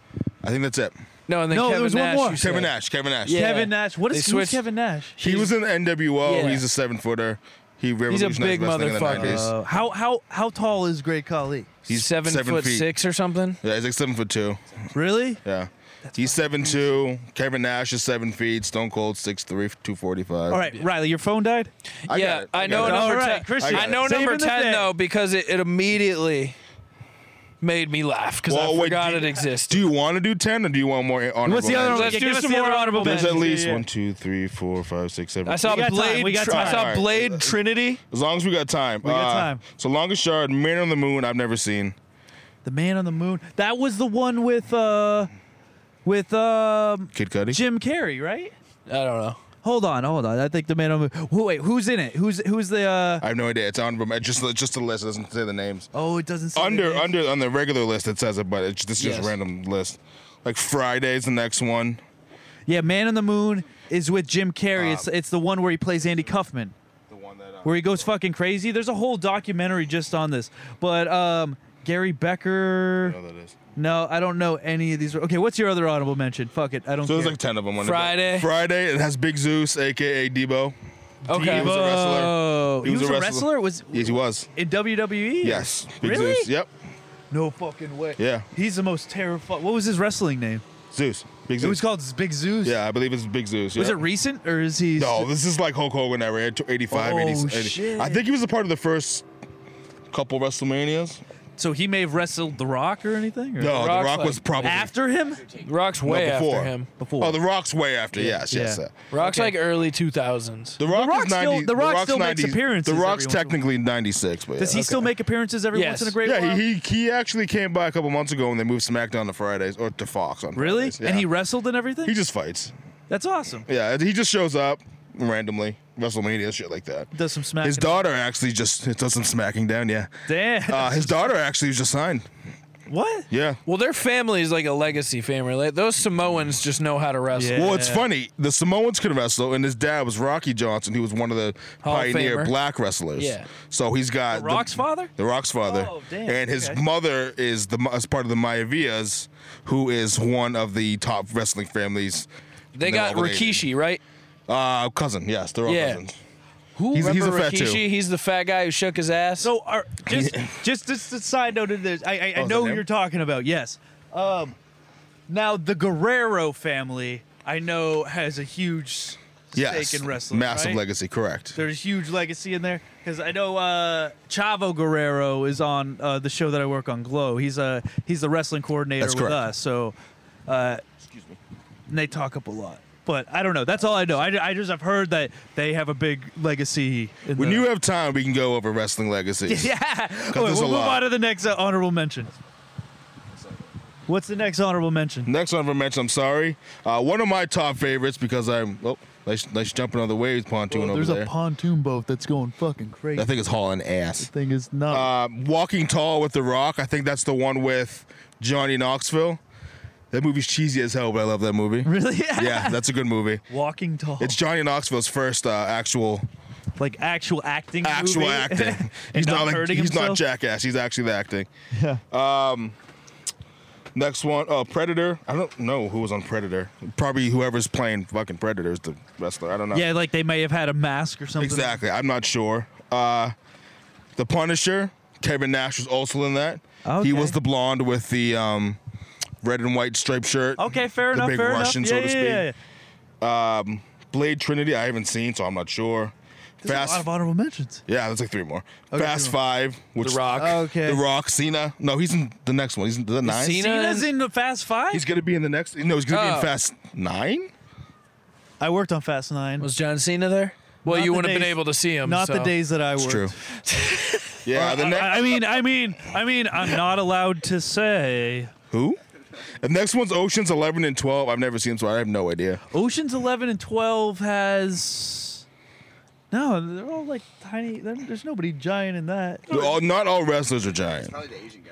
[SPEAKER 6] I think that's it.
[SPEAKER 14] No, and then
[SPEAKER 4] No, there
[SPEAKER 14] Kevin
[SPEAKER 4] was one
[SPEAKER 14] Nash.
[SPEAKER 4] more.
[SPEAKER 14] you said.
[SPEAKER 6] Kevin Nash. Kevin Nash.
[SPEAKER 14] Yeah.
[SPEAKER 4] Kevin Nash. What
[SPEAKER 14] They
[SPEAKER 4] is who's
[SPEAKER 14] switched-
[SPEAKER 4] Kevin Nash?
[SPEAKER 6] He was in the NWO.
[SPEAKER 14] Yeah.
[SPEAKER 6] He's a seven footer. He
[SPEAKER 14] He's a
[SPEAKER 6] revolutionized
[SPEAKER 14] big
[SPEAKER 6] wrestling in the
[SPEAKER 14] motherfucker.
[SPEAKER 6] 90s.
[SPEAKER 4] Uh, how how how tall is Great Khali?
[SPEAKER 6] he's
[SPEAKER 14] seven,
[SPEAKER 6] seven
[SPEAKER 14] foot
[SPEAKER 6] feet.
[SPEAKER 14] six or something.
[SPEAKER 6] yeah, he's like seven foot two.
[SPEAKER 4] Really?
[SPEAKER 6] Yeah. he's seven two. Kevin Nash is seven feet. Stone Cold six three, two forty five.
[SPEAKER 4] All right, Riley, your phone died.
[SPEAKER 6] I
[SPEAKER 14] yeah,
[SPEAKER 6] got it.
[SPEAKER 14] I
[SPEAKER 6] I
[SPEAKER 14] know
[SPEAKER 6] got it.
[SPEAKER 14] number
[SPEAKER 4] All right,
[SPEAKER 14] ten.
[SPEAKER 4] Christian,
[SPEAKER 14] I know
[SPEAKER 4] saving
[SPEAKER 14] number
[SPEAKER 4] the
[SPEAKER 14] ten
[SPEAKER 4] day.
[SPEAKER 14] though because it, it immediately made me laugh because
[SPEAKER 6] Well,
[SPEAKER 14] I
[SPEAKER 6] wait,
[SPEAKER 14] forgot
[SPEAKER 6] do
[SPEAKER 14] it
[SPEAKER 6] you- Do
[SPEAKER 14] existed.
[SPEAKER 6] you want to do ten or do you want more honorable?
[SPEAKER 4] What's the other one?
[SPEAKER 6] mentions?
[SPEAKER 14] Let's
[SPEAKER 4] Yeah,
[SPEAKER 14] do
[SPEAKER 4] give us
[SPEAKER 14] some
[SPEAKER 4] the
[SPEAKER 14] more
[SPEAKER 4] other
[SPEAKER 14] honorable
[SPEAKER 4] mentions.
[SPEAKER 6] There's at
[SPEAKER 14] mentions.
[SPEAKER 6] least
[SPEAKER 4] yeah.
[SPEAKER 6] one, two, three, four, five, six, seven.
[SPEAKER 14] I saw
[SPEAKER 4] We got time,
[SPEAKER 14] Blade.
[SPEAKER 4] we got
[SPEAKER 14] Tr- I
[SPEAKER 4] time.
[SPEAKER 14] saw
[SPEAKER 6] Alright.
[SPEAKER 14] Blade Trinity.
[SPEAKER 6] As long as we got time. We
[SPEAKER 4] got time.
[SPEAKER 6] So longest yard, Man on the Moon. I've never seen.
[SPEAKER 4] The Man on the Moon. That was the one with uh with um
[SPEAKER 6] Kid Cudi.
[SPEAKER 4] Jim Carrey, right?
[SPEAKER 14] I don't know.
[SPEAKER 4] Hold on, hold on. I think the Man on the Moon. Who- Wait, who's in it? Who's who's the? uh
[SPEAKER 6] I have no idea. It's honorable. men- Just just a list. It doesn't say the names.
[SPEAKER 4] Oh, it doesn't. Say the
[SPEAKER 6] Under
[SPEAKER 4] name.
[SPEAKER 6] under on the regular list it says it, but it's just, just
[SPEAKER 14] Yes.
[SPEAKER 6] random list. Like Friday's the next one.
[SPEAKER 4] Yeah, Man on the Moon is with Jim Carrey.
[SPEAKER 6] Um.
[SPEAKER 4] it's it's the one where he plays Andy Kaufman,
[SPEAKER 6] The one that. uh,
[SPEAKER 4] where he goes fucking crazy. There's a whole documentary just on this. But um, Gary Becker.
[SPEAKER 6] know that is.
[SPEAKER 4] No, I don't know any of these. Okay, what's your other honorable mention? Fuck it, I don't.
[SPEAKER 6] So there's
[SPEAKER 4] care.
[SPEAKER 6] like ten of them. on the-
[SPEAKER 14] Friday.
[SPEAKER 6] Friday. It has Big Zeus, aka Debo.
[SPEAKER 14] Okay.
[SPEAKER 6] was a wrestler.
[SPEAKER 4] Oh, he was, a wrestler. Was
[SPEAKER 6] Yes, he was.
[SPEAKER 4] in WWE?
[SPEAKER 6] Yes. Big
[SPEAKER 4] Really?
[SPEAKER 6] Zeus. Yep.
[SPEAKER 4] No fucking way.
[SPEAKER 6] Yeah.
[SPEAKER 4] He's the most terrifying. What was his wrestling name?
[SPEAKER 6] Zeus. Big Zeus.
[SPEAKER 4] It was called Big Zeus.
[SPEAKER 6] yeah, I believe it's Big Zeus.
[SPEAKER 4] Was
[SPEAKER 6] yeah.
[SPEAKER 4] it recent or is he?
[SPEAKER 6] No, this is like Hulk Hogan era, 85,
[SPEAKER 4] Oh,
[SPEAKER 6] 80, 80.
[SPEAKER 4] shit.
[SPEAKER 6] I think he was a part of the first couple WrestleManias.
[SPEAKER 4] So he may have wrestled The Rock or anything? Or
[SPEAKER 6] No, The
[SPEAKER 14] Rock's
[SPEAKER 6] Rock was
[SPEAKER 14] like-
[SPEAKER 6] probably
[SPEAKER 4] After him?
[SPEAKER 14] Rock's
[SPEAKER 6] no,
[SPEAKER 14] way
[SPEAKER 6] before.
[SPEAKER 14] after him.
[SPEAKER 4] Before.
[SPEAKER 6] Oh, The Rock's way after. Yes, yes.
[SPEAKER 4] Yeah.
[SPEAKER 6] uh,
[SPEAKER 14] Rock's
[SPEAKER 4] Okay.
[SPEAKER 14] like early 2000s.
[SPEAKER 6] The Rock
[SPEAKER 4] Rock
[SPEAKER 6] is
[SPEAKER 4] still-
[SPEAKER 6] 90.
[SPEAKER 4] The Rock still makes
[SPEAKER 6] 90
[SPEAKER 4] appearances
[SPEAKER 6] The
[SPEAKER 4] every
[SPEAKER 6] Rock's
[SPEAKER 4] once in a while.
[SPEAKER 6] technically 96, but
[SPEAKER 4] Does
[SPEAKER 6] yeah,
[SPEAKER 4] he still
[SPEAKER 6] okay.
[SPEAKER 4] make appearances every
[SPEAKER 14] Yes.
[SPEAKER 4] once in a great
[SPEAKER 6] Yeah,
[SPEAKER 4] while?
[SPEAKER 6] he, he he actually came by a couple months ago and they moved SmackDown to Fridays or to Fox on
[SPEAKER 4] Really?
[SPEAKER 6] Fridays, yeah.
[SPEAKER 4] And he wrestled and everything?
[SPEAKER 6] he just fights.
[SPEAKER 4] That's awesome.
[SPEAKER 6] Yeah, he just shows up randomly, WrestleMania shit like that.
[SPEAKER 4] Does some smacking. <laughs>
[SPEAKER 6] His daughter actually just it does some smacking down. Yeah,
[SPEAKER 4] Damn.
[SPEAKER 6] uh, his daughter actually was just signed.
[SPEAKER 4] <laughs> What?
[SPEAKER 6] Yeah.
[SPEAKER 5] Well, their family is like a legacy family. Like, those Samoans just know how to wrestle.
[SPEAKER 4] Yeah.
[SPEAKER 6] Well, it's funny. The Samoans could wrestle, and his dad was Rocky Johnson, who was one of the
[SPEAKER 5] Hall of
[SPEAKER 6] pioneer
[SPEAKER 5] Famer.
[SPEAKER 6] black wrestlers.
[SPEAKER 5] Yeah.
[SPEAKER 6] So he's got
[SPEAKER 15] The Rock's father?
[SPEAKER 6] The Rock's father.
[SPEAKER 4] Oh, damn,
[SPEAKER 6] And his
[SPEAKER 4] okay.
[SPEAKER 6] mother is the is part of the Mayavias, who is one of the top wrestling families.
[SPEAKER 5] They
[SPEAKER 6] They're
[SPEAKER 5] got
[SPEAKER 6] all related.
[SPEAKER 5] Rikishi, right?
[SPEAKER 6] Uh, cousin. Yes, they're all
[SPEAKER 5] Yeah.
[SPEAKER 6] cousins.
[SPEAKER 5] Who
[SPEAKER 6] He's- he's a
[SPEAKER 5] remember
[SPEAKER 6] fat too.
[SPEAKER 5] Rikishi? He's the fat guy who shook his ass.
[SPEAKER 4] So, are,
[SPEAKER 6] <laughs>
[SPEAKER 4] just just just a side note to this. I I, I
[SPEAKER 6] Oh, is
[SPEAKER 4] know
[SPEAKER 6] that
[SPEAKER 4] who
[SPEAKER 6] him?
[SPEAKER 4] you're talking about. Yes. Um, now the Guerrero family, I know, has a huge
[SPEAKER 6] Yes.
[SPEAKER 4] stake in wrestling.
[SPEAKER 6] Massive
[SPEAKER 4] right?
[SPEAKER 6] legacy. Correct.
[SPEAKER 4] There's huge legacy in there because I know uh, Chavo Guerrero is on uh, the show that I work on, Glow. He's a he's the wrestling coordinator
[SPEAKER 6] That's
[SPEAKER 4] with
[SPEAKER 6] correct.
[SPEAKER 4] us, so uh, and they talk up a lot. But I don't know. That's all I know. I, I just have heard that they have a big legacy. In
[SPEAKER 6] When
[SPEAKER 4] <laughs> the,
[SPEAKER 6] you have time, we can go over wrestling
[SPEAKER 5] <laughs>
[SPEAKER 6] legacies.
[SPEAKER 4] yeah. All right,
[SPEAKER 6] there's
[SPEAKER 4] we'll
[SPEAKER 6] a
[SPEAKER 4] move on
[SPEAKER 6] lot.
[SPEAKER 4] to the next uh, honorable mention. What's the next honorable mention?
[SPEAKER 6] Next one for mention, I'm sorry. Uh, one of my top favorites because I'm. Oh, nice, nice jumping on the waves pontoon over there.
[SPEAKER 4] pontoon boat that's going fucking crazy.
[SPEAKER 6] I think it's hauling ass.
[SPEAKER 4] thing is not.
[SPEAKER 6] Uh, Walking Tall with The Rock. I think that's the one with Johnny Knoxville. That movie's cheesy as hell, but I love that
[SPEAKER 4] <laughs>
[SPEAKER 6] movie.
[SPEAKER 4] really?
[SPEAKER 6] Yeah, that's a good movie.
[SPEAKER 4] <laughs> Walking Tall.
[SPEAKER 6] It's Johnny Knoxville's first uh, actual
[SPEAKER 4] like actual acting. <laughs>
[SPEAKER 6] actual
[SPEAKER 4] movie.
[SPEAKER 6] acting. <laughs> He's
[SPEAKER 4] not
[SPEAKER 6] not, like
[SPEAKER 4] hurting
[SPEAKER 6] he's not
[SPEAKER 4] himself?
[SPEAKER 6] jackass. He's actually the acting. Um, next one, uh, Predator. I don't know who was on Predator. Probably whoever's playing fucking Predator is the wrestler. I don't know.
[SPEAKER 4] yeah, like they may have had a mask or something.
[SPEAKER 6] Exactly. I'm not sure. Uh, the Punisher, Kevin Nash was also in that.
[SPEAKER 4] Okay.
[SPEAKER 6] He was the blonde with the um, red and white striped shirt.
[SPEAKER 4] Okay, fair
[SPEAKER 6] the
[SPEAKER 4] enough.
[SPEAKER 6] big
[SPEAKER 4] fair
[SPEAKER 6] Russian,
[SPEAKER 4] enough.
[SPEAKER 6] so
[SPEAKER 4] Yeah,
[SPEAKER 6] to
[SPEAKER 4] yeah,
[SPEAKER 6] speak.
[SPEAKER 4] yeah, yeah.
[SPEAKER 6] Blade Trinity, I haven't seen, so I'm not sure.
[SPEAKER 4] There's a lot of honorable mentions.
[SPEAKER 6] yeah, that's like three more.
[SPEAKER 4] Okay,
[SPEAKER 6] Fast
[SPEAKER 4] three more.
[SPEAKER 6] Five, which
[SPEAKER 5] The Rock.
[SPEAKER 4] Okay.
[SPEAKER 6] The Rock, Cena. No, he's in the next one. He's in the nine.
[SPEAKER 5] Cena-
[SPEAKER 4] Cena's in the Fast Five.
[SPEAKER 6] He's gonna be in the next. No, he's gonna be
[SPEAKER 5] Oh.
[SPEAKER 6] in Fast Nine.
[SPEAKER 4] I worked on Fast Nine.
[SPEAKER 5] was John Cena there? Well,
[SPEAKER 4] Not
[SPEAKER 5] you
[SPEAKER 4] the
[SPEAKER 5] wouldn't have been
[SPEAKER 4] days-
[SPEAKER 5] able to see him.
[SPEAKER 4] not the
[SPEAKER 5] so.
[SPEAKER 4] days that I worked.
[SPEAKER 6] It's true. <laughs> yeah, the next.
[SPEAKER 4] I I mean, I mean, I mean, I'm not allowed to say.
[SPEAKER 6] who? The next one's Ocean's Eleven and Twelve. I've never seen, them, so I have no idea.
[SPEAKER 4] Oceans 11 and 12 has. No, they're all like tiny. there- There's nobody giant in that.
[SPEAKER 6] They're
[SPEAKER 5] Oh.
[SPEAKER 6] all- not all wrestlers are giant.
[SPEAKER 8] Probably the Asian guy.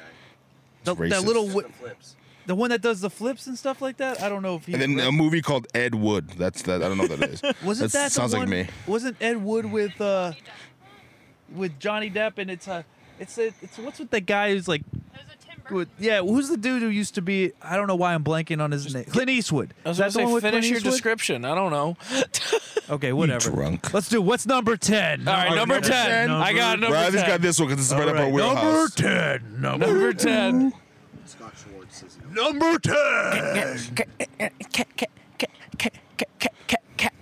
[SPEAKER 4] The,
[SPEAKER 6] racist.
[SPEAKER 4] that little, wi-
[SPEAKER 8] Flips.
[SPEAKER 4] the one that does the flips and stuff like that. I don't know if he.
[SPEAKER 6] And then a movie called Ed Wood. That's that. I don't know what that is.
[SPEAKER 4] wasn't
[SPEAKER 6] That's-
[SPEAKER 4] that the
[SPEAKER 6] sounds
[SPEAKER 4] one-
[SPEAKER 6] like me?
[SPEAKER 4] Wasn't Ed Wood with uh, with Johnny Depp and it's a, it's a, it's what's with that guy who's like,
[SPEAKER 10] There's a Tim
[SPEAKER 4] with,
[SPEAKER 10] Burton.
[SPEAKER 4] yeah, who's the dude who used to be? I don't know why I'm blanking on his name. Clint Eastwood.
[SPEAKER 5] I was
[SPEAKER 4] Is that the one
[SPEAKER 5] about to say,
[SPEAKER 4] with Clint
[SPEAKER 5] finish your
[SPEAKER 4] Eastwood?
[SPEAKER 5] description. I don't know.
[SPEAKER 4] Okay, whatever.
[SPEAKER 6] drunk.
[SPEAKER 4] Let's do. What's number ten?
[SPEAKER 5] All right, number 10. I got number
[SPEAKER 6] Riley's
[SPEAKER 5] 10.
[SPEAKER 6] got this one because it's right,
[SPEAKER 4] All
[SPEAKER 6] up our
[SPEAKER 4] right,
[SPEAKER 6] wheelhouse.
[SPEAKER 4] Number ten. Number,
[SPEAKER 5] Number 10.
[SPEAKER 8] Scott Schwartz says no.
[SPEAKER 4] number ten.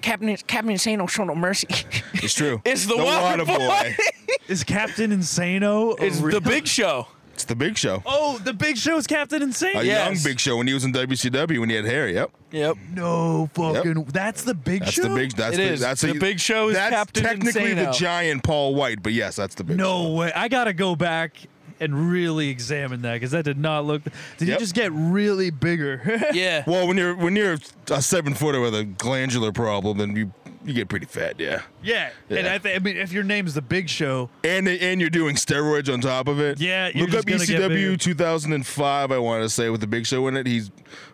[SPEAKER 16] Captain, Captain Sano show no mercy. <laughs>
[SPEAKER 6] It's true.
[SPEAKER 5] <laughs> It's the
[SPEAKER 6] Water
[SPEAKER 5] Water Boy.
[SPEAKER 4] Is Captain Insano? a
[SPEAKER 5] It's
[SPEAKER 4] real-
[SPEAKER 5] the big show.
[SPEAKER 6] It's the Big Show.
[SPEAKER 4] Oh, the Big Show's Captain Insano.
[SPEAKER 6] A
[SPEAKER 5] yes.
[SPEAKER 6] young Big Show when he was in WCW when he had hair. Yep.
[SPEAKER 5] Yep.
[SPEAKER 4] No fucking. That's the Big
[SPEAKER 6] That's
[SPEAKER 4] Show.
[SPEAKER 6] the big. That's
[SPEAKER 5] It
[SPEAKER 6] the,
[SPEAKER 5] is.
[SPEAKER 6] That's
[SPEAKER 5] The
[SPEAKER 6] a-
[SPEAKER 5] Big Show is
[SPEAKER 6] that's
[SPEAKER 5] Captain
[SPEAKER 6] technically the
[SPEAKER 5] Insano.
[SPEAKER 6] giant Paul White, but yes, that's the big.
[SPEAKER 4] No way. I gotta go back and really examine that because that did not look. Did he
[SPEAKER 6] Yep.
[SPEAKER 4] just get really bigger? <laughs>
[SPEAKER 5] Yeah.
[SPEAKER 6] Show. Well, when you're when you're a seven footer with a glandular problem, then you you get pretty fat. Yeah.
[SPEAKER 4] yeah. And
[SPEAKER 6] Yeah.
[SPEAKER 4] I, th- I mean, if your name's the Big Show,
[SPEAKER 6] And and you're doing steroids on top of it.
[SPEAKER 4] Yeah, you're just
[SPEAKER 6] Look up E
[SPEAKER 4] gonna get bigger.
[SPEAKER 6] ECW 2005. I want to say with the Big Show in it, he's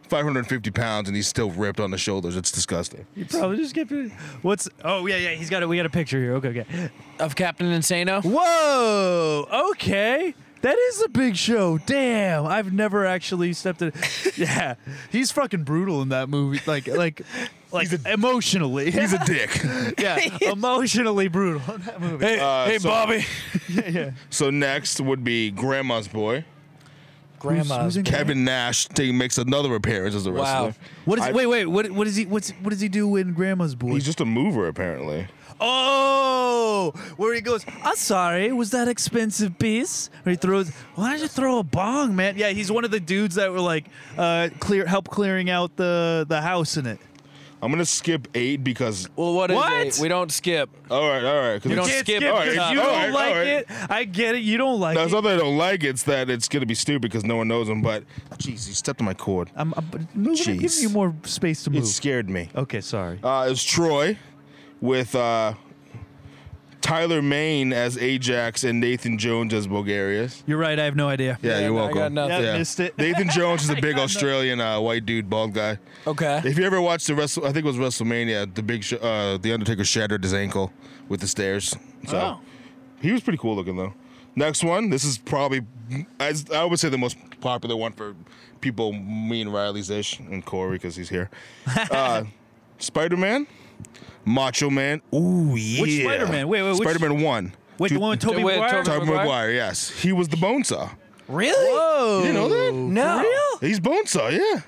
[SPEAKER 6] 550 pounds and he's still ripped on the shoulders. It's disgusting.
[SPEAKER 4] you probably just get. big- What's? Oh yeah, yeah. He's got it. We got a picture here. Okay, okay.
[SPEAKER 5] Of Captain Insano.
[SPEAKER 4] Whoa. Okay. That is the Big Show. Damn, I've never actually stepped in. <laughs> yeah, he's fucking brutal in that movie. Like, like, like emotionally. <laughs>
[SPEAKER 6] He's a dick.
[SPEAKER 4] yeah, emotionally brutal in that movie.
[SPEAKER 5] Hey, hey
[SPEAKER 6] so-
[SPEAKER 5] Bobby.
[SPEAKER 6] so next would be Grandma's Boy.
[SPEAKER 5] Grandma's.
[SPEAKER 4] Who's in-
[SPEAKER 6] Kevin Nash thing makes another appearance as a
[SPEAKER 5] Wow.
[SPEAKER 6] wrestler.
[SPEAKER 4] What is?
[SPEAKER 6] I-
[SPEAKER 4] wait, wait. What? What is he? What's? What does he do in Grandma's boy?
[SPEAKER 6] He's just a mover apparently.
[SPEAKER 4] oh, where he goes. I'm sorry. Was that expensive piece? Or he throws. Why did you throw a bong, man? Yeah, he's one of the dudes that were like, uh, clear help clearing out the the house in it.
[SPEAKER 6] I'm gonna skip eight because
[SPEAKER 5] Well, what is
[SPEAKER 4] What?
[SPEAKER 5] it? We don't skip.
[SPEAKER 6] all right, all right. 'cause
[SPEAKER 5] You don't
[SPEAKER 6] it's-
[SPEAKER 5] skip it.
[SPEAKER 6] all right,
[SPEAKER 4] if
[SPEAKER 5] All
[SPEAKER 4] you
[SPEAKER 6] all
[SPEAKER 4] don't
[SPEAKER 6] right, all
[SPEAKER 4] like
[SPEAKER 6] right.
[SPEAKER 4] it, I get it. You don't like
[SPEAKER 6] No, it's
[SPEAKER 4] it.
[SPEAKER 6] not that I don't like it. It's that it's gonna be stupid because no one knows him. But jeez, you stepped on my cord.
[SPEAKER 4] I'm, I'm moving. I'm giving
[SPEAKER 6] Jeez.
[SPEAKER 4] you more space to
[SPEAKER 6] It Uh,
[SPEAKER 4] move.
[SPEAKER 6] scared me.
[SPEAKER 4] Okay, sorry.
[SPEAKER 6] Uh, it was Troy with uh, Tyler Maine as Ajax and Nathan Jones as Bulgarius.
[SPEAKER 4] You're right. I have no idea.
[SPEAKER 6] Yeah, you're
[SPEAKER 5] no, I
[SPEAKER 6] welcome.
[SPEAKER 5] got nothing.
[SPEAKER 6] Yeah.
[SPEAKER 4] Missed it.
[SPEAKER 5] <laughs>
[SPEAKER 6] Nathan Jones is a big Australian uh, white dude, bald guy.
[SPEAKER 5] Okay.
[SPEAKER 6] If you ever watched the Wrestle, I think it was WrestleMania. The big, sh- uh, the Undertaker shattered his ankle with the stairs. So
[SPEAKER 4] Oh.
[SPEAKER 6] he was pretty cool looking though. Next one. This is probably, I, I would say the most popular one for people me and Riley's ish and Corey because
[SPEAKER 4] <laughs>
[SPEAKER 6] he's here. Uh, Spider Man, Macho Man. Ooh yeah.
[SPEAKER 4] Which Spider-Man? Wait, wait, which-
[SPEAKER 6] Spider Man one.
[SPEAKER 4] Wait, the one with Toby
[SPEAKER 5] Wait,
[SPEAKER 4] Maguire?
[SPEAKER 5] Tobey-
[SPEAKER 6] Tom
[SPEAKER 5] Maguire?
[SPEAKER 6] McGuire. Yes, he was the Bonesaw.
[SPEAKER 5] Really? Whoa.
[SPEAKER 6] You know that?
[SPEAKER 5] No.
[SPEAKER 6] He's Bonesaw. Yeah.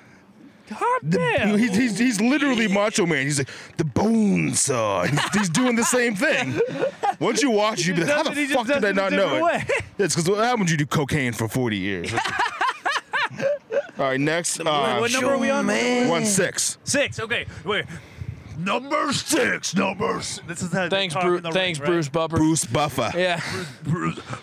[SPEAKER 4] God
[SPEAKER 6] You know,
[SPEAKER 4] damn.
[SPEAKER 6] he's, he's, he's literally Macho Man. He's like, the bone saw. He's, he's doing the same thing. Once you watch, you be
[SPEAKER 4] just
[SPEAKER 6] like, how
[SPEAKER 4] does it-
[SPEAKER 6] the
[SPEAKER 4] he just
[SPEAKER 6] fuck did
[SPEAKER 4] does
[SPEAKER 6] I
[SPEAKER 4] it a
[SPEAKER 6] not know
[SPEAKER 4] different
[SPEAKER 6] it?
[SPEAKER 4] way. <laughs>
[SPEAKER 6] That's because what happened you do cocaine for 40 years? All right, next. Uh,
[SPEAKER 4] what number are we on?
[SPEAKER 6] One six.
[SPEAKER 4] Six. Okay. Wait.
[SPEAKER 6] Number six. Number six.
[SPEAKER 4] This is how they
[SPEAKER 5] Thanks,
[SPEAKER 4] talk
[SPEAKER 5] Bru-
[SPEAKER 4] in the
[SPEAKER 5] thanks,
[SPEAKER 4] ring, right?
[SPEAKER 5] Bruce Buffer.
[SPEAKER 6] Bruce Buffer.
[SPEAKER 5] Yeah.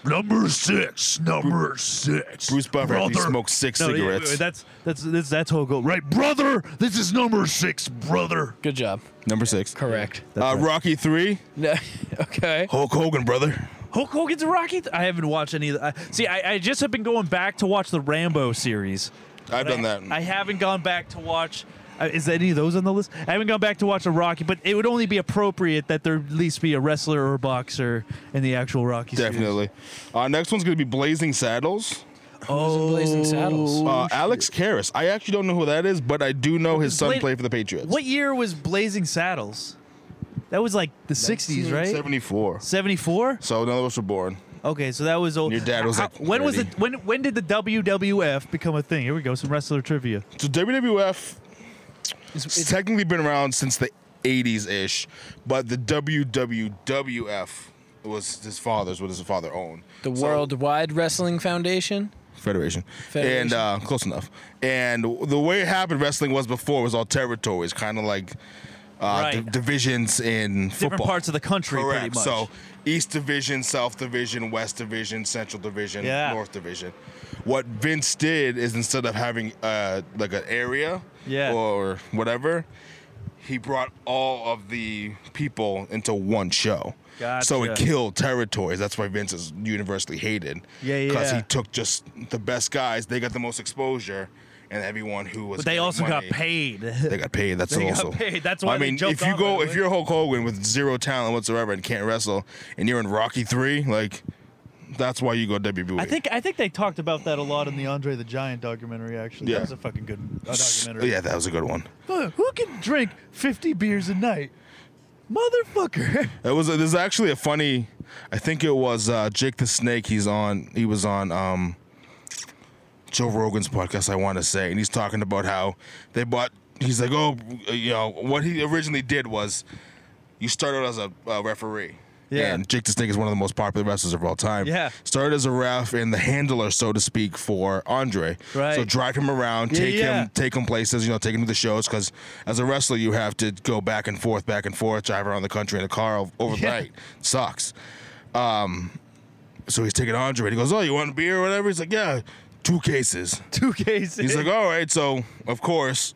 [SPEAKER 17] Number six. Number six.
[SPEAKER 6] Bruce Buffer. He
[SPEAKER 17] Brother.
[SPEAKER 6] smoked six
[SPEAKER 4] No, yeah, wait,
[SPEAKER 6] cigarettes.
[SPEAKER 4] wait, that's that's that's that's whole goal.
[SPEAKER 17] Right, brother. This is number six, brother.
[SPEAKER 5] Good job.
[SPEAKER 6] number six.
[SPEAKER 18] Correct.
[SPEAKER 6] Uh, Rocky three.
[SPEAKER 5] <laughs> No. okay.
[SPEAKER 6] Hulk Hogan, brother.
[SPEAKER 4] Hulk Hogan's Rocky. Th- I haven't watched any. Of the, I, see, I, I just have been going back to watch the Rambo series.
[SPEAKER 6] I've
[SPEAKER 4] But
[SPEAKER 6] done
[SPEAKER 4] I-
[SPEAKER 6] that.
[SPEAKER 4] I haven't gone back to watch. uh, Is any of those on the list? I haven't gone back to watch a Rocky, but it would only be appropriate that there at least be a wrestler or a boxer in the actual Rocky. series.
[SPEAKER 6] Definitely. Uh, next one's gonna be Blazing Saddles.
[SPEAKER 5] Oh. Blazing Saddles.
[SPEAKER 4] Oh,
[SPEAKER 6] Uh, Alex Karras. I actually don't know who that is, but I do know his son
[SPEAKER 4] Bla-
[SPEAKER 6] played for the Patriots.
[SPEAKER 4] What year was Blazing Saddles? That was like the '60s, right?
[SPEAKER 6] 74.
[SPEAKER 4] '74.
[SPEAKER 6] So none of us were born.
[SPEAKER 4] Okay, so that was old.
[SPEAKER 6] Your dad was, like,
[SPEAKER 4] when was it?
[SPEAKER 6] 30.
[SPEAKER 4] When when did the WWF become a thing? Here we go, some wrestler trivia.
[SPEAKER 6] So WWF has technically been around since the 80s ish, but the WWWF was his father's, what his father owned.
[SPEAKER 5] The
[SPEAKER 6] So-
[SPEAKER 5] Worldwide Wrestling Foundation.
[SPEAKER 6] Federation. And
[SPEAKER 5] Federation.
[SPEAKER 6] uh, close enough. And the way it happened, wrestling was before, was all territories, kind of like uh,
[SPEAKER 4] Right.
[SPEAKER 6] di- divisions in
[SPEAKER 4] Different
[SPEAKER 6] football.
[SPEAKER 4] parts of the country,
[SPEAKER 6] Correct.
[SPEAKER 4] pretty much.
[SPEAKER 6] So East Division, South Division, West Division, Central Division,
[SPEAKER 4] Yeah.
[SPEAKER 6] North Division. What Vince did is instead of having uh, like an area
[SPEAKER 4] Yeah.
[SPEAKER 6] or whatever, he brought all of the people into one show. So it
[SPEAKER 4] Gotcha.
[SPEAKER 6] killed territories. That's why Vince is universally hated.
[SPEAKER 4] Yeah, yeah,
[SPEAKER 6] Because he
[SPEAKER 4] yeah.
[SPEAKER 6] took just the best guys. They got the most exposure, and everyone who was.
[SPEAKER 4] But they
[SPEAKER 6] getting
[SPEAKER 4] also
[SPEAKER 6] money-
[SPEAKER 4] got paid. <laughs>
[SPEAKER 6] They got paid. That's
[SPEAKER 4] They got
[SPEAKER 6] also.
[SPEAKER 4] paid. That's why
[SPEAKER 6] I
[SPEAKER 4] they
[SPEAKER 6] mean,
[SPEAKER 4] jumped
[SPEAKER 6] if you
[SPEAKER 4] on
[SPEAKER 6] go,
[SPEAKER 4] right
[SPEAKER 6] if
[SPEAKER 4] away.
[SPEAKER 6] you're Hulk Hogan with zero talent whatsoever and can't wrestle, and you're in Rocky Three, like, that's why you go E. WWE.
[SPEAKER 4] I think I think they talked about that a lot in the Andre the Giant documentary. Actually,
[SPEAKER 6] Yeah.
[SPEAKER 4] that was a fucking good uh, documentary.
[SPEAKER 6] Yeah, that was a good one.
[SPEAKER 4] Look, who can drink 50 beers a night? Motherfucker. <laughs>
[SPEAKER 6] It was there's actually a funny. I think it was uh, Jake the Snake. He's on. He was on um, Joe Rogan's podcast. I want to say, and he's talking about how they bought. He's like, oh, you know, what he originally did was, you started as a uh, referee.
[SPEAKER 4] Yeah.
[SPEAKER 6] And Jake the Snake is one of the most popular wrestlers of all time.
[SPEAKER 4] Yeah.
[SPEAKER 6] Started as a ref and the handler, so to speak, for Andre.
[SPEAKER 4] Right.
[SPEAKER 6] So drive him around,
[SPEAKER 4] Yeah,
[SPEAKER 6] take
[SPEAKER 4] yeah.
[SPEAKER 6] him, take him places, you know, take him to the shows. Because as a wrestler, you have to go back and forth, back and forth, drive around the country in a car o- overnight. Sucks. Um, so he's taking Andre. And he goes, "Oh, you want a beer or whatever?" He's like, "Yeah, two cases."
[SPEAKER 4] Two cases.
[SPEAKER 6] <laughs> He's like, "Oh, "All right." So of course,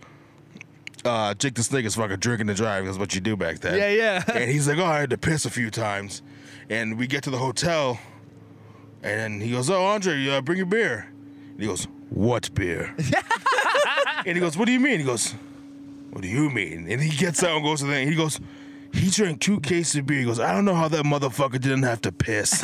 [SPEAKER 6] uh, Jake the Snake is fucking drinking and driving. That's what you do back then.
[SPEAKER 4] Yeah, yeah.
[SPEAKER 6] and he's like, "Oh, I had to piss a few times," and we get to the hotel, and then he goes, "Oh, Andre, uh, bring your beer." And he goes,
[SPEAKER 4] <laughs>
[SPEAKER 6] "What beer?" and he goes, "What do you mean?" He goes, "What do you mean?" And he gets out and goes to the thing. He goes. He drank two cases of beer. He goes, I don't know how that motherfucker didn't have
[SPEAKER 4] <laughs>
[SPEAKER 6] to piss.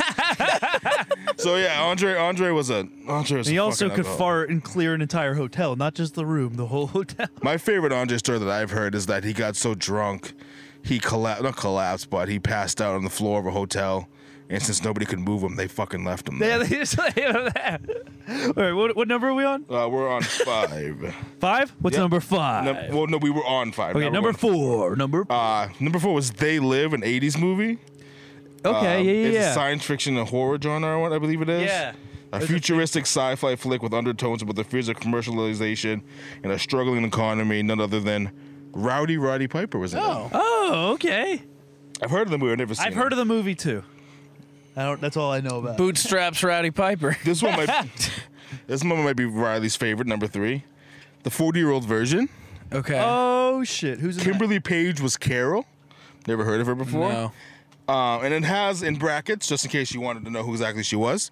[SPEAKER 6] so yeah, Andre, Andre was a Andre. Was
[SPEAKER 4] he
[SPEAKER 6] a
[SPEAKER 4] also
[SPEAKER 6] fucking
[SPEAKER 4] could
[SPEAKER 6] alcoholic.
[SPEAKER 4] fart and clear an entire hotel, not just the room, the whole
[SPEAKER 6] <laughs>
[SPEAKER 4] hotel.
[SPEAKER 6] My favorite Andre story that I've heard is that he got so drunk, he collapsed, not collapsed, but he passed out on the floor of a hotel. And since nobody could move him, they fucking left him
[SPEAKER 4] Yeah, <laughs>
[SPEAKER 6] there.
[SPEAKER 4] they just let him have that. All right, what, what number are we on?
[SPEAKER 6] Uh,
[SPEAKER 4] <laughs>
[SPEAKER 6] we're on five.
[SPEAKER 4] Five? What's
[SPEAKER 6] Yep.
[SPEAKER 4] number five?
[SPEAKER 6] Num- well, no, we were on five.
[SPEAKER 4] okay,
[SPEAKER 6] Now we're
[SPEAKER 4] number
[SPEAKER 6] on-
[SPEAKER 4] four. Number.
[SPEAKER 6] Uh, number four was They Live, an 80s movie.
[SPEAKER 4] okay,
[SPEAKER 6] Um,
[SPEAKER 4] yeah, yeah,
[SPEAKER 6] It's
[SPEAKER 4] yeah.
[SPEAKER 6] a science fiction and horror genre, what I believe it is.
[SPEAKER 4] Yeah.
[SPEAKER 6] A futuristic sci-fi flick with undertones about the fears of commercialization and a struggling economy, none other than Rowdy Roddy Piper was in oh. it.
[SPEAKER 4] Oh, okay.
[SPEAKER 6] I've heard of the movie, I've never seen
[SPEAKER 4] I've
[SPEAKER 6] it.
[SPEAKER 4] heard of the movie too. I don't. That's all I know about.
[SPEAKER 5] Bootstraps Rowdy <laughs> Piper.
[SPEAKER 6] This one
[SPEAKER 4] <laughs>
[SPEAKER 6] might this one might be Riley's favorite, number three. The 40 year old version.
[SPEAKER 5] Okay.
[SPEAKER 4] Oh shit! Who's in that?
[SPEAKER 6] Kimberly Page was Carol. Never heard of her before.
[SPEAKER 5] No.
[SPEAKER 6] Uh, and it has in brackets, just in case you wanted to know who exactly she was,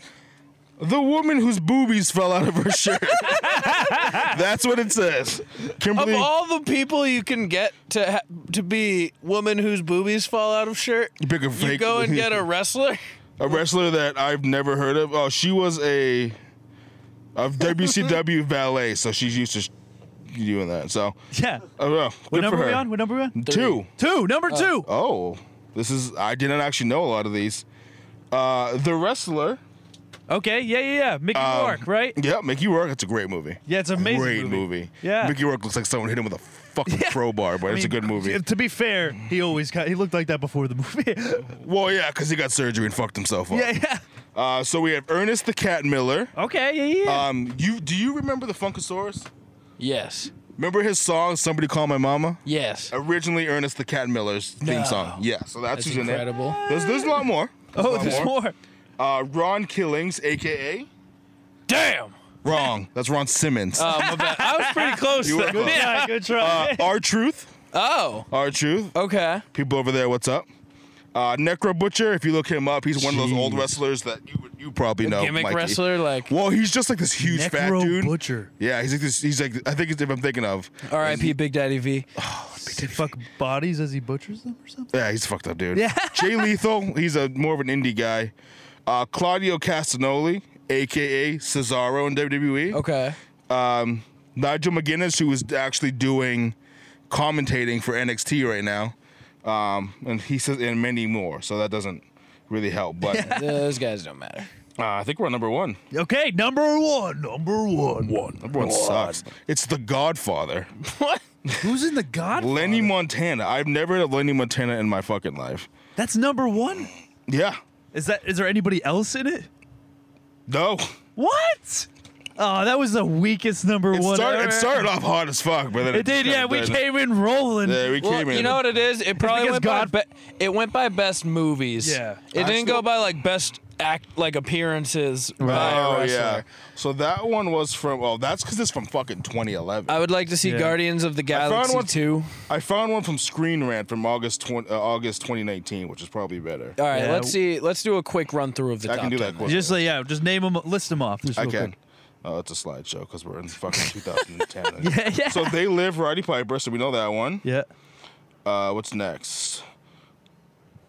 [SPEAKER 6] the woman whose boobies fell out of her <laughs> shirt. That's what it says.
[SPEAKER 5] Of
[SPEAKER 6] Kimberly,
[SPEAKER 5] all the people you can get to ha- to be woman whose boobies fall out of shirt,
[SPEAKER 6] you pick <laughs> a fake.
[SPEAKER 5] you go and get a wrestler.
[SPEAKER 6] a wrestler that I've never heard of. Oh, she was a of WCW <laughs> valet, so she's used to sh- doing that. So
[SPEAKER 4] Yeah.
[SPEAKER 6] I don't know.
[SPEAKER 4] What
[SPEAKER 6] Good
[SPEAKER 4] number
[SPEAKER 6] for
[SPEAKER 4] are we
[SPEAKER 6] her.
[SPEAKER 4] on? What number are we on?
[SPEAKER 6] Two.
[SPEAKER 4] Two. Number two.
[SPEAKER 6] Oh, this is I didn't actually know a lot of these. Uh, the wrestler.
[SPEAKER 4] Okay. Yeah, yeah, yeah. Mickey Rourke, right?
[SPEAKER 6] Yeah, Mickey Rourke. um, It's a great movie.
[SPEAKER 4] Yeah, it's an amazing
[SPEAKER 6] Great
[SPEAKER 4] movie.
[SPEAKER 6] movie.
[SPEAKER 4] Yeah.
[SPEAKER 6] Mickey Rourke looks like someone hit him with a fucking
[SPEAKER 4] <laughs> Yeah.
[SPEAKER 6] crowbar, but
[SPEAKER 4] I
[SPEAKER 6] it's a
[SPEAKER 4] mean,
[SPEAKER 6] good movie.
[SPEAKER 4] To be fair, he always got, he looked like that before the movie. <laughs>
[SPEAKER 6] Well, yeah, because he got surgery and fucked himself up.
[SPEAKER 4] yeah, Oh. yeah.
[SPEAKER 6] Uh, so we have Ernest the Cat Miller.
[SPEAKER 4] Okay, yeah, yeah.
[SPEAKER 6] Um, you do you remember the Funkasaurus?
[SPEAKER 5] Yes.
[SPEAKER 6] Remember his song "Somebody Call My Mama"?
[SPEAKER 5] Yes.
[SPEAKER 6] Originally, Ernest the Cat Miller's theme
[SPEAKER 5] No.
[SPEAKER 6] song. Yeah, so that's,
[SPEAKER 14] That's
[SPEAKER 6] who's
[SPEAKER 14] incredible.
[SPEAKER 6] in there. There's there's a lot more. a
[SPEAKER 4] oh,
[SPEAKER 6] lot
[SPEAKER 4] there's
[SPEAKER 6] <laughs>
[SPEAKER 4] more.
[SPEAKER 6] Uh, Ron Killings, aka
[SPEAKER 5] Damn.
[SPEAKER 6] wrong. That's Ron Simmons.
[SPEAKER 5] Oh, <laughs> my bad. I was pretty close.
[SPEAKER 6] You were
[SPEAKER 5] there.
[SPEAKER 6] close.
[SPEAKER 5] Yeah.
[SPEAKER 4] Yeah, good try.
[SPEAKER 6] Our Truth.
[SPEAKER 5] Oh.
[SPEAKER 6] Our Truth.
[SPEAKER 5] Okay.
[SPEAKER 6] People over there, what's up? Uh, Necro Butcher. If you look him up, he's one of those old wrestlers that you would- you probably know.
[SPEAKER 5] Gimmick
[SPEAKER 6] Mikey.
[SPEAKER 5] wrestler, like
[SPEAKER 6] Well, he's just like this huge fat
[SPEAKER 4] Necro
[SPEAKER 6] dude.
[SPEAKER 4] Butcher.
[SPEAKER 6] Yeah, he's like this. He's like I think it's if I'm thinking of.
[SPEAKER 5] R.I.P. Big Daddy <laughs> V.
[SPEAKER 4] Does he fuck bodies as he butchers them or something?
[SPEAKER 6] Yeah, he's a fucked up, dude. Yeah. Jay Lethal, he's a more of an indie guy. Uh, Claudio Castagnoli, aka Cesaro in E. WWE.
[SPEAKER 5] Okay.
[SPEAKER 6] Um, Nigel McGuinness, who is actually doing commentating for NXT right now, um, and he says and many more. So that doesn't really help. But uh,
[SPEAKER 5] Those guys don't matter.
[SPEAKER 6] I think we're on number one.
[SPEAKER 4] Okay, number one. Number one. One.
[SPEAKER 6] Number one sucks. It's The Godfather.
[SPEAKER 5] What?
[SPEAKER 4] <laughs> Who's in the God?
[SPEAKER 6] Lenny Montana. I've never heard of Lenny Montana in my fucking life.
[SPEAKER 4] That's number one.
[SPEAKER 6] Yeah.
[SPEAKER 4] Is that? Is there anybody else in it?
[SPEAKER 6] No.
[SPEAKER 4] What? Oh, that was the weakest number
[SPEAKER 6] It
[SPEAKER 4] one.
[SPEAKER 6] started,
[SPEAKER 4] ever.
[SPEAKER 6] it started off hard as fuck, but then
[SPEAKER 4] It did, yeah. We
[SPEAKER 6] then-
[SPEAKER 4] came in rolling.
[SPEAKER 6] Yeah, we
[SPEAKER 5] Well,
[SPEAKER 6] came in.
[SPEAKER 5] you know what it is? It probably
[SPEAKER 4] because
[SPEAKER 5] went
[SPEAKER 4] God-
[SPEAKER 5] by. Be- it went by best movies.
[SPEAKER 4] Yeah.
[SPEAKER 5] It
[SPEAKER 6] I
[SPEAKER 5] didn't
[SPEAKER 6] still-
[SPEAKER 5] go by like best act, like appearances. By a
[SPEAKER 6] Oh
[SPEAKER 5] wrestler.
[SPEAKER 6] yeah. So that one was from. Oh, that's because it's from fucking 2011.
[SPEAKER 5] I would like to see
[SPEAKER 4] Yeah.
[SPEAKER 5] Guardians of the
[SPEAKER 6] found
[SPEAKER 5] Galaxy
[SPEAKER 6] one-
[SPEAKER 5] 2.
[SPEAKER 6] I found one from Screen Rant from August 20, uh, August 2019, which is probably better.
[SPEAKER 5] All right,
[SPEAKER 4] Yeah.
[SPEAKER 5] let's see. Let's do a quick run through of the
[SPEAKER 6] I
[SPEAKER 5] top
[SPEAKER 6] can do
[SPEAKER 5] 10.
[SPEAKER 6] that quick.
[SPEAKER 4] Just like yeah, just name them, list them off. Just
[SPEAKER 6] I
[SPEAKER 4] real
[SPEAKER 6] can.
[SPEAKER 4] quick.
[SPEAKER 6] Oh, it's a slideshow because we're in
[SPEAKER 4] <laughs>
[SPEAKER 6] fucking 2010.
[SPEAKER 4] Yeah, yeah.
[SPEAKER 6] So they live Roddy Piper, so we know that one.
[SPEAKER 4] Yeah.
[SPEAKER 6] Uh, what's next?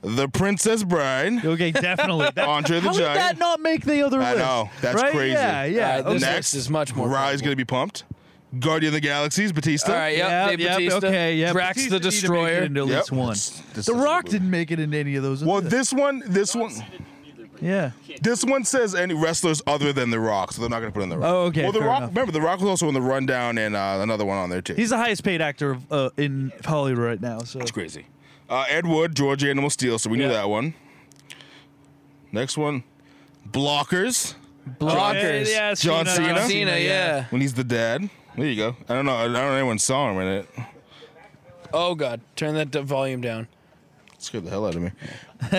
[SPEAKER 6] The Princess Bride.
[SPEAKER 4] Okay, definitely. That,
[SPEAKER 6] Andre the
[SPEAKER 4] how did
[SPEAKER 6] Giant.
[SPEAKER 4] that not make the other
[SPEAKER 6] I
[SPEAKER 4] list?
[SPEAKER 6] know, that's
[SPEAKER 4] right?
[SPEAKER 6] crazy. Uh,
[SPEAKER 4] Yeah, yeah.
[SPEAKER 5] All right, this
[SPEAKER 4] okay.
[SPEAKER 5] next is much more.
[SPEAKER 6] Rye's
[SPEAKER 5] probable.
[SPEAKER 6] gonna be pumped. Guardian of the Galaxies, Batista.
[SPEAKER 5] All right, yep, Dave Batista,
[SPEAKER 4] okay, yeah.
[SPEAKER 5] Drax
[SPEAKER 4] Batista needed
[SPEAKER 5] the
[SPEAKER 4] to make it
[SPEAKER 5] Destroyer.
[SPEAKER 4] into at
[SPEAKER 6] Yep.
[SPEAKER 4] least one.
[SPEAKER 6] This- this
[SPEAKER 4] the
[SPEAKER 6] is a
[SPEAKER 4] Rock
[SPEAKER 6] movie.
[SPEAKER 4] didn't make it in any of those.
[SPEAKER 6] Well,
[SPEAKER 4] either.
[SPEAKER 6] this one, this one.
[SPEAKER 4] yeah.
[SPEAKER 6] This one says any wrestlers other than The Rock, so they're not going to put in The Rock.
[SPEAKER 4] Oh, okay,
[SPEAKER 6] Well, The
[SPEAKER 4] fair
[SPEAKER 6] Rock.
[SPEAKER 4] enough.
[SPEAKER 6] Remember, The Rock was also in The Rundown and uh, another one on there too.
[SPEAKER 4] He's the highest paid actor of, uh, in Hollywood right now. So
[SPEAKER 6] That's crazy. Uh, Ed Wood, George Animal Steel, so we knew
[SPEAKER 4] Yeah.
[SPEAKER 6] that one. Next one, Blockers.
[SPEAKER 5] blockers.
[SPEAKER 4] Yeah, yeah,
[SPEAKER 6] John Cena.
[SPEAKER 5] John Cena, yeah.
[SPEAKER 6] When he's the dad. There you go. I don't know. I don't know anyone saw him in it.
[SPEAKER 5] Oh god, turn that d- volume down.
[SPEAKER 6] Scared the hell out of me.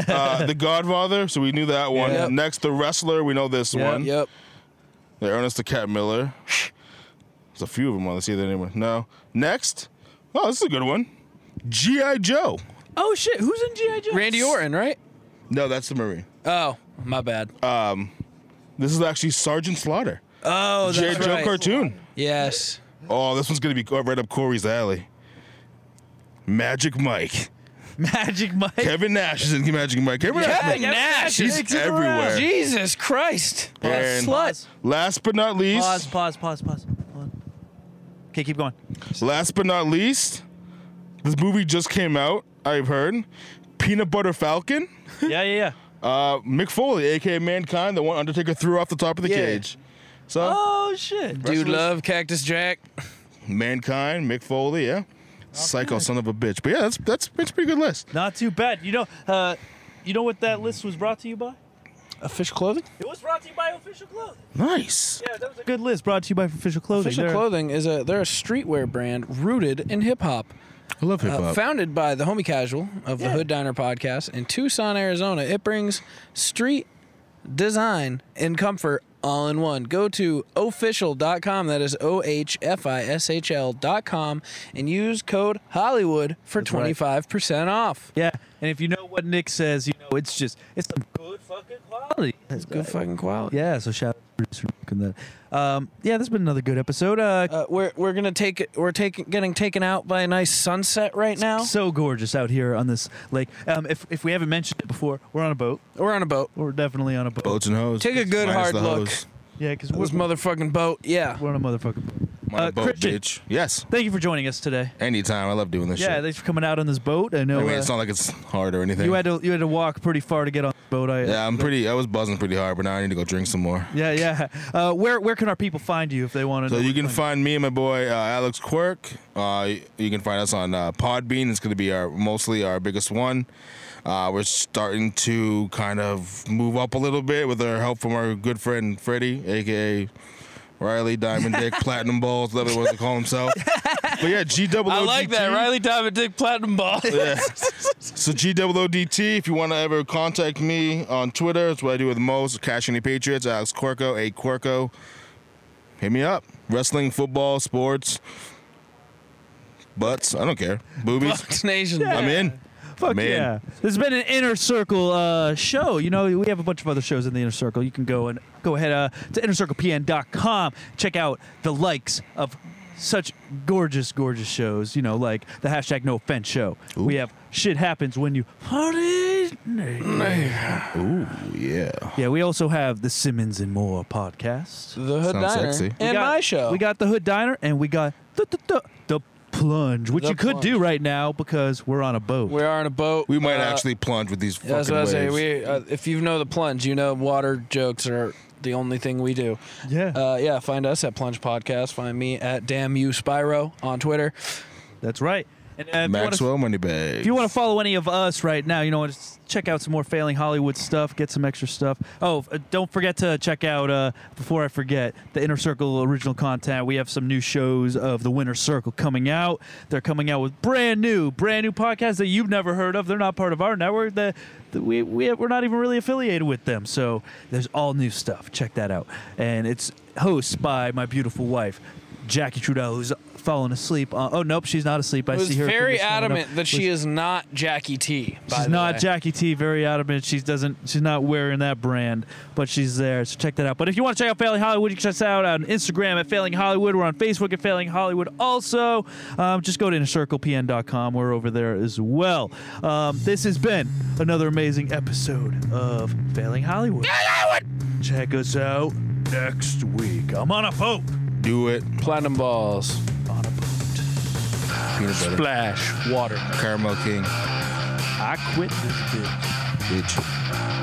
[SPEAKER 6] Uh, the Godfather, so we knew that one.
[SPEAKER 5] Yep.
[SPEAKER 6] Next, The Wrestler, we know this
[SPEAKER 4] Yep.
[SPEAKER 6] one.
[SPEAKER 5] Yep.
[SPEAKER 6] The Ernest the Cat Miller. <sniffs> There's a few of them on this either anyway. No. Next. Oh, this is a good one. G.I. Joe.
[SPEAKER 4] Oh shit, who's in GI Joe?
[SPEAKER 5] Randy Orton, right?
[SPEAKER 6] No, that's the Marine.
[SPEAKER 5] Oh, my bad.
[SPEAKER 6] Uh, This is actually Sergeant Slaughter.
[SPEAKER 5] oh,
[SPEAKER 6] G.I.
[SPEAKER 5] that's
[SPEAKER 6] Joe
[SPEAKER 5] right.
[SPEAKER 6] cartoon.
[SPEAKER 5] Yes.
[SPEAKER 6] Oh, this one's going to be right up Corey's alley. Magic Mike.
[SPEAKER 4] Magic Mike.
[SPEAKER 6] Kevin Nash is in Magic Mike. Kevin Nash.
[SPEAKER 5] Kevin Nash.
[SPEAKER 6] He's
[SPEAKER 4] Takes it around.
[SPEAKER 6] everywhere.
[SPEAKER 5] Oh, Jesus Christ.
[SPEAKER 4] Pause,
[SPEAKER 6] And-
[SPEAKER 4] slut.
[SPEAKER 6] Last but not least,
[SPEAKER 4] Pause. Pause. Pause. Pause. Hold on. Okay, keep
[SPEAKER 6] <laughs>
[SPEAKER 4] going.
[SPEAKER 6] last but not least, this movie just came out, I've heard. Peanut Butter Falcon.
[SPEAKER 4] Yeah, yeah, yeah.
[SPEAKER 6] Uh, Mick Foley, aka Mankind, the one Undertaker threw off the top of the
[SPEAKER 5] Yeah.
[SPEAKER 6] cage. So,
[SPEAKER 4] Oh shit.
[SPEAKER 5] Dude
[SPEAKER 6] Wrestlers.
[SPEAKER 5] love Cactus Jack.
[SPEAKER 6] Mankind, Mick Foley, yeah. Psycho son of a bitch. But yeah, that's that's it's a pretty good list.
[SPEAKER 4] Not too bad. You know, uh, you know what that list was brought to you by?
[SPEAKER 5] Official clothing?
[SPEAKER 4] It was brought to you by Official Clothing.
[SPEAKER 6] Nice.
[SPEAKER 4] Yeah, that was a good list brought to you by Official Clothing.
[SPEAKER 5] Official
[SPEAKER 4] They're-
[SPEAKER 5] clothing is a they're a streetwear brand rooted in hip hop.
[SPEAKER 6] I love hip
[SPEAKER 5] Uh,
[SPEAKER 6] hop.
[SPEAKER 5] founded by the homie casual of the
[SPEAKER 4] Yeah.
[SPEAKER 5] Hood Diner podcast in Tucson, Arizona, it brings street design and comfort all in one. Go to official.com, that is O H F I S H L.com, and use code Hollywood for
[SPEAKER 4] right.
[SPEAKER 5] 25% off.
[SPEAKER 4] Yeah, and if you know what what Nick says, you know, it's just it's some good fucking quality.
[SPEAKER 19] It's good fucking quality.
[SPEAKER 4] Yeah, so shout out to producer Nick and that. Um, yeah, this has been another good episode. Uh,
[SPEAKER 5] we're we're gonna take it. We're taking getting taken out by a nice sunset right now.
[SPEAKER 4] so gorgeous out here on this lake. Um, if if we haven't mentioned it before, we're on a boat.
[SPEAKER 5] We're on a boat.
[SPEAKER 4] We're definitely on a boat.
[SPEAKER 6] Boats and hoes.
[SPEAKER 5] Take a good
[SPEAKER 6] Minus
[SPEAKER 5] hard
[SPEAKER 6] the
[SPEAKER 5] look.
[SPEAKER 6] hose.
[SPEAKER 4] Yeah, because
[SPEAKER 5] This
[SPEAKER 4] we're,
[SPEAKER 5] motherfucking boat. Yeah.
[SPEAKER 4] we're on a motherfucking boat.
[SPEAKER 6] My
[SPEAKER 4] Uh,
[SPEAKER 6] boat,
[SPEAKER 4] Christian.
[SPEAKER 6] bitch. Yes.
[SPEAKER 4] Thank you for joining us today.
[SPEAKER 6] Anytime. I love doing this
[SPEAKER 4] Yeah,
[SPEAKER 6] shit.
[SPEAKER 4] thanks for coming out on this boat. I know
[SPEAKER 6] I mean,
[SPEAKER 4] uh,
[SPEAKER 6] it's not like it's hard or anything.
[SPEAKER 4] you had to you had to walk pretty far to get on the boat. I,
[SPEAKER 6] yeah, I'm pretty. I was buzzing pretty hard, but now I need to go drink some more.
[SPEAKER 4] Yeah, yeah. Uh, where where can our people find you if they want to?
[SPEAKER 6] So
[SPEAKER 4] know
[SPEAKER 6] you
[SPEAKER 4] where
[SPEAKER 6] can
[SPEAKER 4] to
[SPEAKER 6] find me and my boy uh, Alex Quirk. Uh, you can find us on uh, Podbean. It's going to be our mostly our biggest one. Uh, we're starting to kind of move up a little bit with our help from our good friend Freddie, aka Riley Diamond
[SPEAKER 4] <laughs>
[SPEAKER 6] Dick Platinum Balls, whatever he wants to call himself. But yeah, G double
[SPEAKER 5] I like that. Riley Diamond Dick Platinum Ball.
[SPEAKER 6] Yeah. so GWODT, if you want to ever contact me on Twitter, it's what I do with the most. Cash Any Patriots, Alex Quirko, A Quirko. Hit me up. Wrestling, football, sports, butts. I don't care. Boobies.
[SPEAKER 5] Bucks Nation.
[SPEAKER 6] I'm in.
[SPEAKER 4] Fuck
[SPEAKER 6] Man.
[SPEAKER 4] yeah! This has been an inner circle uh, show. You know, we have a bunch of other shows in the inner circle. You can go and go ahead uh, to innercirclepn.com. Check out the likes of such gorgeous, gorgeous shows. You know, like the hashtag No Offense show. We have shit happens when you party.
[SPEAKER 6] Yeah.
[SPEAKER 4] Yeah, we also have the Simmons and More podcast.
[SPEAKER 5] The Hood
[SPEAKER 6] Sounds
[SPEAKER 5] Diner.
[SPEAKER 6] sexy.
[SPEAKER 5] And
[SPEAKER 6] We
[SPEAKER 4] We got-
[SPEAKER 5] my show.
[SPEAKER 4] We got the Hood Diner, and we got the the, the, the plunge, which
[SPEAKER 5] The
[SPEAKER 4] you could do right now because we're on a boat.
[SPEAKER 5] we are on a boat.
[SPEAKER 6] We might
[SPEAKER 5] Uh,
[SPEAKER 6] actually plunge with these
[SPEAKER 5] Yeah, that's
[SPEAKER 6] fucking
[SPEAKER 5] what I
[SPEAKER 6] waves.
[SPEAKER 5] say. We, uh, if you know the plunge, you know water jokes are the only thing we do.
[SPEAKER 4] yeah,
[SPEAKER 5] Uh, yeah, find us at Plunge Podcast. Find me at Damn You Spyro on Twitter.
[SPEAKER 4] that's right. And uh, if you wanna-
[SPEAKER 6] Maxwell Moneybag.
[SPEAKER 4] If you want to follow any of us right now, you know, just check out some more Failing Hollywood stuff, get some extra stuff. Oh, uh, don't forget to check out, uh, before I forget, the Inner Circle original content. We have some new shows of the Winter Circle coming out. They're coming out with brand new, brand new podcasts that you've never heard of. They're not part of our network. That that we, we, we're not even really affiliated with them. So there's all new stuff. Check that out. And it's hosted by my beautiful wife, Jackie Trudeau, who's fallen asleep. Uh, oh, nope, she's not asleep. I
[SPEAKER 5] was
[SPEAKER 4] see her.
[SPEAKER 5] very
[SPEAKER 4] fingers going up.
[SPEAKER 5] adamant that
[SPEAKER 4] Was-
[SPEAKER 5] she is not Jackie T. By
[SPEAKER 4] She's
[SPEAKER 5] the
[SPEAKER 4] not
[SPEAKER 5] way.
[SPEAKER 4] Jackie T. Very adamant. She doesn't. She's not wearing that brand, but she's there. So check that out. But if you want to check out Failing Hollywood, you can check us out on Instagram at Failing Hollywood. We're on Facebook at Failing Hollywood. Also, um, just go to innercirclepn.com. We're over there as well. Um, this has been another amazing episode of Failing Hollywood. Check us out next week. I'm on a boat.
[SPEAKER 6] do it.
[SPEAKER 5] Platinum Balls.
[SPEAKER 6] Peanut butter.
[SPEAKER 5] Splash. Water.
[SPEAKER 6] Caramel King.
[SPEAKER 4] I quit this bitch.
[SPEAKER 6] Bitch.